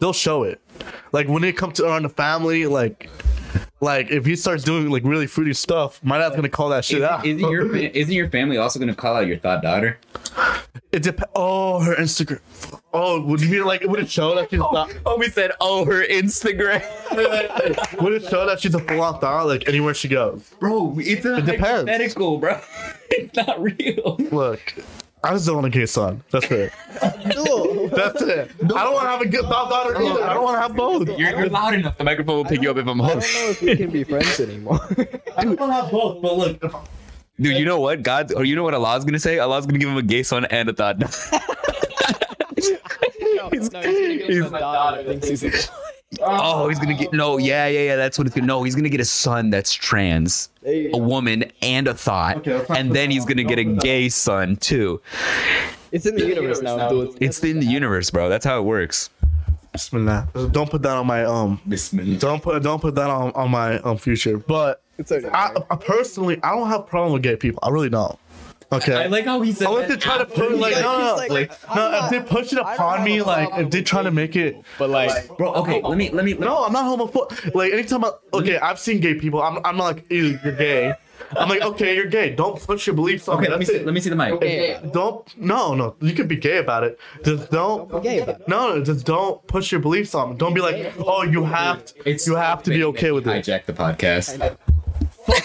Speaker 5: they'll show it. Like when it comes to around the family, like. Like if he starts doing like really fruity stuff, my dad's gonna call that shit out.
Speaker 2: your isn't your family also going to call out your thought daughter?
Speaker 5: It depends. Oh, her Instagram. Oh, would you mean like would it show that she's not?
Speaker 2: Oh, we said, oh, her Instagram.
Speaker 5: Would it show that she's a full on thought like anywhere she goes?
Speaker 2: bro, it's a
Speaker 5: It depends.
Speaker 2: hypothetical, bro. it's not real.
Speaker 5: Look, I just don't want a gay son. That's it. That's it. I don't want to have a good thought daughter either. I don't want to have both.
Speaker 2: You're, you're loud enough. The microphone will pick you up if I'm
Speaker 9: I
Speaker 2: home.
Speaker 9: don't know if we can be friends anymore.
Speaker 5: I don't want to have both. But look, if-
Speaker 2: Dude, you know what God, or you know what Allah's gonna say? Allah's gonna give him a gay son and a thought.
Speaker 9: no, he's gonna give him a daughter that thinks he's a-
Speaker 2: oh, he's gonna get no, yeah, yeah, yeah. That's what it's gonna. No, he's gonna get a son that's trans,
Speaker 9: There you
Speaker 2: a
Speaker 9: go.
Speaker 2: woman, and a thought,
Speaker 5: Okay, let's not
Speaker 2: and
Speaker 5: put
Speaker 2: then
Speaker 5: that
Speaker 2: he's
Speaker 5: on.
Speaker 2: gonna get a
Speaker 5: Don't put that
Speaker 2: gay son too.
Speaker 9: It's in the universe now, Abdul.
Speaker 2: It's in the universe, bro. That's how it works.
Speaker 5: Bismillah. Don't put that on my um. Don't put don't put that on on my um future. But
Speaker 9: It's okay.
Speaker 5: I, I personally, I don't have problem with gay people. I really don't. Okay. I like how he said. I like to try to put it like
Speaker 9: He's
Speaker 5: no, no, no.
Speaker 9: like,
Speaker 5: Like,
Speaker 9: I'm
Speaker 5: no,
Speaker 9: not-
Speaker 5: if they push it
Speaker 9: don't
Speaker 5: upon
Speaker 9: have
Speaker 5: me,
Speaker 9: a
Speaker 5: like
Speaker 9: problem
Speaker 5: if they
Speaker 9: with
Speaker 5: trying to make it
Speaker 9: but like,
Speaker 2: Bro, okay, let me, let me.
Speaker 5: No, I'm not homophobic. Like anytime I okay, I've seen gay people. I'm I'm not like "Ew, you're gay. I'm like okay, you're gay. Don't push your beliefs on me. That's it.
Speaker 2: me see the mic.
Speaker 9: Okay.
Speaker 5: Don't no no. You can be gay about it. Just don't.
Speaker 9: Don't be gay about it.
Speaker 5: No, no, just don't push your beliefs on me. Don't be like oh you have to, you have to be okay with it.
Speaker 2: Hijack the podcast.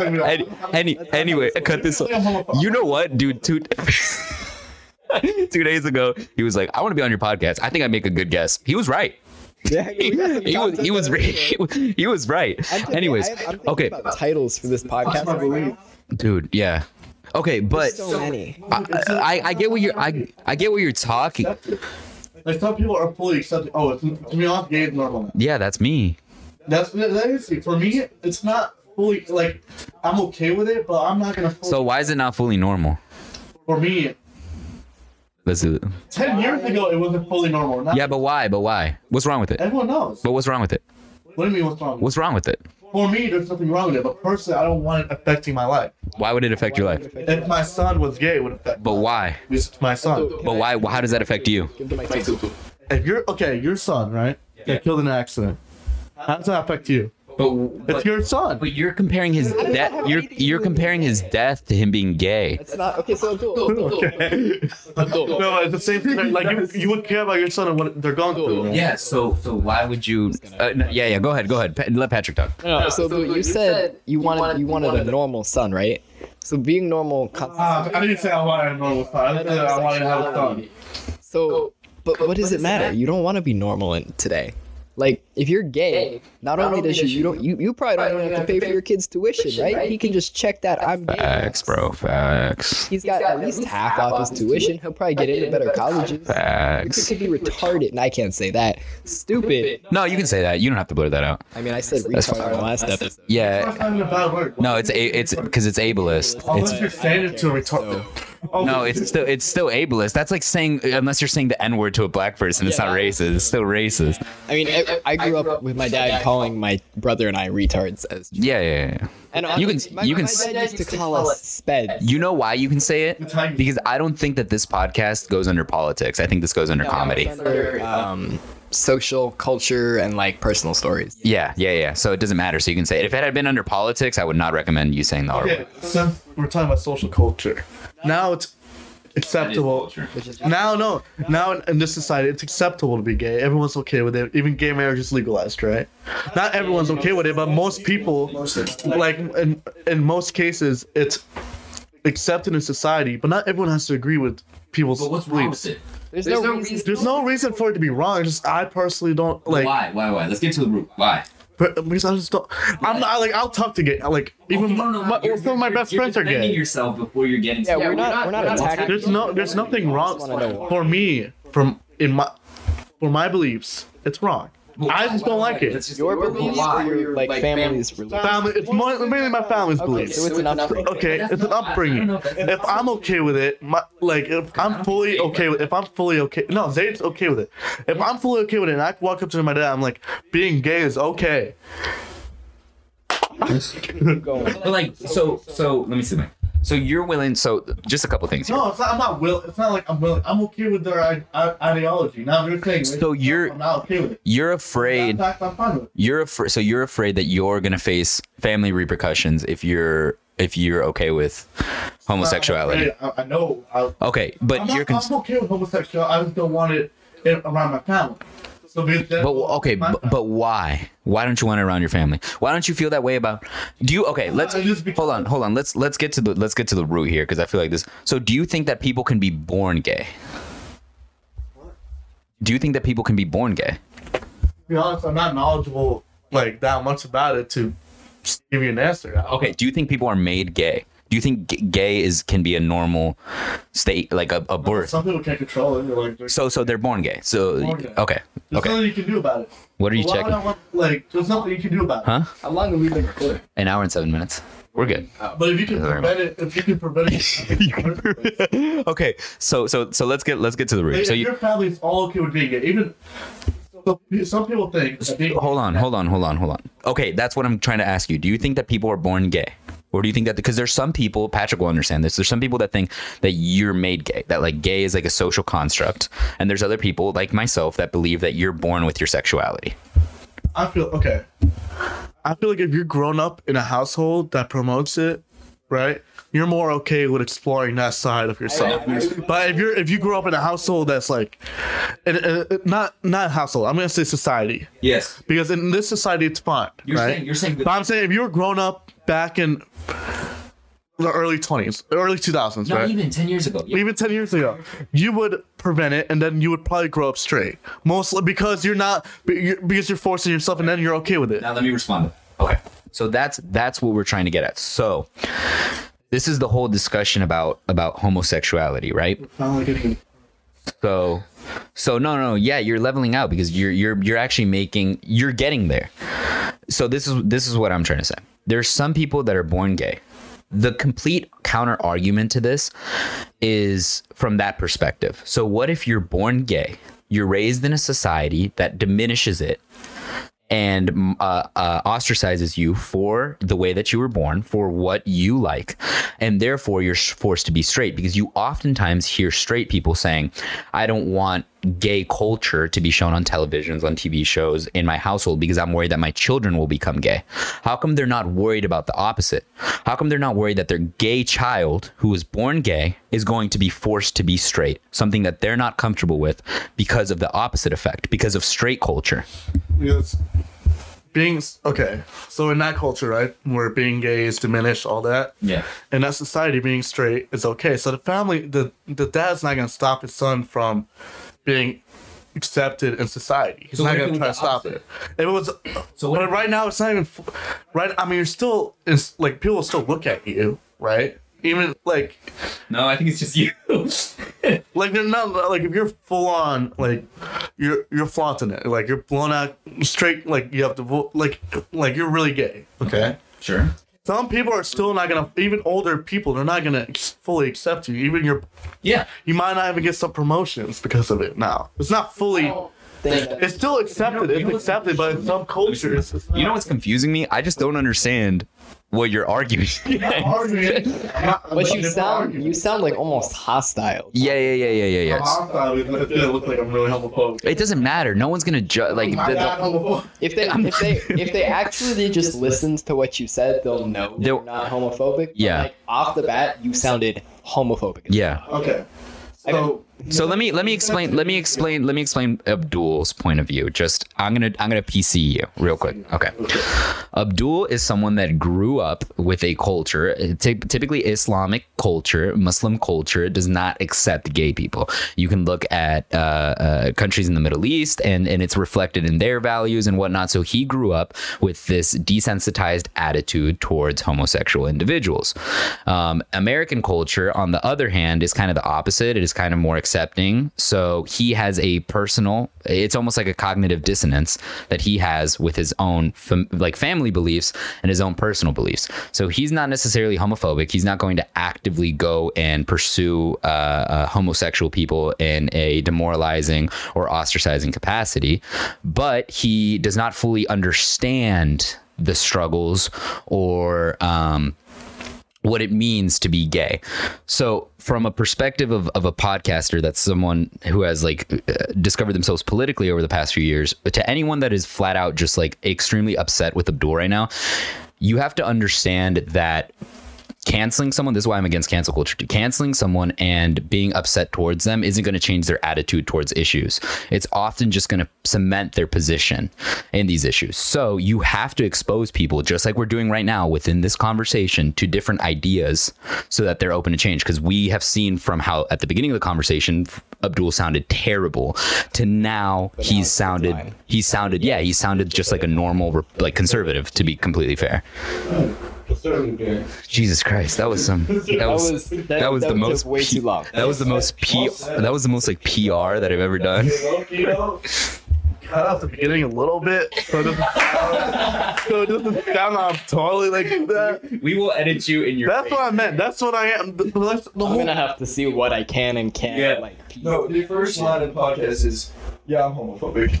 Speaker 2: Any, any, anyway, cut this. off. You know what, dude? Two, two days ago, he was like, "I want to be on your podcast. I think I make a good guest." He was right.
Speaker 9: yeah, we
Speaker 2: He
Speaker 9: got some
Speaker 2: was he
Speaker 9: content
Speaker 2: was
Speaker 9: over here.
Speaker 2: he was- he was right.
Speaker 9: I'm thinking-
Speaker 2: Anyways,
Speaker 9: I have- I'm thinking
Speaker 2: okay,
Speaker 9: about titles for this podcast. right now.
Speaker 2: dude, yeah, okay, but
Speaker 9: so many.
Speaker 2: I, I, I get what you're I I get what you're talking.
Speaker 5: Like some people are fully accepted. Oh, it's, to be honest, gay is normal.
Speaker 2: Yeah, that's me.
Speaker 5: That's that is for me. It's not fully like I'm okay with it, but I'm not gonna. Fully,
Speaker 2: So why is it not fully normal?
Speaker 5: for me,
Speaker 2: Let's do it.
Speaker 5: ten years ago it wasn't fully normal. Now
Speaker 2: Yeah, but why? But why? What's wrong with it?
Speaker 5: everyone knows.
Speaker 2: But what's wrong with it?
Speaker 5: What do you mean what's wrong?
Speaker 2: What's wrong with it?
Speaker 5: For me, there's nothing wrong with it, but personally, I don't want it affecting my life.
Speaker 2: Why would it affect your life?
Speaker 5: If my son was gay, it would affect
Speaker 2: But why?
Speaker 5: this- my son.
Speaker 2: But why? How does that affect you?
Speaker 5: If you're okay, your son, right? Yeah. Got killed in an accident. How does that affect you?
Speaker 7: But,
Speaker 5: It's
Speaker 7: but,
Speaker 5: your son.
Speaker 2: But you're comparing his
Speaker 9: How does that
Speaker 2: death.
Speaker 9: have
Speaker 2: You're
Speaker 9: anything to do
Speaker 2: you're
Speaker 9: with
Speaker 2: comparing his death to him being gay.
Speaker 9: It's not okay. So adult, adult.
Speaker 5: Okay. No, it's the same thing. Like you, you would care about your son and what they're going through.
Speaker 2: Yeah. So so why would you? Uh, no, yeah. Yeah. Go ahead. Go ahead. Pa- Let Patrick talk.
Speaker 9: No, so, but you, said, you wanted, you wanted, Ah, a normal son, right? So being normal. Con-
Speaker 5: Uh, I didn't say I wanted a normal son. I said I wanted to have a son.
Speaker 9: so, but, what does it matter? You don't want to be normal in today. Like if you're gay, not only does you, you don't you, you probably don't even have to pay for your kid's tuition, right? He can just check that I'm gay.
Speaker 2: Facts, bro. Facts.
Speaker 9: He's got at least half off his tuition. He'll probably get into better colleges. It
Speaker 2: Facts.
Speaker 9: could be retarded, and I can't say that. Stupid.
Speaker 2: No, you can say that. You don't have to blur that out.
Speaker 9: I mean, I said
Speaker 2: That's
Speaker 9: retard
Speaker 2: fine.
Speaker 9: on the last episode.
Speaker 2: Yeah.
Speaker 5: That's not even a bad word.
Speaker 2: No, it's a, it's because it's ableist.
Speaker 5: Unless
Speaker 2: It's
Speaker 5: you're saying it to a retard. Oh,
Speaker 2: no, it's still it's still ableist. That's like saying unless you're saying the n word to a black person, it's not racist. It's still racist.
Speaker 9: I mean, I, I grew up with my dad calling my brother and I retards as.
Speaker 2: Yeah, yeah, yeah.
Speaker 9: And
Speaker 2: You can-
Speaker 9: honestly, my,
Speaker 2: you can
Speaker 9: my
Speaker 2: s-
Speaker 9: dad used to call us speds.
Speaker 2: You know why you can say it?
Speaker 5: timing.
Speaker 2: Because I don't think that this podcast goes under politics. I think this goes under comedy.
Speaker 9: Or, um, social culture and like personal stories.
Speaker 2: Yeah, yeah, yeah. So it doesn't matter. So you can say it. If it had been under politics, I would not recommend you saying the R
Speaker 5: Okay,
Speaker 2: word.
Speaker 5: so we're talking about social culture. Now it's acceptable. Now, no, now in, in this society, it's acceptable to be gay. Everyone's okay with it. Even gay marriage is legalized, right? Not everyone's okay with it, but most people, like in in most cases, it's accepted in society. But not everyone has to agree with people's
Speaker 7: but what's wrong
Speaker 5: beliefs.
Speaker 7: with it?
Speaker 9: There's,
Speaker 7: There's
Speaker 9: no,
Speaker 7: no
Speaker 9: reason.
Speaker 7: reason-
Speaker 5: There's no reason for it to be wrong. Just I personally don't like.
Speaker 7: why? Why? Why? Let's get to the root. Why?
Speaker 5: But, because I just don't. I'm not like I'll talk to gay. Like even
Speaker 7: No, no, no,
Speaker 5: my,
Speaker 7: you're-
Speaker 5: some of my
Speaker 7: you're-
Speaker 5: best
Speaker 7: you're
Speaker 5: friends are
Speaker 7: defending
Speaker 5: gay.
Speaker 7: yourself before you're getting.
Speaker 9: Yeah, we're not we're not attacking.
Speaker 5: There's no, there's nothing wrong for me from in my for my beliefs. It's wrong. I just don't like it.
Speaker 9: Your beliefs or your like family's religion.
Speaker 5: Family, it's more, mainly my family's
Speaker 9: Okay,
Speaker 5: beliefs.
Speaker 9: so it's an upbreak.
Speaker 5: Okay, it's an upbringing. If I'm okay with it, my, like if I'm fully okay with, if I'm fully okay, no, Zayd's okay with it. If I'm fully okay with it, and I walk up to my dad, I'm like, being gay is okay.
Speaker 7: But like, so, so let me see. man.
Speaker 2: So you're willing. So just a couple things. Here.
Speaker 5: No, it's not. I'm not will. It's not like I'm willing. I'm okay with their I- I- ideology. Now you're saying
Speaker 2: So you're-
Speaker 5: I'm not okay with it.
Speaker 2: You're
Speaker 5: In
Speaker 2: afraid.
Speaker 5: fact, I'm fine with it.
Speaker 2: You're afraid. So you're afraid that you're gonna face family repercussions if you're if you're okay with homosexuality.
Speaker 5: I, I know. I,
Speaker 2: Okay,
Speaker 5: I'm,
Speaker 2: but
Speaker 5: not,
Speaker 2: you're. Cons-
Speaker 5: I'm okay with homosexuality. I just don't want it in, around my family. So be that,
Speaker 2: But okay,
Speaker 5: my-
Speaker 2: but, but why? Why don't you want it around your family? Why don't you feel that way about? Do you okay? Let's
Speaker 5: Uh, just because-
Speaker 2: hold on, hold on. Let's let's get to the let's get to the root here because I feel like this. So, do you think that people can be born gay? Do you think that people can be born gay?
Speaker 5: to be honest, I'm not knowledgeable like that much about it to give you an answer.
Speaker 2: Okay. Do you think people are made gay? Do you think g- gay is can be a normal state like a, a birth?
Speaker 5: Some people can't control it. Like, there's
Speaker 2: So so they're born gay. So
Speaker 5: Born gay.
Speaker 2: okay
Speaker 5: there's
Speaker 2: okay.
Speaker 5: nothing you can do about it.
Speaker 2: What are you
Speaker 5: Why would I
Speaker 2: checking?
Speaker 5: want, like, there's nothing you can do about it.
Speaker 2: Huh?
Speaker 9: How long have we been recording?
Speaker 2: An hour and seven minutes. We're good.
Speaker 5: But if you can
Speaker 2: Very
Speaker 5: prevent it, if you can prevent it,
Speaker 2: okay. So so so let's get let's get to the root.
Speaker 5: Like,
Speaker 2: So
Speaker 5: if
Speaker 2: you
Speaker 5: your family's all okay with being gay, even so, some people think that being
Speaker 2: hold on, hold on, hold on, hold on. Okay, that's what I'm trying to ask you. Do you think that people are born gay? Or do you think that because there's some people, Patrick will understand this. There's some people that think that you're made gay, that like gay is like a social construct, and there's other people like myself that believe that you're born with your sexuality.
Speaker 5: I feel okay. I feel like if you're grown up in a household that promotes it, right? You're more okay with exploring that side of yourself. But if you're if you grew up in a household that's like, and, and- and not not household, I'm gonna say society
Speaker 7: Yes.
Speaker 5: because in this society it's fine,
Speaker 7: You're
Speaker 5: right?
Speaker 7: saying. You're saying.
Speaker 5: but
Speaker 7: That,
Speaker 5: I'm saying if you were grown up back in the early 20s, early 2000s,
Speaker 7: not
Speaker 5: right?
Speaker 7: even ten years ago. Yeah.
Speaker 5: even 10 years ago you would prevent it and then you would probably grow up straight mostly because you're not be- you're- because you're forcing yourself and then you're okay with it
Speaker 7: Now let me respond.
Speaker 2: Okay. So that's that's what we're trying to get at. So this is the whole discussion about about homosexuality, right? So so no no yeah, you're leveling out because you're you're you're actually making you're getting there. So this is this is what I'm trying to say. There's some people that are born gay. The complete counter argument to this is from that perspective. So what if you're born gay? You're raised in a society that diminishes it and mm, uh, uh, ostracizes you for the way that you were born, for what you like, and therefore you're sh- forced to be straight because you oftentimes hear straight people saying, "I don't want." gay culture to be shown on televisions on TV shows in my household because I'm worried that my children will become gay. How come they're not worried about the opposite? How come they're not worried that their gay child who was born gay is going to be forced to be straight, something that they're not comfortable with because of the opposite effect, because of straight culture?
Speaker 5: Yes. Being s- okay, so in that culture, right, where being gay is diminished, all that,
Speaker 7: Yeah.
Speaker 5: in that society, being straight is okay. So the family, the the dad's not gonna stop his son from being accepted in society. He's
Speaker 7: So
Speaker 5: not
Speaker 7: what if it
Speaker 5: gonna try to
Speaker 7: was the
Speaker 5: stop it.
Speaker 7: opposite?
Speaker 5: It was
Speaker 7: So
Speaker 5: but right now, it's not even f- right. I mean, you're still it's like people still look at you, right? Even like
Speaker 7: No, I think it's just you.
Speaker 5: like they're not like if you're full on like you're you're flaunting it like you're blown out straight like you have to vo- like like you're really gay okay
Speaker 7: sure.
Speaker 5: some people are still not gonna even older people they're not gonna ex- fully accept you even your
Speaker 7: Yeah.
Speaker 5: you might not even get some promotions because of it now it's not fully it's still accepted it's accepted but in some cultures it's
Speaker 2: You know what's confusing me? I just don't understand what you're arguing. yeah,
Speaker 9: But you sound you sound like almost hostile.
Speaker 2: yeah, yeah, yeah, yeah, yeah.
Speaker 4: it look like I'm really homophobic. Oh
Speaker 2: It doesn't matter. No one's gonna judge. Like, the, the,
Speaker 9: If they if they if they actually just listened to what you said, they'll know
Speaker 2: They'll-
Speaker 9: you're not homophobic. but,
Speaker 2: Yeah.
Speaker 9: Like off the bat, you sounded homophobic.
Speaker 2: yeah.
Speaker 4: Okay.
Speaker 9: I mean,
Speaker 2: So let me let me explain let me explain let me explain Abdul's point of view. Just I'm gonna I'm gonna PC you real quick. Okay. Abdul is someone that grew up with a culture, ty- typically Islamic culture, Muslim culture does not accept gay people. You can look at uh, uh, countries in the Middle East, and and it's reflected in their values and whatnot. So he grew up with this desensitized attitude towards homosexual individuals. Um, American culture, on the other hand, is kind of the opposite. It is kind of more accepting. So he has a personal, it's almost like a cognitive dissonance that he has with his own fam- like family beliefs and his own personal beliefs. So he's not necessarily homophobic. He's not going to actively go and pursue uh, uh, homosexual people in a demoralizing or ostracizing capacity, but he does not fully understand the struggles or um, what it means to be gay. So, from a perspective of, of a podcaster, that's someone who has like uh, discovered themselves politically over the past few years, but to anyone that is flat out just like extremely upset with Abdul right now, you have to understand that canceling someone this is why i'm against cancel culture too canceling someone and being upset towards them isn't going to change their attitude towards issues it's often just going to cement their position in these issues so you have to expose people just like we're doing right now within this conversation to different ideas so that they're open to change because we have seen from how at the beginning of the conversation abdul sounded terrible to now he's sounded he sounded yeah he sounded just like a normal re- like conservative to be completely fair Jesus Christ, that was some. That was that was,
Speaker 9: that,
Speaker 2: the
Speaker 9: took
Speaker 2: most.
Speaker 9: way
Speaker 2: P-
Speaker 9: too long.
Speaker 2: That was the most P. That was the most like PR that I've ever done.
Speaker 5: cut off the beginning a little bit so it doesn't, so it doesn't sound off totally like that
Speaker 7: We will edit you in your.
Speaker 5: that's
Speaker 7: face.
Speaker 5: what i meant that's what i am the, the, the
Speaker 9: I'm
Speaker 5: whole
Speaker 9: gonna have to see what I can and can't
Speaker 7: Yeah.
Speaker 9: like.
Speaker 6: No, the first line of the podcast is, yeah, I'm homophobic.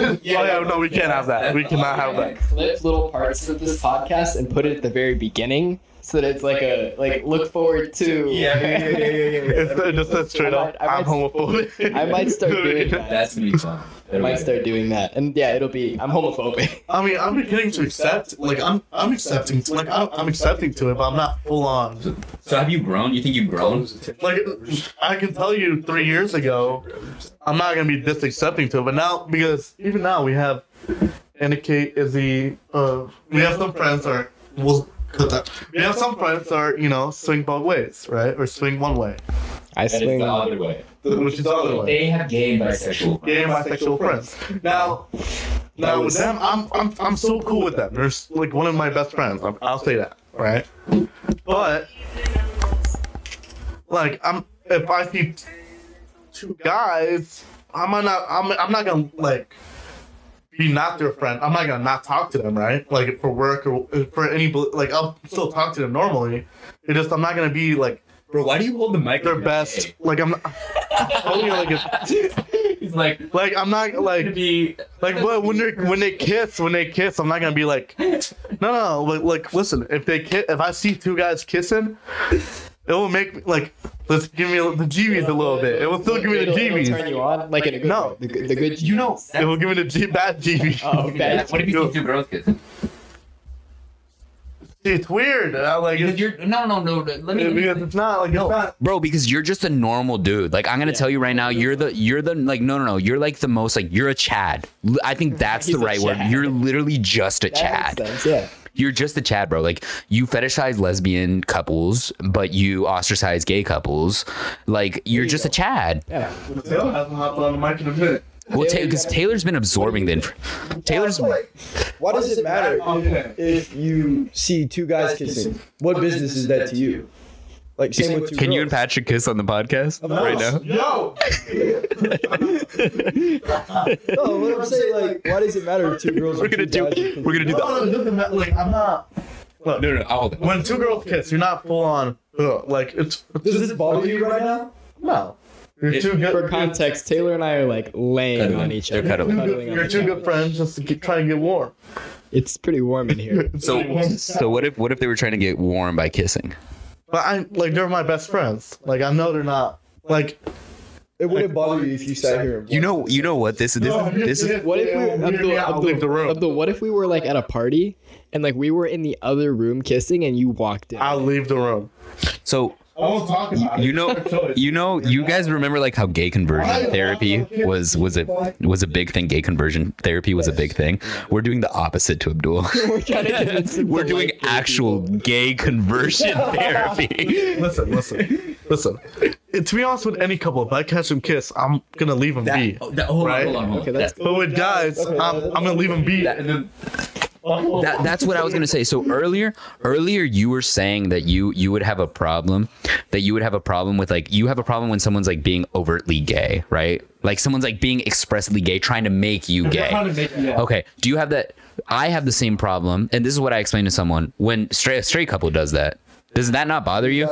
Speaker 5: oh yeah no we can't have that we cannot have that
Speaker 9: clip little parts of this podcast and put it at the very beginning so that it's like a like look forward to
Speaker 5: It's, it just says straight up,
Speaker 9: I might- I
Speaker 5: I'm
Speaker 9: might-
Speaker 5: homophobic.
Speaker 9: I might start doing that.
Speaker 7: That's gonna be fun.
Speaker 9: I might start doing that. And yeah, it'll be I'm homophobic.
Speaker 5: I mean, I'm beginning to accept. Like, I'm, I'm accepting. Like, I'm, I'm accepting to it, but I'm not full on.
Speaker 7: So have you grown? You think you've grown?
Speaker 5: Like, I can tell you, three years ago, I'm not gonna be this accepting to it. But now, because even now we have, indicate is the, uh, we have some friends that are, we'll cut that. We have some friends that are, you know, swing both ways, right, or swing one way,
Speaker 9: I
Speaker 7: And it's
Speaker 9: swing
Speaker 7: the other way.
Speaker 5: which is the other way.
Speaker 7: They have gay and bisexual.
Speaker 5: gay and bisexual friends. Now, now with them, I'm, I'm I'm so cool with them. They're like one of my best friends. I'm, I'll say that, right? But like, I'm if I see two guys, I'm not I'm I'm not gonna like be not their friend. I'm not gonna not talk to them, right? Like for work or for any like I'll still talk to them normally. It just I'm not gonna be like
Speaker 7: Bro, why do you hold the mic?
Speaker 5: their best. Like I'm. Not, I'm only like a,
Speaker 7: It's like
Speaker 5: Like I'm not
Speaker 7: to
Speaker 5: like
Speaker 7: be
Speaker 5: like but when they when they kiss when they kiss I'm not gonna be like no no like, like listen if they kiss if I see two guys kissing it will make me like let's give me the GBs a little bit it will still give me the
Speaker 9: It'll- it'll turn
Speaker 5: GBs
Speaker 9: you on, like in a good
Speaker 5: No.
Speaker 9: way. The, good- the good.
Speaker 7: you know.
Speaker 5: it will give me the G bad GBs
Speaker 9: Oh, bad.
Speaker 7: What if you see two girls kiss?
Speaker 5: it's weird I like
Speaker 7: Because
Speaker 5: it's,
Speaker 7: you're no no no. Let me.
Speaker 5: because it's not like it's not
Speaker 2: bro because you're just a normal dude like i'm gonna tell you right now you're the you're the like no no no you're like the most like you're a chad L- i think that's the
Speaker 9: He's a
Speaker 2: right word
Speaker 9: Chad.
Speaker 2: you're literally just a
Speaker 9: That
Speaker 2: chad
Speaker 9: makes sense, yeah.
Speaker 2: you're just a chad bro like you fetishize lesbian couples but you ostracize gay couples like you're just a chad
Speaker 9: Yeah.
Speaker 5: Mateo hasn't hopped on the mic in a minute
Speaker 2: well
Speaker 9: Yeah,
Speaker 2: ta-
Speaker 9: you
Speaker 2: because
Speaker 9: gotta-
Speaker 2: taylor's been absorbing the inf- taylor's
Speaker 8: Why does it matter
Speaker 6: Okay.
Speaker 8: if you see two guys kissing? What business is that to you? Like same with two
Speaker 2: can you and
Speaker 8: girls.
Speaker 2: patrick kiss on the podcast right now
Speaker 6: Yo!
Speaker 8: No, what I'm saying, like, why does it matter if two girls?
Speaker 2: we're gonna do we're gonna do
Speaker 5: no no
Speaker 2: the
Speaker 5: it doesn't matter like I'm not
Speaker 2: no no I'll hold it.
Speaker 5: when two girls kiss you're not full on ugh, like it's
Speaker 8: Does this bother you right now?
Speaker 5: no you're two good
Speaker 9: For context, Taylor and I are like laying on each other.
Speaker 2: They're cuddling.
Speaker 5: You're good-
Speaker 9: on
Speaker 5: You're
Speaker 9: each
Speaker 5: two
Speaker 9: other.
Speaker 5: good friends just to get, try and get warm.
Speaker 9: It's pretty warm in here.
Speaker 2: so so what if what if they were trying to get warm by kissing
Speaker 5: But I'm like they're my best friends. Like I know they're not. Like
Speaker 8: It wouldn't bother you if you sat here. And
Speaker 2: you know you know what this this,
Speaker 5: Oh,
Speaker 2: this is
Speaker 9: What if we
Speaker 5: Yeah, weird me
Speaker 9: Abdul,
Speaker 5: out, I'll leave the
Speaker 9: Abdul,
Speaker 5: room.
Speaker 9: Abdul, what if we were like at a party and like we were in the other room kissing and you walked in?
Speaker 5: I'll leave the room.
Speaker 2: so
Speaker 6: I won't talk about
Speaker 2: you know you know you guys remember like how gay conversion therapy was was a was a big thing gay conversion therapy was a big thing we're doing the opposite to abdul
Speaker 9: we're trying to convince him
Speaker 2: we're
Speaker 9: to
Speaker 2: doing
Speaker 9: like gay
Speaker 2: actual gay conversion therapy
Speaker 5: Listen, listen, listen. Uh, To be honest with any couple, if I catch them kiss, I'm gonna leave them be.
Speaker 7: That, oh, that, hold on,
Speaker 5: Right?
Speaker 7: hold on, hold on.
Speaker 9: Okay, that's
Speaker 5: But with guys, I'm, I'm gonna leave them be.
Speaker 7: That- and then-
Speaker 2: that, that's what I was gonna say. So earlier, earlier you were saying that you you would have a problem, that you would have a problem with like you have a problem when someone's like being overtly gay, right? Like someone's like being expressly gay, trying to make you gay. Okay, do you have that? I have the same problem, and this is what I explained to someone when straight a straight couple does that. Does that not bother you?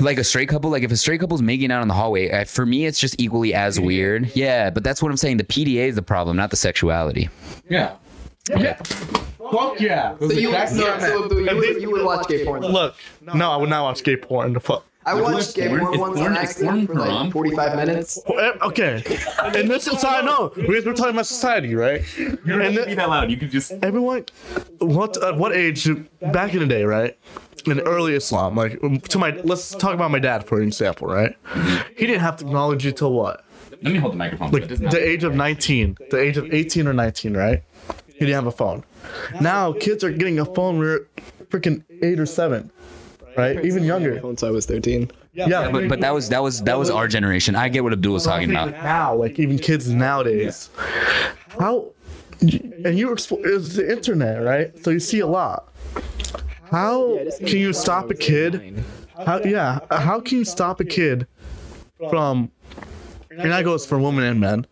Speaker 2: Like a straight couple, like if a straight couple's making out in the hallway, uh, for me it's just equally as weird. Yeah, but that's what I'm saying. The PDA is the problem, not the sexuality.
Speaker 6: Yeah. Fuck yeah.
Speaker 9: people. So you, so, so Abdul, you, would, you would watch gay porn. though.
Speaker 5: Look, no, I would not watch gay porn. The fuck.
Speaker 9: I watched gay
Speaker 7: It's
Speaker 9: porn once
Speaker 7: porn-
Speaker 9: on
Speaker 7: it's porn
Speaker 9: accident for like
Speaker 7: from-
Speaker 9: 45 minutes.
Speaker 5: Eh, Okay. And this is how I know because we're talking about society, right?
Speaker 7: you don't
Speaker 5: And
Speaker 7: have
Speaker 5: the-
Speaker 7: to be that loud. You can just.
Speaker 5: everyone what at what age back in the day right in early islam like um, to my let's talk about my dad for example right he didn't have technology till what
Speaker 7: Let me hold the microphone.
Speaker 5: like
Speaker 7: It does not-
Speaker 5: the age of 19 the age of 18 or 19 right he didn't have a phone now kids are getting a phone when they're freaking eight or seven right even younger
Speaker 9: Once I was 13.
Speaker 5: yeah
Speaker 2: But but that was that was that was our generation. I get what Abdul was talking about.
Speaker 5: now like even kids nowadays how and you expo- it's the internet right so you see a lot how can you stop a kid how yeah uh, how can you stop a kid from and that goes for women and men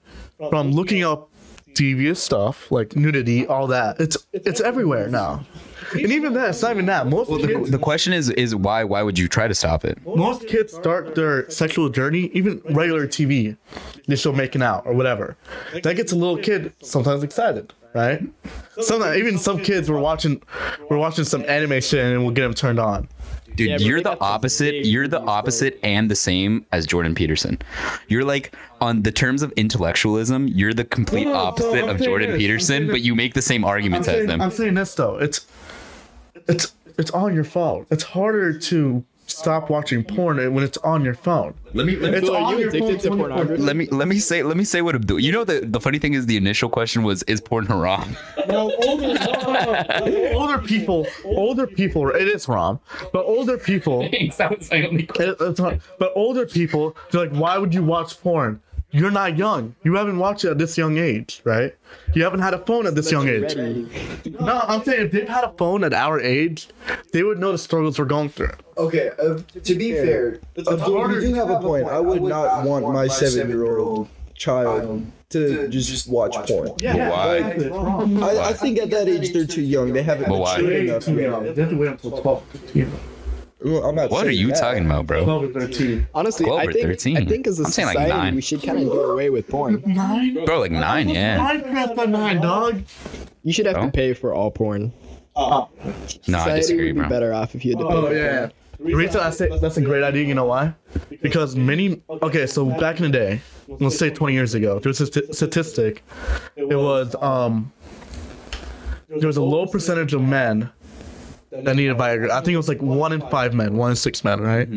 Speaker 5: from looking up devious stuff like nudity all that it's it's everywhere now and even that it's not even that most kids,
Speaker 2: The question is is why why would you try to stop it?
Speaker 5: most kids start their sexual journey, even regular TV, they show making out or whatever. That gets a little kid sometimes excited, right? Sometimes even some kids were watching, were watching some anime shit and we'll get them turned on.
Speaker 2: Dude,
Speaker 9: Yeah, but
Speaker 2: you're
Speaker 9: they
Speaker 2: the
Speaker 9: got the
Speaker 2: opposite.
Speaker 9: big
Speaker 2: You're the
Speaker 9: movies,
Speaker 2: opposite and the same as Jordan Peterson. You're like on the terms of intellectualism, you're the complete
Speaker 5: No, no, no,
Speaker 2: opposite
Speaker 5: I'm
Speaker 2: of
Speaker 5: saying
Speaker 2: Jordan
Speaker 5: this, I'm
Speaker 2: Peterson,
Speaker 5: saying
Speaker 2: but you make the same
Speaker 5: I'm
Speaker 2: arguments as
Speaker 5: saying,
Speaker 2: them.
Speaker 5: I'm saying this though, it's, it's, it's all your fault. It's harder to stop watching porn when it's on your phone.
Speaker 7: Let me. Let me
Speaker 5: It's
Speaker 9: Abdul,
Speaker 5: on
Speaker 9: are you
Speaker 5: your phone.
Speaker 9: addicted to
Speaker 5: 24
Speaker 9: pornography?
Speaker 2: let me let me say let me say what Abdul. You know the the funny thing is the initial question was is porn haram?
Speaker 5: No, older, no, no, no. older people, older people. It is wrong, but older people.
Speaker 7: that was my only question.
Speaker 5: It- it's not- but older people, they're like, why would you watch porn? You're not young. You haven't watched it at this young age, right? You haven't had a phone at this young age. No, I'm saying if they've had a phone at our age, they would know the struggles we're going through.
Speaker 8: Okay, uh, to be fair, Abdul, you do have a point. I would not want my seven-year-old child to just watch porn.
Speaker 2: But why?
Speaker 8: I, I think at that age they're too young. They haven't
Speaker 2: But why?
Speaker 8: matured enough. yet.
Speaker 5: have to wait until 12, 15.
Speaker 6: Ooh, I'm not
Speaker 2: What are
Speaker 6: saying
Speaker 2: you
Speaker 6: that.
Speaker 2: talking about, bro?
Speaker 5: 12 and thirteen.
Speaker 9: Honestly,
Speaker 2: Twelve
Speaker 9: I
Speaker 2: or
Speaker 9: think
Speaker 2: 13.
Speaker 9: I think as a
Speaker 2: I'm saying, like,
Speaker 9: society
Speaker 2: nine.
Speaker 9: we should kind of do away with porn.
Speaker 5: Nine.
Speaker 2: Bro, like nine, yeah.
Speaker 5: Minecraft by nine, dog.
Speaker 9: You should have
Speaker 2: Oh.
Speaker 9: to pay for all porn.
Speaker 2: No, I
Speaker 9: Society
Speaker 2: disagree,
Speaker 9: would be
Speaker 2: bro.
Speaker 9: better off if you had to pay.
Speaker 5: Oh
Speaker 9: for
Speaker 5: yeah. The reason I say that's a great idea, you know why? Because many. Okay, so back in the day, let's say 20 years ago, there was a st- statistic. It was um. There was a low percentage of men that needed Viagra. I think it was like one in five men, one in six men, right?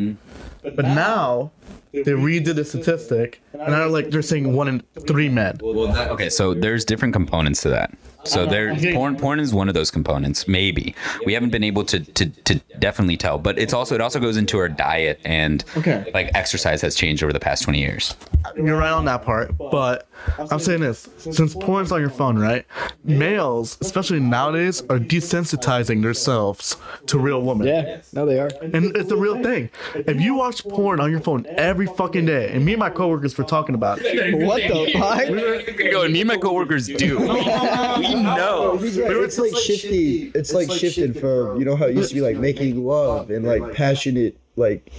Speaker 5: But now they redid the statistic, and now like they're saying one in three men.
Speaker 2: Well, that, okay, so there's different components to that. So there, porn, porn is one of those components. Maybe we haven't been able to, to to definitely tell, but it's also it also goes into our diet and
Speaker 5: Okay.
Speaker 2: like exercise has changed over the past 20 years.
Speaker 5: You're right on that part, but I'm saying this: since porn's on your phone, right? Males, especially nowadays, are desensitizing themselves to real women.
Speaker 9: that. Yeah, no, they are.
Speaker 5: And it's the real thing. If you watch porn on your phone every fucking day, and me and my coworkers were talking about it,
Speaker 9: What the fuck?
Speaker 2: Go and me and my coworkers do.
Speaker 6: We know.
Speaker 9: It's like shifty.
Speaker 6: It's like shifted from you know how it used to be like making love and like passionate like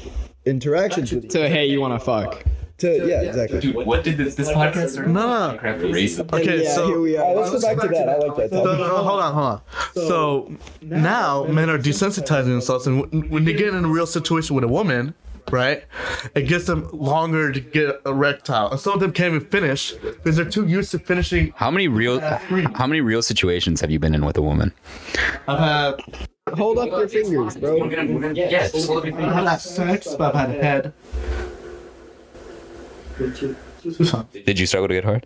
Speaker 6: interactions with
Speaker 9: So hey, you want to fuck?
Speaker 6: to yeah exactly.
Speaker 7: Dude, what did this this podcast start?
Speaker 5: nah.
Speaker 7: Minecraft racism.
Speaker 5: Okay,
Speaker 9: yeah, here
Speaker 5: so.
Speaker 9: we
Speaker 6: All
Speaker 9: are.
Speaker 6: right, let's go back to that. I like that.
Speaker 5: so-
Speaker 6: Topic.
Speaker 5: so- hold on, hold on. So now men are desensitizing themselves, and when- when they get in a real situation with a woman, right, it gets them longer to get erectile. And some of them can't even finish because they're too used to finishing.
Speaker 2: How many real how many real situations have you been in with a woman?
Speaker 5: I've had
Speaker 9: Hold up your fingers, bro.
Speaker 7: Yes, just hold up your
Speaker 5: I
Speaker 7: finger.
Speaker 5: had sex, but I've had head.
Speaker 2: Did you struggle to get hard?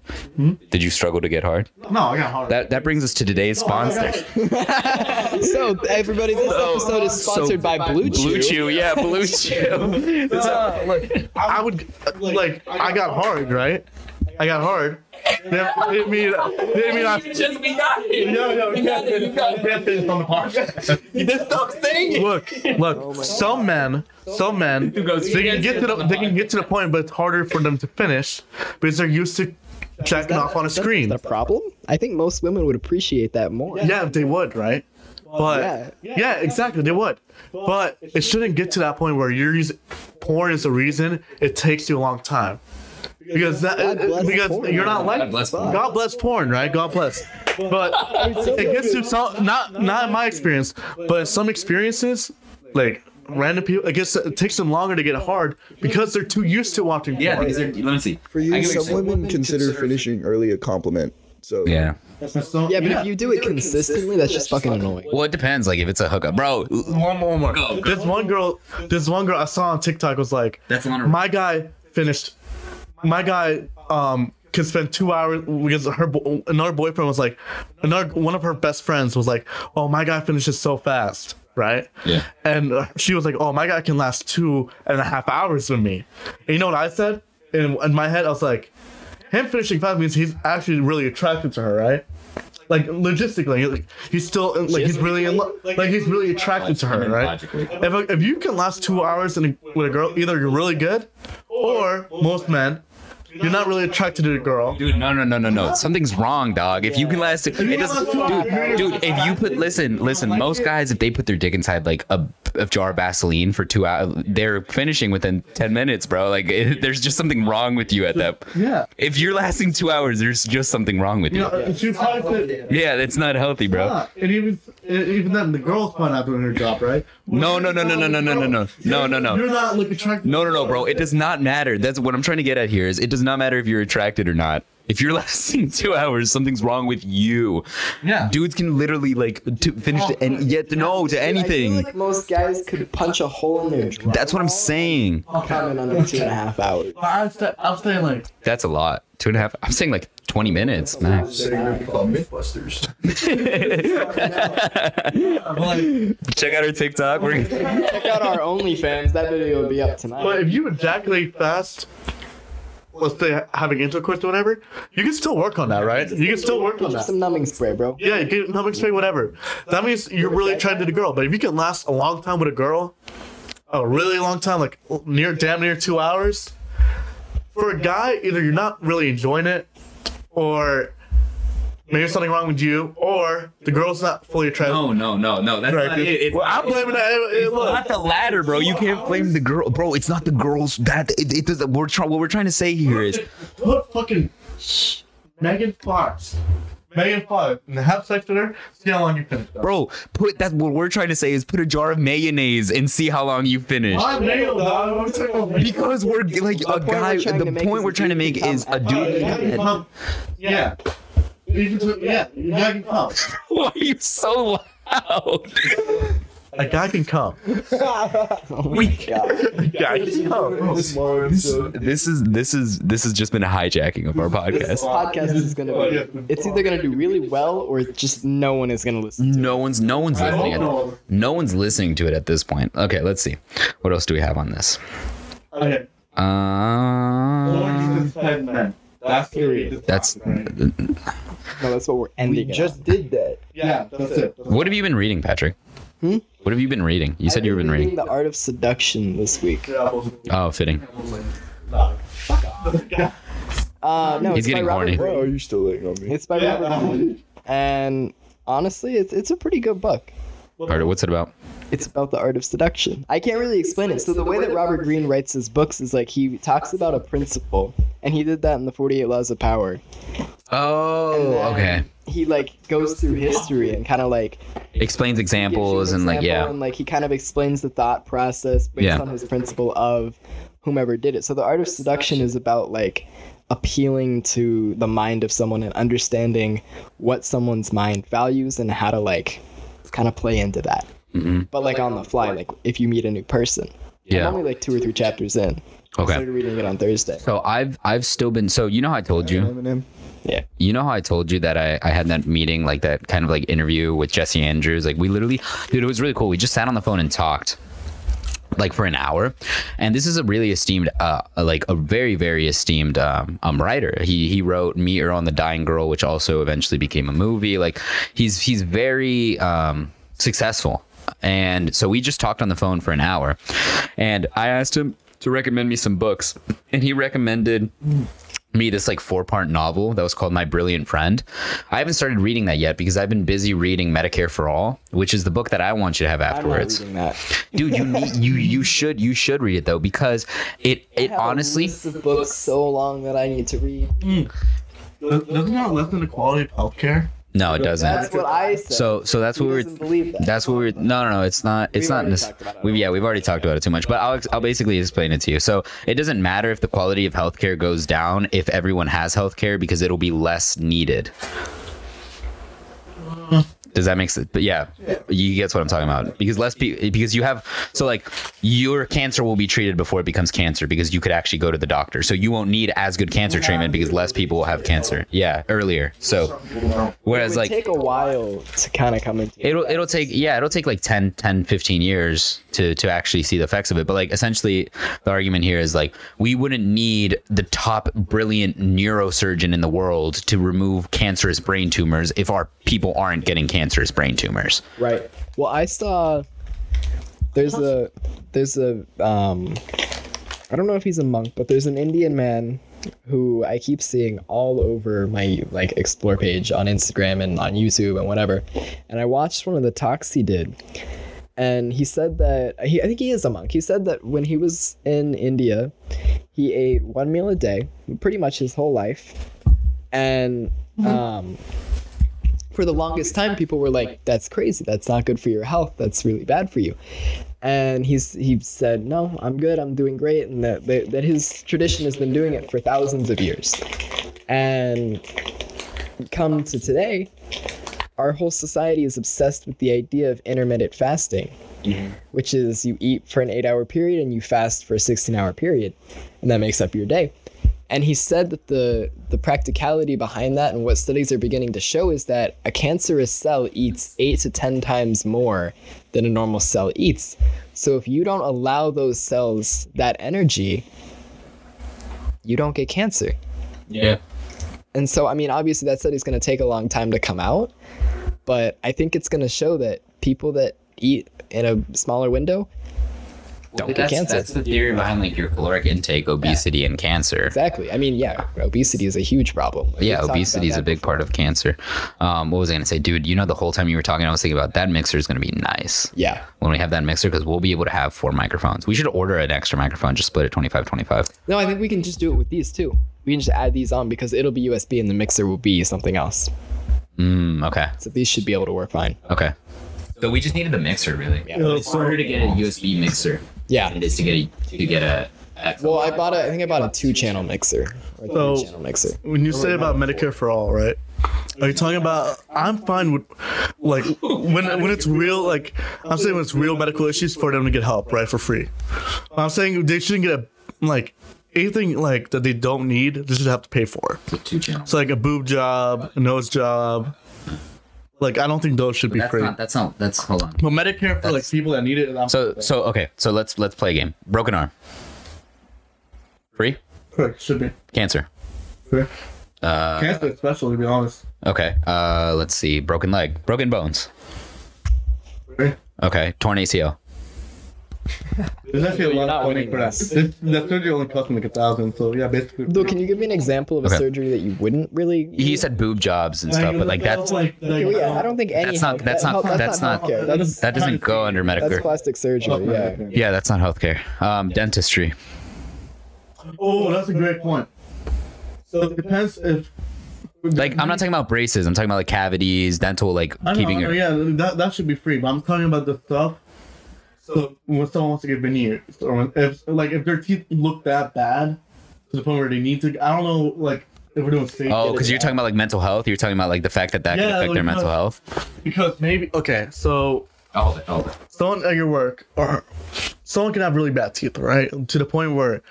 Speaker 2: Did you struggle to get hard?
Speaker 5: No, I got hard.
Speaker 2: That that brings us to today's sponsor,
Speaker 9: So everybody, this episode is sponsored by Blue Chew.
Speaker 2: Blue Chew. Yeah, Blue Chew.
Speaker 5: I would like I got hard, right? I got hard. That didn't mean didn't mean I.
Speaker 7: Just we got it.
Speaker 5: Yo, yo, you got
Speaker 7: it, you got
Speaker 5: it on the podcast.
Speaker 7: This dog's saying it.
Speaker 5: Look, look. some men, some men,
Speaker 7: goes-
Speaker 5: they can get to the they can get to the point, but it's harder for them to finish because they're used to checking off on a screen.
Speaker 9: The problem? I think most women would appreciate that more.
Speaker 5: Yeah, they would, right? But yeah, exactly, they would. But it shouldn't get to that point where you're using porn is the reason it takes you a long time. Because that
Speaker 9: God bless
Speaker 5: because
Speaker 9: porn.
Speaker 5: you're not like
Speaker 7: God bless
Speaker 9: Fuck.
Speaker 5: God bless porn, right? God bless. But it gets to some not not in my experience, but in some experiences, like random people, it gets it takes them longer to get hard because they're too used to watching
Speaker 7: Yeah,
Speaker 5: porn.
Speaker 7: because they're, let me see.
Speaker 6: For you,
Speaker 7: I get what you're
Speaker 6: some
Speaker 7: saying.
Speaker 6: women consider finishing early a compliment. So
Speaker 2: Yeah.
Speaker 9: Yeah, but if you do it consistently, that's just fucking annoying.
Speaker 2: Well, it depends. Like if it's a hookup, bro.
Speaker 5: One more, one more.
Speaker 7: Go, go.
Speaker 5: This one girl, this one girl I saw on TikTok was like,
Speaker 7: That's a lot of.
Speaker 5: my guy finished my guy um could spend two hours because her bo- another boyfriend was like another one of her best friends was like oh my guy finishes so fast right
Speaker 2: Yeah.
Speaker 5: and uh, she was like oh my guy can last two and a half hours with me and you know what i said in, in my head i was like him finishing fast means he's actually really attracted to her right like logistically like he's still like he's really in love like he's really attracted to her right
Speaker 7: Logically.
Speaker 5: if, if you can last two hours in a, with a girl, either you're really good, or most men, you're not really attracted to the girl.
Speaker 2: Dude, no, no, no, no, no. Something's wrong, dog. If you can last, it doesn't. Dude, dude, if you put, listen, listen. Most guys, if they put their dick inside like a, a jar of Vaseline for two hours, they're finishing within ten minutes, bro. Like, it, there's just something wrong with you at that.
Speaker 5: Yeah.
Speaker 2: If you're lasting two hours, there's just something wrong with
Speaker 5: You
Speaker 2: you.
Speaker 5: know, if you try to,
Speaker 2: Yeah, that's not healthy, bro.
Speaker 5: Ah, and even and even then, the girl's probably not doing her job, right?
Speaker 2: No, no, no, no, no, no, no, no, no, no, no, no.
Speaker 5: You're not like attracted.
Speaker 2: No, no, no, bro. It does not matter. That's what I'm trying to get at here. Is it does not matter if you're attracted or not. If you're lasting two hours, something's wrong with you.
Speaker 5: Yeah.
Speaker 2: dudes can literally like to finish to and yet to no to
Speaker 9: I
Speaker 2: anything.
Speaker 9: feel like most guys could punch a hole in their drum.
Speaker 2: That's what I'm saying.
Speaker 9: coming under two and a half hours.
Speaker 5: But I'm, sa- I'm saying like
Speaker 2: That's a lot. Two and a half. I'm saying like 20 minutes max.
Speaker 6: Mythbusters.
Speaker 2: Check out our TikTok. We're
Speaker 9: Check out our OnlyFans. That video will be up tonight.
Speaker 5: But if you ejaculate fast, let's say having intercourse or whatever, you can still work on that, right? You can still work on
Speaker 9: Just
Speaker 5: that.
Speaker 9: some numbing spray, bro.
Speaker 5: Yeah, you can stomach spray, whatever. That means you're really attracted to the girl. But if you can last a long time with a girl, a really long time, like near damn near two hours, for a guy, either you're not really enjoying it, or maybe something wrong with you, or the girl's not fully attracted.
Speaker 2: No, no, no, no. That's not it. It's-
Speaker 5: well, I'm blaming that. It, it, look,
Speaker 2: not the ladder, bro. You can't blame the girl, bro. It's not the girls. That it, it doesn't. We're trying. What we're trying to say here is
Speaker 5: What fucking Megan Fox? Megan Fox. And have sex with her. See how long you finish. Bro,
Speaker 2: Bro, put that's what we're trying to say is put a jar of mayonnaise and see how long you finish.
Speaker 5: my nail, dog.
Speaker 2: Because we're like a
Speaker 1: point we're
Speaker 2: guy.
Speaker 1: trying to
Speaker 2: The
Speaker 1: make
Speaker 2: point
Speaker 1: is
Speaker 2: we're
Speaker 1: that
Speaker 2: trying to
Speaker 1: you
Speaker 2: make
Speaker 1: become
Speaker 2: is
Speaker 1: a
Speaker 2: a dude.
Speaker 5: Um, yeah. You can do- yeah, a guy can come.
Speaker 2: Why are you so loud?
Speaker 5: A guy can come. A guy can come.
Speaker 10: This long episode.
Speaker 2: This is this is this has just been a hijacking of our podcast.
Speaker 1: podcast is gonna be, it's either gonna do really well or just no one is gonna listen.
Speaker 2: No one's no one's listening. At, no one's listening to it at this point. Okay, let's see. What else do we have on this?
Speaker 5: Okay.
Speaker 2: Um,
Speaker 5: That's period.
Speaker 2: that's
Speaker 1: No, that's what we're ending. it on.
Speaker 8: Just did that.
Speaker 5: Yeah, that's it.
Speaker 2: what have you been reading, Patrick?
Speaker 1: Hmm?
Speaker 2: What have you been reading? You said you've been reading.
Speaker 1: the art of seduction this week.
Speaker 2: Oh, fitting.
Speaker 1: Uh, no,
Speaker 2: He's
Speaker 1: it's by
Speaker 2: getting
Speaker 1: Robert
Speaker 2: horny.
Speaker 1: Brooke.
Speaker 8: Bro, are you still laying on me?
Speaker 1: It's by Robert Brooke. and honestly, it's it's a pretty good book.
Speaker 2: Alright, what's it about?
Speaker 1: It's about the art of seduction. I can't really explain it. So the way that Robert Greene writes his books is like he talks about a principle, and he did that in the Forty Eight Laws of Power.
Speaker 2: Oh, okay.
Speaker 1: He like goes through history and kind of like
Speaker 2: Explains
Speaker 1: gives you an
Speaker 2: examples and like
Speaker 1: example
Speaker 2: yeah.
Speaker 1: and like he kind of explains the thought process based
Speaker 2: Yeah.
Speaker 1: on his principle of whomever did it so the art of seduction is about like appealing to the mind of someone and understanding what someone's mind values and how to like kind of play into that
Speaker 2: Mhm.
Speaker 1: but like on the fly like if you meet a new person
Speaker 2: Yeah.
Speaker 1: i'm only like two or three chapters in i
Speaker 2: Okay.
Speaker 1: started reading it on thursday
Speaker 2: So I've I've still been so you know how I told you
Speaker 8: Eminem.
Speaker 2: you know how I told you that I, I had that meeting like that kind of like interview with Jesse Andrews like we literally dude it was really cool we just sat on the phone and talked like for an hour and this is a really esteemed uh like a very very esteemed um, um writer he he wrote me or on the dying girl which also eventually became a movie like he's he's very um successful and so we just talked on the phone for an hour and i asked him to recommend me some books and he recommended me this like four part novel that was called My Brilliant Friend. I haven't started reading that yet because I've been busy reading Medicare for All, which is the book that I want you to have
Speaker 1: i'm not
Speaker 2: afterwards
Speaker 1: reading that
Speaker 2: dude you need you you should you should read it though because it it honestly
Speaker 1: this is a book so long that i need to read
Speaker 5: Doesn't that lessen the quality of healthcare?
Speaker 2: no it
Speaker 1: that's
Speaker 2: doesn't
Speaker 1: what i said
Speaker 2: so so that's what
Speaker 1: He
Speaker 2: we
Speaker 1: doesn't
Speaker 2: were
Speaker 1: believe that.
Speaker 2: that's what we were no no no it's not it's
Speaker 1: We've
Speaker 2: not
Speaker 1: already
Speaker 2: this
Speaker 1: talked about it.
Speaker 2: we yeah we've already talked about it too much but I'll, I'll basically explain it to you so it doesn't matter if the quality of healthcare goes down if everyone has healthcare because it'll be less needed does that make sense? But yeah, you gets what I'm talking about because less pe- because you have so like your cancer will be treated before it becomes cancer because you could actually go to the doctor, so you won't need as good cancer treatment because less people will have cancer. Yeah, earlier. So whereas
Speaker 1: would
Speaker 2: like
Speaker 1: take a while to kind of come into it.
Speaker 2: it'll it'll take yeah it'll take like 10 10 15 years to to actually see the effects of it but like essentially the argument here is like we wouldn't need the top brilliant neurosurgeon in the world to remove cancerous brain tumors if our people aren't getting cancerous brain tumors
Speaker 1: Right. Well, I saw there's a there's a um I don't know if he's a monk, but there's an Indian man who I keep seeing all over my like explore page on Instagram and on YouTube and whatever. And I watched one of the talks he did. And he said that he, I think he is a monk. He said that when he was in India, he ate one meal a day, pretty much his whole life. And um for the longest time people were like that's crazy that's not good for your health that's really bad for you and he's he said no i'm good i'm doing great and that, that, that his tradition has been doing it for thousands of years and come to today our whole society is obsessed with the idea of intermittent fasting which is you eat for an eight hour period and you fast for a 16 hour period and that makes up your day and he said that the the practicality behind that and what studies are beginning to show is that a cancerous cell eats 8 to 10 times more than a normal cell eats so if you don't allow those cells that energy you don't get cancer
Speaker 2: yeah
Speaker 1: and so i mean obviously that study's going to take a long time to come out but i think it's going to show that people that eat in a smaller window
Speaker 2: Don't
Speaker 1: get
Speaker 2: that's,
Speaker 1: cancer.
Speaker 2: That's the theory behind like your caloric intake, obesity, and cancer.
Speaker 1: Exactly. I mean, yeah, obesity is a huge problem. Like, we've
Speaker 2: Yeah,
Speaker 1: talked about
Speaker 2: obesity is a
Speaker 1: that
Speaker 2: big part of cancer. Um, what was I gonna say, dude? You know, the whole time you were talking, I was thinking about that mixer is gonna be nice
Speaker 1: before. Yeah.
Speaker 2: when we have that mixer because we'll be able to have four microphones. We should order an extra microphone, just split it 25 25.
Speaker 1: No, I think we can just do it with these too. We can just add these on because it'll be USB and the mixer will be something else.
Speaker 2: Mm, okay,
Speaker 1: So these should be able to work fine.
Speaker 2: okay. So we just needed a mixer, really.
Speaker 1: Yeah.
Speaker 2: It's harder to get a USB mixer
Speaker 1: Yeah.
Speaker 2: than it is to get a, to get a.
Speaker 1: Well, I bought a, I think I bought a two channel mixer. Or
Speaker 5: So-
Speaker 1: three channel mixer.
Speaker 5: When you say about Medicare for all, right? Are you talking about? I'm fine with, like, when when it's real, like, I'm saying when it's real medical issues for them to get help, right, for free. I'm saying they shouldn't get a like anything like that they don't need. They should have to pay for.
Speaker 2: two channels.
Speaker 5: So like a boob job, a nose job. Like I don't think those should be
Speaker 2: That's
Speaker 5: free.
Speaker 2: not. That's not. That's hold on.
Speaker 5: but Medicare for like people that need it. I'm
Speaker 2: So so okay. So let's let's play a game. Broken arm. Free
Speaker 5: correct, should be.
Speaker 2: cancer.
Speaker 5: Cancer especially, to be honest.
Speaker 2: Okay. Uh, let's see. Broken leg. Broken bones.
Speaker 5: Free.
Speaker 2: Okay. Torn ACL.
Speaker 5: There's actually a lot of funding for that. This, that surgery only costs me like a thousand, so yeah, basically.
Speaker 1: Lou, can you give me an example of a
Speaker 2: Okay.
Speaker 1: surgery that you wouldn't really?
Speaker 2: He said boob jobs and stuff, but like that's
Speaker 5: like,
Speaker 1: Okay, well, yeah, I don't think any.
Speaker 2: That's not-
Speaker 1: health-
Speaker 2: that's
Speaker 1: that-
Speaker 2: not-
Speaker 1: health-
Speaker 2: that's not-
Speaker 1: healthcare. That's,
Speaker 2: that doesn't go under
Speaker 1: that's
Speaker 2: Medicare.
Speaker 1: plastic surgery. Yeah.
Speaker 2: Yeah, that's not healthcare. Um, dentistry.
Speaker 5: Oh, that's a great point. So it depends if
Speaker 2: Like I'm not talking about braces. I'm talking about like cavities, dental, like
Speaker 5: I don't
Speaker 2: keeping
Speaker 5: know,
Speaker 2: your.
Speaker 5: yeah, that, that should be free. But I'm talking about the stuff. So when someone wants to get veneers, or when, if like if their teeth look that bad to the point where they need to, I don't know, like if we're doing safety.
Speaker 2: Oh, because you're talking about like mental health. You're talking about like the fact that that could
Speaker 5: Yeah,
Speaker 2: affect their
Speaker 5: like,
Speaker 2: mental
Speaker 5: no.
Speaker 2: health.
Speaker 5: because maybe okay, so
Speaker 2: Hold it, hold it.
Speaker 5: someone at your work or someone can have really bad teeth, right? To the point where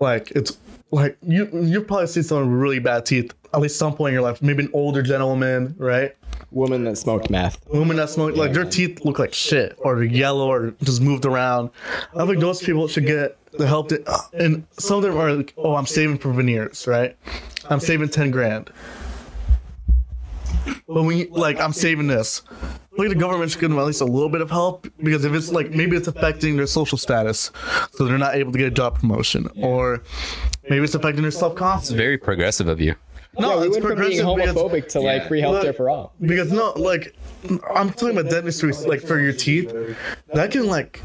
Speaker 5: like it's like you you probably see someone with really bad teeth at least some point in your life, maybe an older gentleman, right?
Speaker 1: Woman that smoked meth.
Speaker 5: women that smoke like their teeth look like shit or they're yellow or just moved around. I think those people should get the help that, and some of them are like, oh, I'm saving for veneers, right? I'm saving ten grand. But when you, like I'm saving this, like the government should give them at least a little bit of help because if it's like maybe it's affecting their social status, so they're not able to get a job promotion, or maybe it's affecting their self confidence.
Speaker 2: Very progressive of you.
Speaker 5: No,
Speaker 1: yeah, we
Speaker 5: it's
Speaker 1: went from being
Speaker 5: progressive because-
Speaker 1: homophobic to like
Speaker 2: Yeah.
Speaker 1: free healthcare
Speaker 5: Look-
Speaker 1: for all.
Speaker 5: because no, like I'm talking about dentistry, like for your teeth, that can like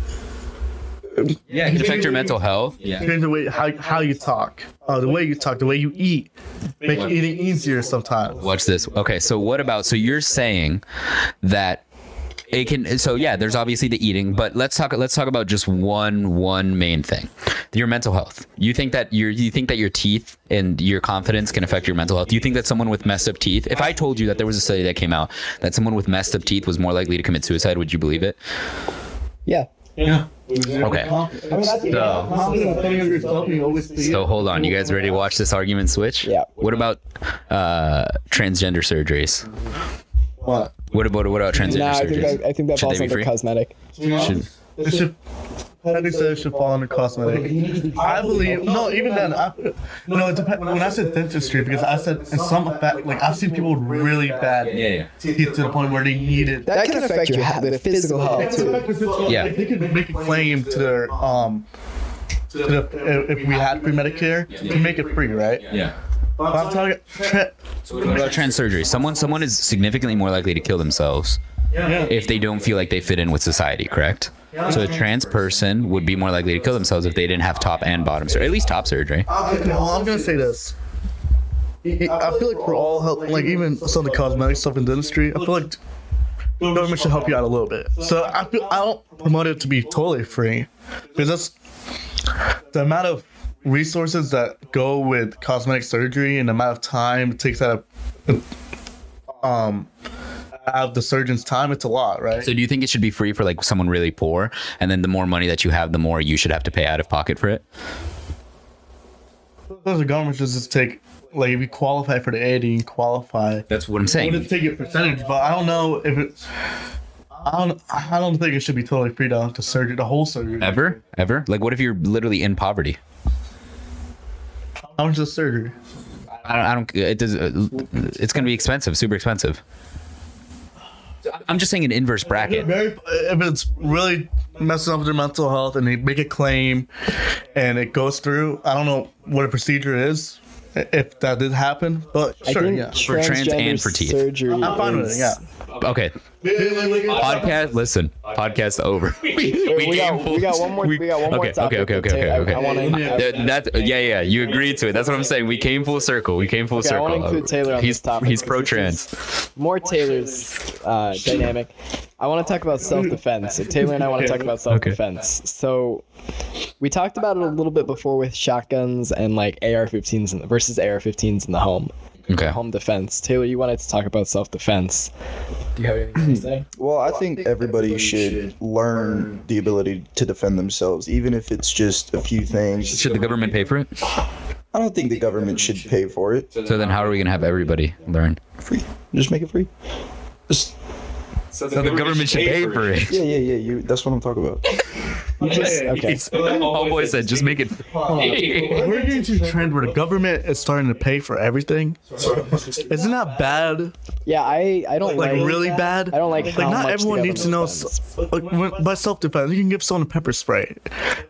Speaker 2: Yeah, it can affect your mental health. Yeah.
Speaker 5: change the way how, how you talk, uh, the way you talk, the way you eat, make eating easier sometimes.
Speaker 2: Watch this. Okay, so what about? So you're saying that it can. So yeah, there's obviously the eating, but let's talk. Let's talk about just one one main thing. Your mental health. You think that your you think that your teeth and your confidence can affect your mental health. Do you think that someone with messed up teeth? If I told you that there was a study that came out that someone with messed up teeth was more likely to commit suicide, would you believe it?
Speaker 1: Yeah.
Speaker 2: Okay. So, so hold on. You guys ready to watch this argument switch?
Speaker 1: Yeah.
Speaker 2: What about uh, transgender surgeries?
Speaker 5: What?
Speaker 2: What about what about transgender
Speaker 1: Nah, I
Speaker 2: surgeries?
Speaker 1: think that, I think that
Speaker 2: Should
Speaker 1: falls
Speaker 2: they be
Speaker 1: under
Speaker 2: free?
Speaker 1: cosmetic.
Speaker 2: Should-
Speaker 5: It should, Patty said it should fall under cosmetic. I believe no, even then. I, no, it depends. When I said dentistry, because I said in some effect, like I've seen people with really bad
Speaker 2: yeah, yeah.
Speaker 5: teeth to the point where they needed.
Speaker 1: That, can affect your ha- the physical health too.
Speaker 2: Yeah.
Speaker 5: They could make a claim to their um to the, if we had free Medicare to make it free, right?
Speaker 2: Yeah.
Speaker 5: But I'm talking tra-
Speaker 2: What about trans surgery? Someone someone is significantly more likely to kill themselves if they don't feel like they fit in with society, correct? So a trans person would be more likely to kill themselves if they didn't have top and bottom surgery, at least top surgery.
Speaker 5: Okay, well, I'm gonna say this. I I feel like for all help, like even some of the cosmetic stuff in dentistry, I feel like the government should help you out a little bit. So I feel I don't promote it to be totally free, because that's the amount of resources that go with cosmetic surgery and the amount of time it takes out of um out of the surgeon's time. It's a lot, right?
Speaker 2: So do you think it should be free for like someone really poor, and then the more money that you have, the more you should have to pay out of pocket for it?
Speaker 5: Sometimes the government should just take like if you qualify for the aid and you qualify.
Speaker 2: That's what I'm
Speaker 5: I
Speaker 2: saying.
Speaker 5: wouldn't take it percentage, but I don't know if it's. I don't. I don't think it should be totally free to, to surgery, the whole surgery.
Speaker 2: Ever, ever? Like, what if you're literally in poverty?
Speaker 5: How much is the surgery?
Speaker 2: I don't. I don't it does. It's going to be expensive, super expensive. I'm just saying an inverse bracket.
Speaker 5: Very, if it's really messing up their mental health and they make a claim and it goes through, I don't know what a procedure is if that did happen, but
Speaker 9: I
Speaker 5: sure,
Speaker 9: think
Speaker 5: yeah.
Speaker 2: For trans and
Speaker 9: transgender
Speaker 2: for teeth.
Speaker 9: Surgery
Speaker 5: I'm fine with it,
Speaker 9: is-
Speaker 5: yeah.
Speaker 2: Okay, podcast. Listen, podcast over. we,
Speaker 9: Wait, we, got, we got one more. We, got one more
Speaker 2: okay,
Speaker 9: topic.
Speaker 2: okay, okay,
Speaker 9: to
Speaker 2: okay,
Speaker 9: take. I-
Speaker 2: okay.
Speaker 9: I, want to.
Speaker 5: Yeah.
Speaker 2: That, that's- yeah, yeah. You agreed to it. That's what I'm saying. We came full circle. We came full
Speaker 9: Okay, I
Speaker 2: circle.
Speaker 9: wanna include Taylor on
Speaker 2: he's
Speaker 9: this topic
Speaker 2: he's pro
Speaker 9: because this
Speaker 2: trans.
Speaker 9: more Taylor's uh, dynamic. I want to talk about self defense. So Taylor and I want to talk about self defense. So we talked about it a little bit before with shotguns and like AR-15s in the, versus AR-15s in the home.
Speaker 2: Okay.
Speaker 9: Home defense. Taylor, you wanted to talk about self defense.
Speaker 1: Do you have anything to say?
Speaker 8: Well, I think everybody should learn the ability to defend themselves, even if it's just a few things.
Speaker 2: Should the government pay for it?
Speaker 8: I don't think the government should pay for it.
Speaker 2: So then, how are we gonna have everybody learn?
Speaker 8: Free. Just make it free. Just
Speaker 7: So
Speaker 2: So the government should pay for it.
Speaker 8: yeah, yeah, yeah. You. That's what I'm talking about.
Speaker 9: Okay.
Speaker 2: Homeboy said, just make it.
Speaker 5: We're getting to the trend where the government is starting to pay for everything. Isn't that bad?
Speaker 9: Yeah, I I don't
Speaker 5: Like
Speaker 9: like
Speaker 5: really bad?
Speaker 9: I don't like
Speaker 5: Like
Speaker 9: how
Speaker 5: not
Speaker 9: much
Speaker 5: everyone
Speaker 9: the
Speaker 5: needs to know.
Speaker 9: government
Speaker 5: s- Like when, by self defense, you can give someone a pepper spray,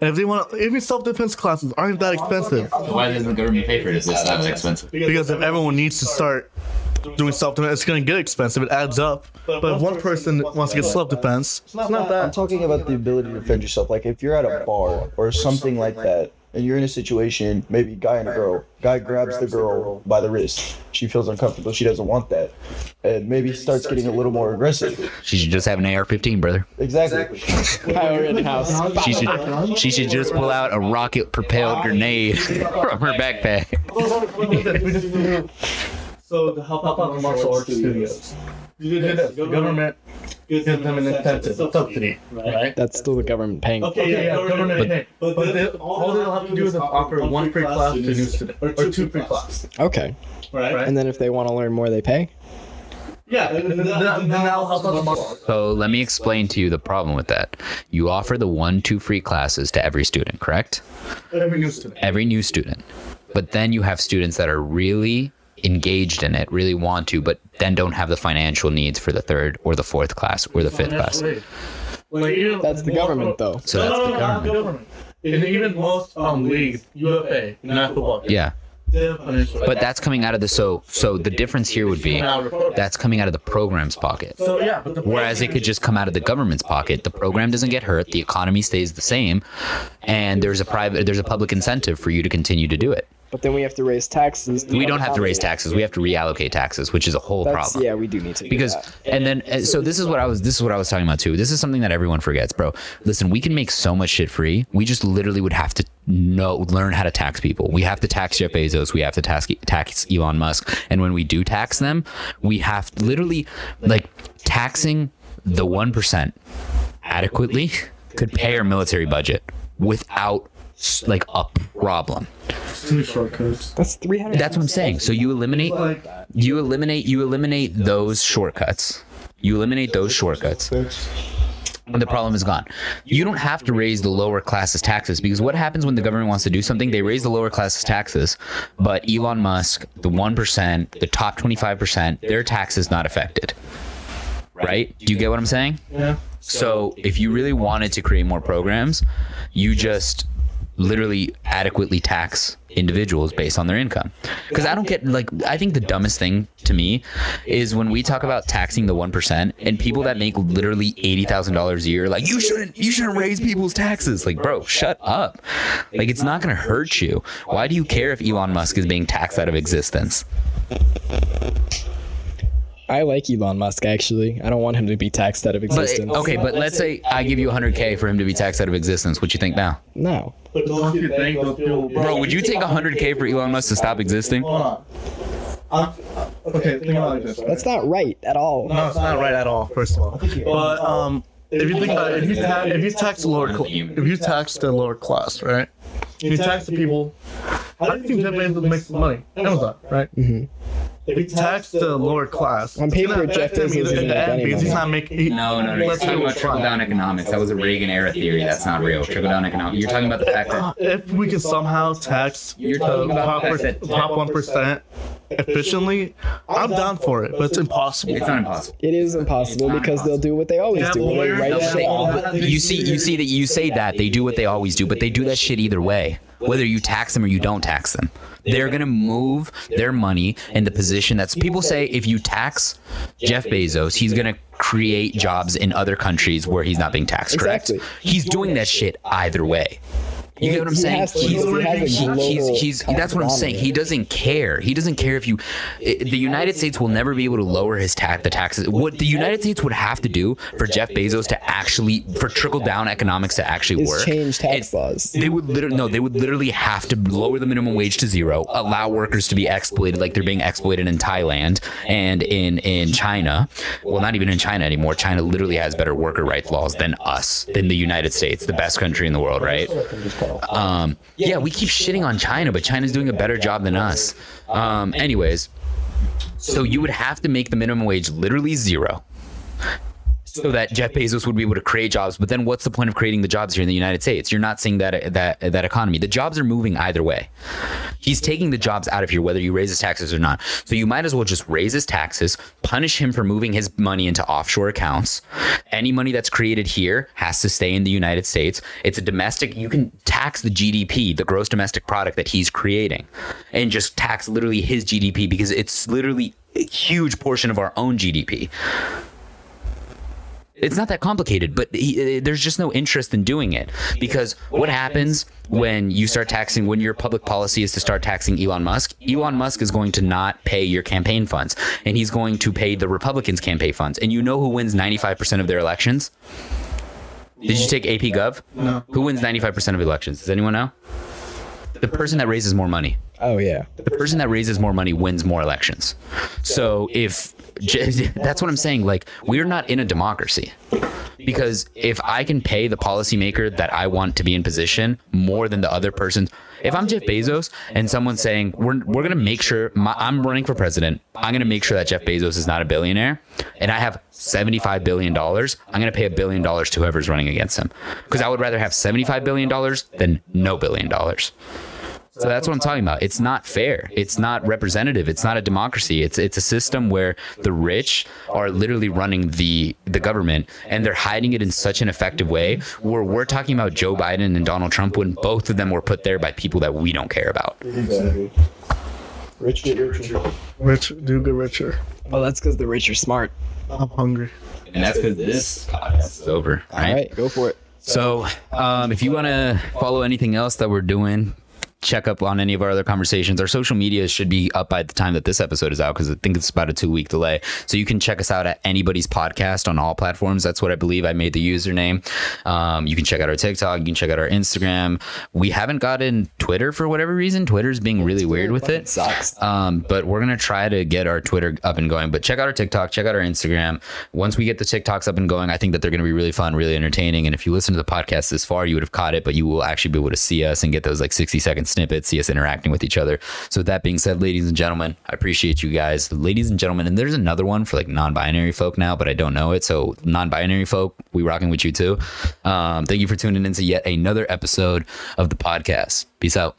Speaker 5: and if they want, even self defense classes aren't that expensive.
Speaker 7: Why doesn't the government pay for it? Is this that expensive?
Speaker 5: Because if everyone needs to start doing self defense, it's gonna get expensive. It adds up. But if one person wants to get self defense, it's not
Speaker 8: I'm
Speaker 5: that.
Speaker 8: talking about the ability to defend yourself. Like if you're at a bar or something like that, and you're in a situation, maybe guy and a girl. Guy grabs the girl by the wrist. She feels uncomfortable. She doesn't want that, and maybe starts getting a little more aggressive.
Speaker 2: She should just have an AR-15, brother.
Speaker 8: Exactly.
Speaker 9: Kyle Rittenhouse.
Speaker 2: She should. She should just pull out a rocket-propelled grenade from her backpack.
Speaker 5: So to help out the martial arts studios, you did this. The government gives them an incentive, subsidy, right?
Speaker 9: That's still the government paying.
Speaker 5: Okay, yeah, yeah, government pay. But, they, all they'll have to do is offer one free class to new students, or two free classes,
Speaker 9: Okay.
Speaker 5: right?
Speaker 9: And then if they want to learn more, they pay.
Speaker 5: yeah, and then, then that'll help us more.
Speaker 2: So let me explain to you the problem with that. You offer the one, two free classes to every student, correct?
Speaker 5: Every new student.
Speaker 2: Every new student. But then you have students that are really engaged in it, really want to, but then don't have the financial needs for the third or the fourth class or the fifth class.
Speaker 5: Like, even
Speaker 9: That's the
Speaker 5: more-
Speaker 9: government, though.
Speaker 2: So that's the
Speaker 5: not
Speaker 2: government.
Speaker 5: And even most um leagues, UFA, not football.
Speaker 2: Yeah.
Speaker 5: they have financial aid.
Speaker 2: But that's coming out of the so so the difference here would be
Speaker 5: Now, report-
Speaker 2: that's coming out of the program's pocket.
Speaker 5: So yeah, but the
Speaker 2: Whereas it could just come out of the government's pocket. The program doesn't get hurt, the economy stays the same, and there's a private there's a public incentive for you to continue to do it.
Speaker 9: But then we have to raise taxes.
Speaker 2: we don't have to raise taxes. We have to reallocate taxes, which is a whole
Speaker 9: That's,
Speaker 2: problem.
Speaker 9: Yeah, we do need to. do
Speaker 2: Because
Speaker 9: that.
Speaker 2: and then and so this is what I was this is what I was talking about too. This is something that everyone forgets, bro. Listen, we can make so much shit free. We just literally would have to know learn how to tax people. We have to tax Jeff Bezos. We have to tax tax Elon Musk. And when we do tax them, we have literally like taxing the one percent adequately could pay our military budget without like a problem.
Speaker 9: that's three hundred.
Speaker 2: That's what I'm saying. So you eliminate you eliminate you eliminate those shortcuts. You eliminate those shortcuts. And the problem is gone. You don't have to raise the lower classes taxes because what happens when the government wants to do something, they raise the lower classes taxes, but Elon Musk, the 1%, the top 25%, their tax is not affected. Right? Do you get what I'm saying?
Speaker 5: Yeah.
Speaker 2: So if you really wanted to create more programs, you just literally adequately tax individuals based on their income. Because I don't get like I think the dumbest thing to me is when we talk about taxing the one percent and people that make literally eighty thousand dollars a year, like you shouldn't you shouldn't raise people's taxes. Like bro, shut up. Like it's not gonna hurt you. Why do you care if Elon Musk is being taxed out of existence?
Speaker 9: I like Elon Musk actually. I don't want him to be taxed out of
Speaker 2: But
Speaker 9: existence.
Speaker 2: okay, but let's say I give you 100k for him to be taxed out of existence. What you think now?
Speaker 9: No.
Speaker 5: But don't you think those people?
Speaker 2: Bro, would you take 100k for Elon Musk to stop existing?
Speaker 5: Hold on. I'm, okay, think about it like this. right?
Speaker 9: That's not right at all.
Speaker 5: No, it's not right at all. First of all, but um, if you think about it, if you tax, if you tax the lower, cl- if you tax the lower class, right? If you tax the people, how do you think Jeff Bezos makes the money? Amazon, right?
Speaker 9: Mhm.
Speaker 5: If you tax the lower class,
Speaker 9: On paper, Jeff Bezos
Speaker 5: is
Speaker 9: doesn't
Speaker 5: in the
Speaker 9: make
Speaker 5: end
Speaker 9: any
Speaker 5: because he's
Speaker 9: money.
Speaker 5: not making. he-
Speaker 2: No, no, no. You're
Speaker 5: less
Speaker 2: talking
Speaker 5: people
Speaker 2: about trickle
Speaker 5: try.
Speaker 2: down economics. That was a Reagan era theory. That's not real. Trickle down economics. You're talking about the fact that
Speaker 5: If we can somehow tax
Speaker 2: You're
Speaker 5: the
Speaker 2: talking about
Speaker 5: top,
Speaker 2: the
Speaker 5: per-
Speaker 2: fact that-
Speaker 5: top one percent efficiently, I'm down for it, but it's impossible.
Speaker 2: It's not impossible.
Speaker 9: It is impossible because they'll do what they always do. They
Speaker 5: lawyer,
Speaker 9: write
Speaker 5: have
Speaker 9: shit
Speaker 5: law.
Speaker 9: off.
Speaker 2: You see, you see that you say that they do what they always do, but they do that shit either way. Whether you tax them or you don't tax them, they're gonna move their money in the position that's. People say if you tax Jeff Bezos, he's gonna create jobs in other countries where he's not being taxed. Correct?
Speaker 9: Exactly.
Speaker 2: He's doing that shit either way. You get what I'm
Speaker 9: He
Speaker 2: saying?
Speaker 9: has to because he has a
Speaker 2: he- he's,
Speaker 9: global
Speaker 2: he's, that's what I'm saying. He doesn't care. He doesn't care if you. i- The United States will never be able to lower his tax, the taxes. What the United States would have to do for Jeff Bezos to actually, for trickle down economics to actually
Speaker 9: Is
Speaker 2: work,
Speaker 9: change tax
Speaker 2: it-
Speaker 9: laws.
Speaker 2: They would literally no. They would literally have to lower the minimum wage to zero, allow workers to be exploited like they're being exploited in Thailand and in in China. Well, not even in China anymore. China literally has better worker rights laws than us, than the United States, the best country in the world, right? Um, yeah, we keep shitting on China, but China's doing a better job than us. Um, anyways, so you would have to make the minimum wage literally zero so that Jeff Bezos would be able to create jobs. But then, what's the point of creating the jobs here in the United States? You're not seeing that that that economy. The jobs are moving either way. He's taking the jobs out of here, whether you raise his taxes or not. So you might as well just raise his taxes, punish him for moving his money into offshore accounts. Any money that's created here has to stay in the United States. It's a domestic. You can tax the GDP, the gross domestic product that he's creating, and just tax literally his GDP because it's literally a huge portion of our own GDP it's not that complicated, but he, uh, there's just no interest in doing it because what happens when you start taxing when your public policy is to start taxing Elon Musk? Elon Musk is going to not pay your campaign funds, and he's going to pay the Republicans' campaign funds. And you know who wins 95% of their elections? Did you take AP Gov? No. Who wins 95% of elections? Does anyone know? The person that raises more money
Speaker 9: Oh yeah.
Speaker 2: the person that raises more money wins more elections. So if that's what I'm saying, like we're not in a democracy. Because if I can pay the policymaker that I want to be in position more than the other person, if I'm Jeff Bezos and someone's saying we're we're gonna make sure my, I'm running for president, I'm gonna make sure that Jeff Bezos is not a billionaire, and I have 75 billion dollars, I'm gonna pay a billion dollars to whoever's running against him, because I would rather have 75 billion dollars than no billion dollars. So that's what I'm talking about. It's not fair. It's not representative. It's not a democracy. It's it's a system where the rich are literally running the the government and they're hiding it in such an effective way where we're talking about Joe Biden and Donald Trump when both of them were put there by people that we don't care about.
Speaker 6: Exactly. Rich get richer.
Speaker 5: Rich, do get richer.
Speaker 1: Well, that's because the rich are smart.
Speaker 5: I'm hungry.
Speaker 7: And that's because this podcast.
Speaker 2: It's over.
Speaker 9: All right, go for it.
Speaker 2: So, um, if you want to follow anything else that we're doing, check up on any of our other conversations. Our social media should be up by the time that this episode is out because I think it's about a two week delay. So you can check us out at anybody's podcast on all platforms. That's what I believe I made the username. Um, you can check out our TikTok. You can check out our Instagram. We haven't gotten Twitter for whatever reason. Twitter's being really weird with it.
Speaker 1: Sucks.
Speaker 2: Um, but we're gonna try to get our Twitter up and going. But check out our TikTok, check out our Instagram. Once we get the TikToks up and going, I think that they're gonna be really fun, really entertaining. And if you listen to the podcast this far, you would have caught it, but you will actually be able to see us and get those like 60 second snippets, see us interacting with each other. So with that being said, ladies and gentlemen, I appreciate you guys, ladies and gentlemen. And there's another one for like non-binary folk now, but I don't know it. So non-binary folk, we rocking with you too. Um, thank you for tuning into yet another episode of the podcast. Peace out.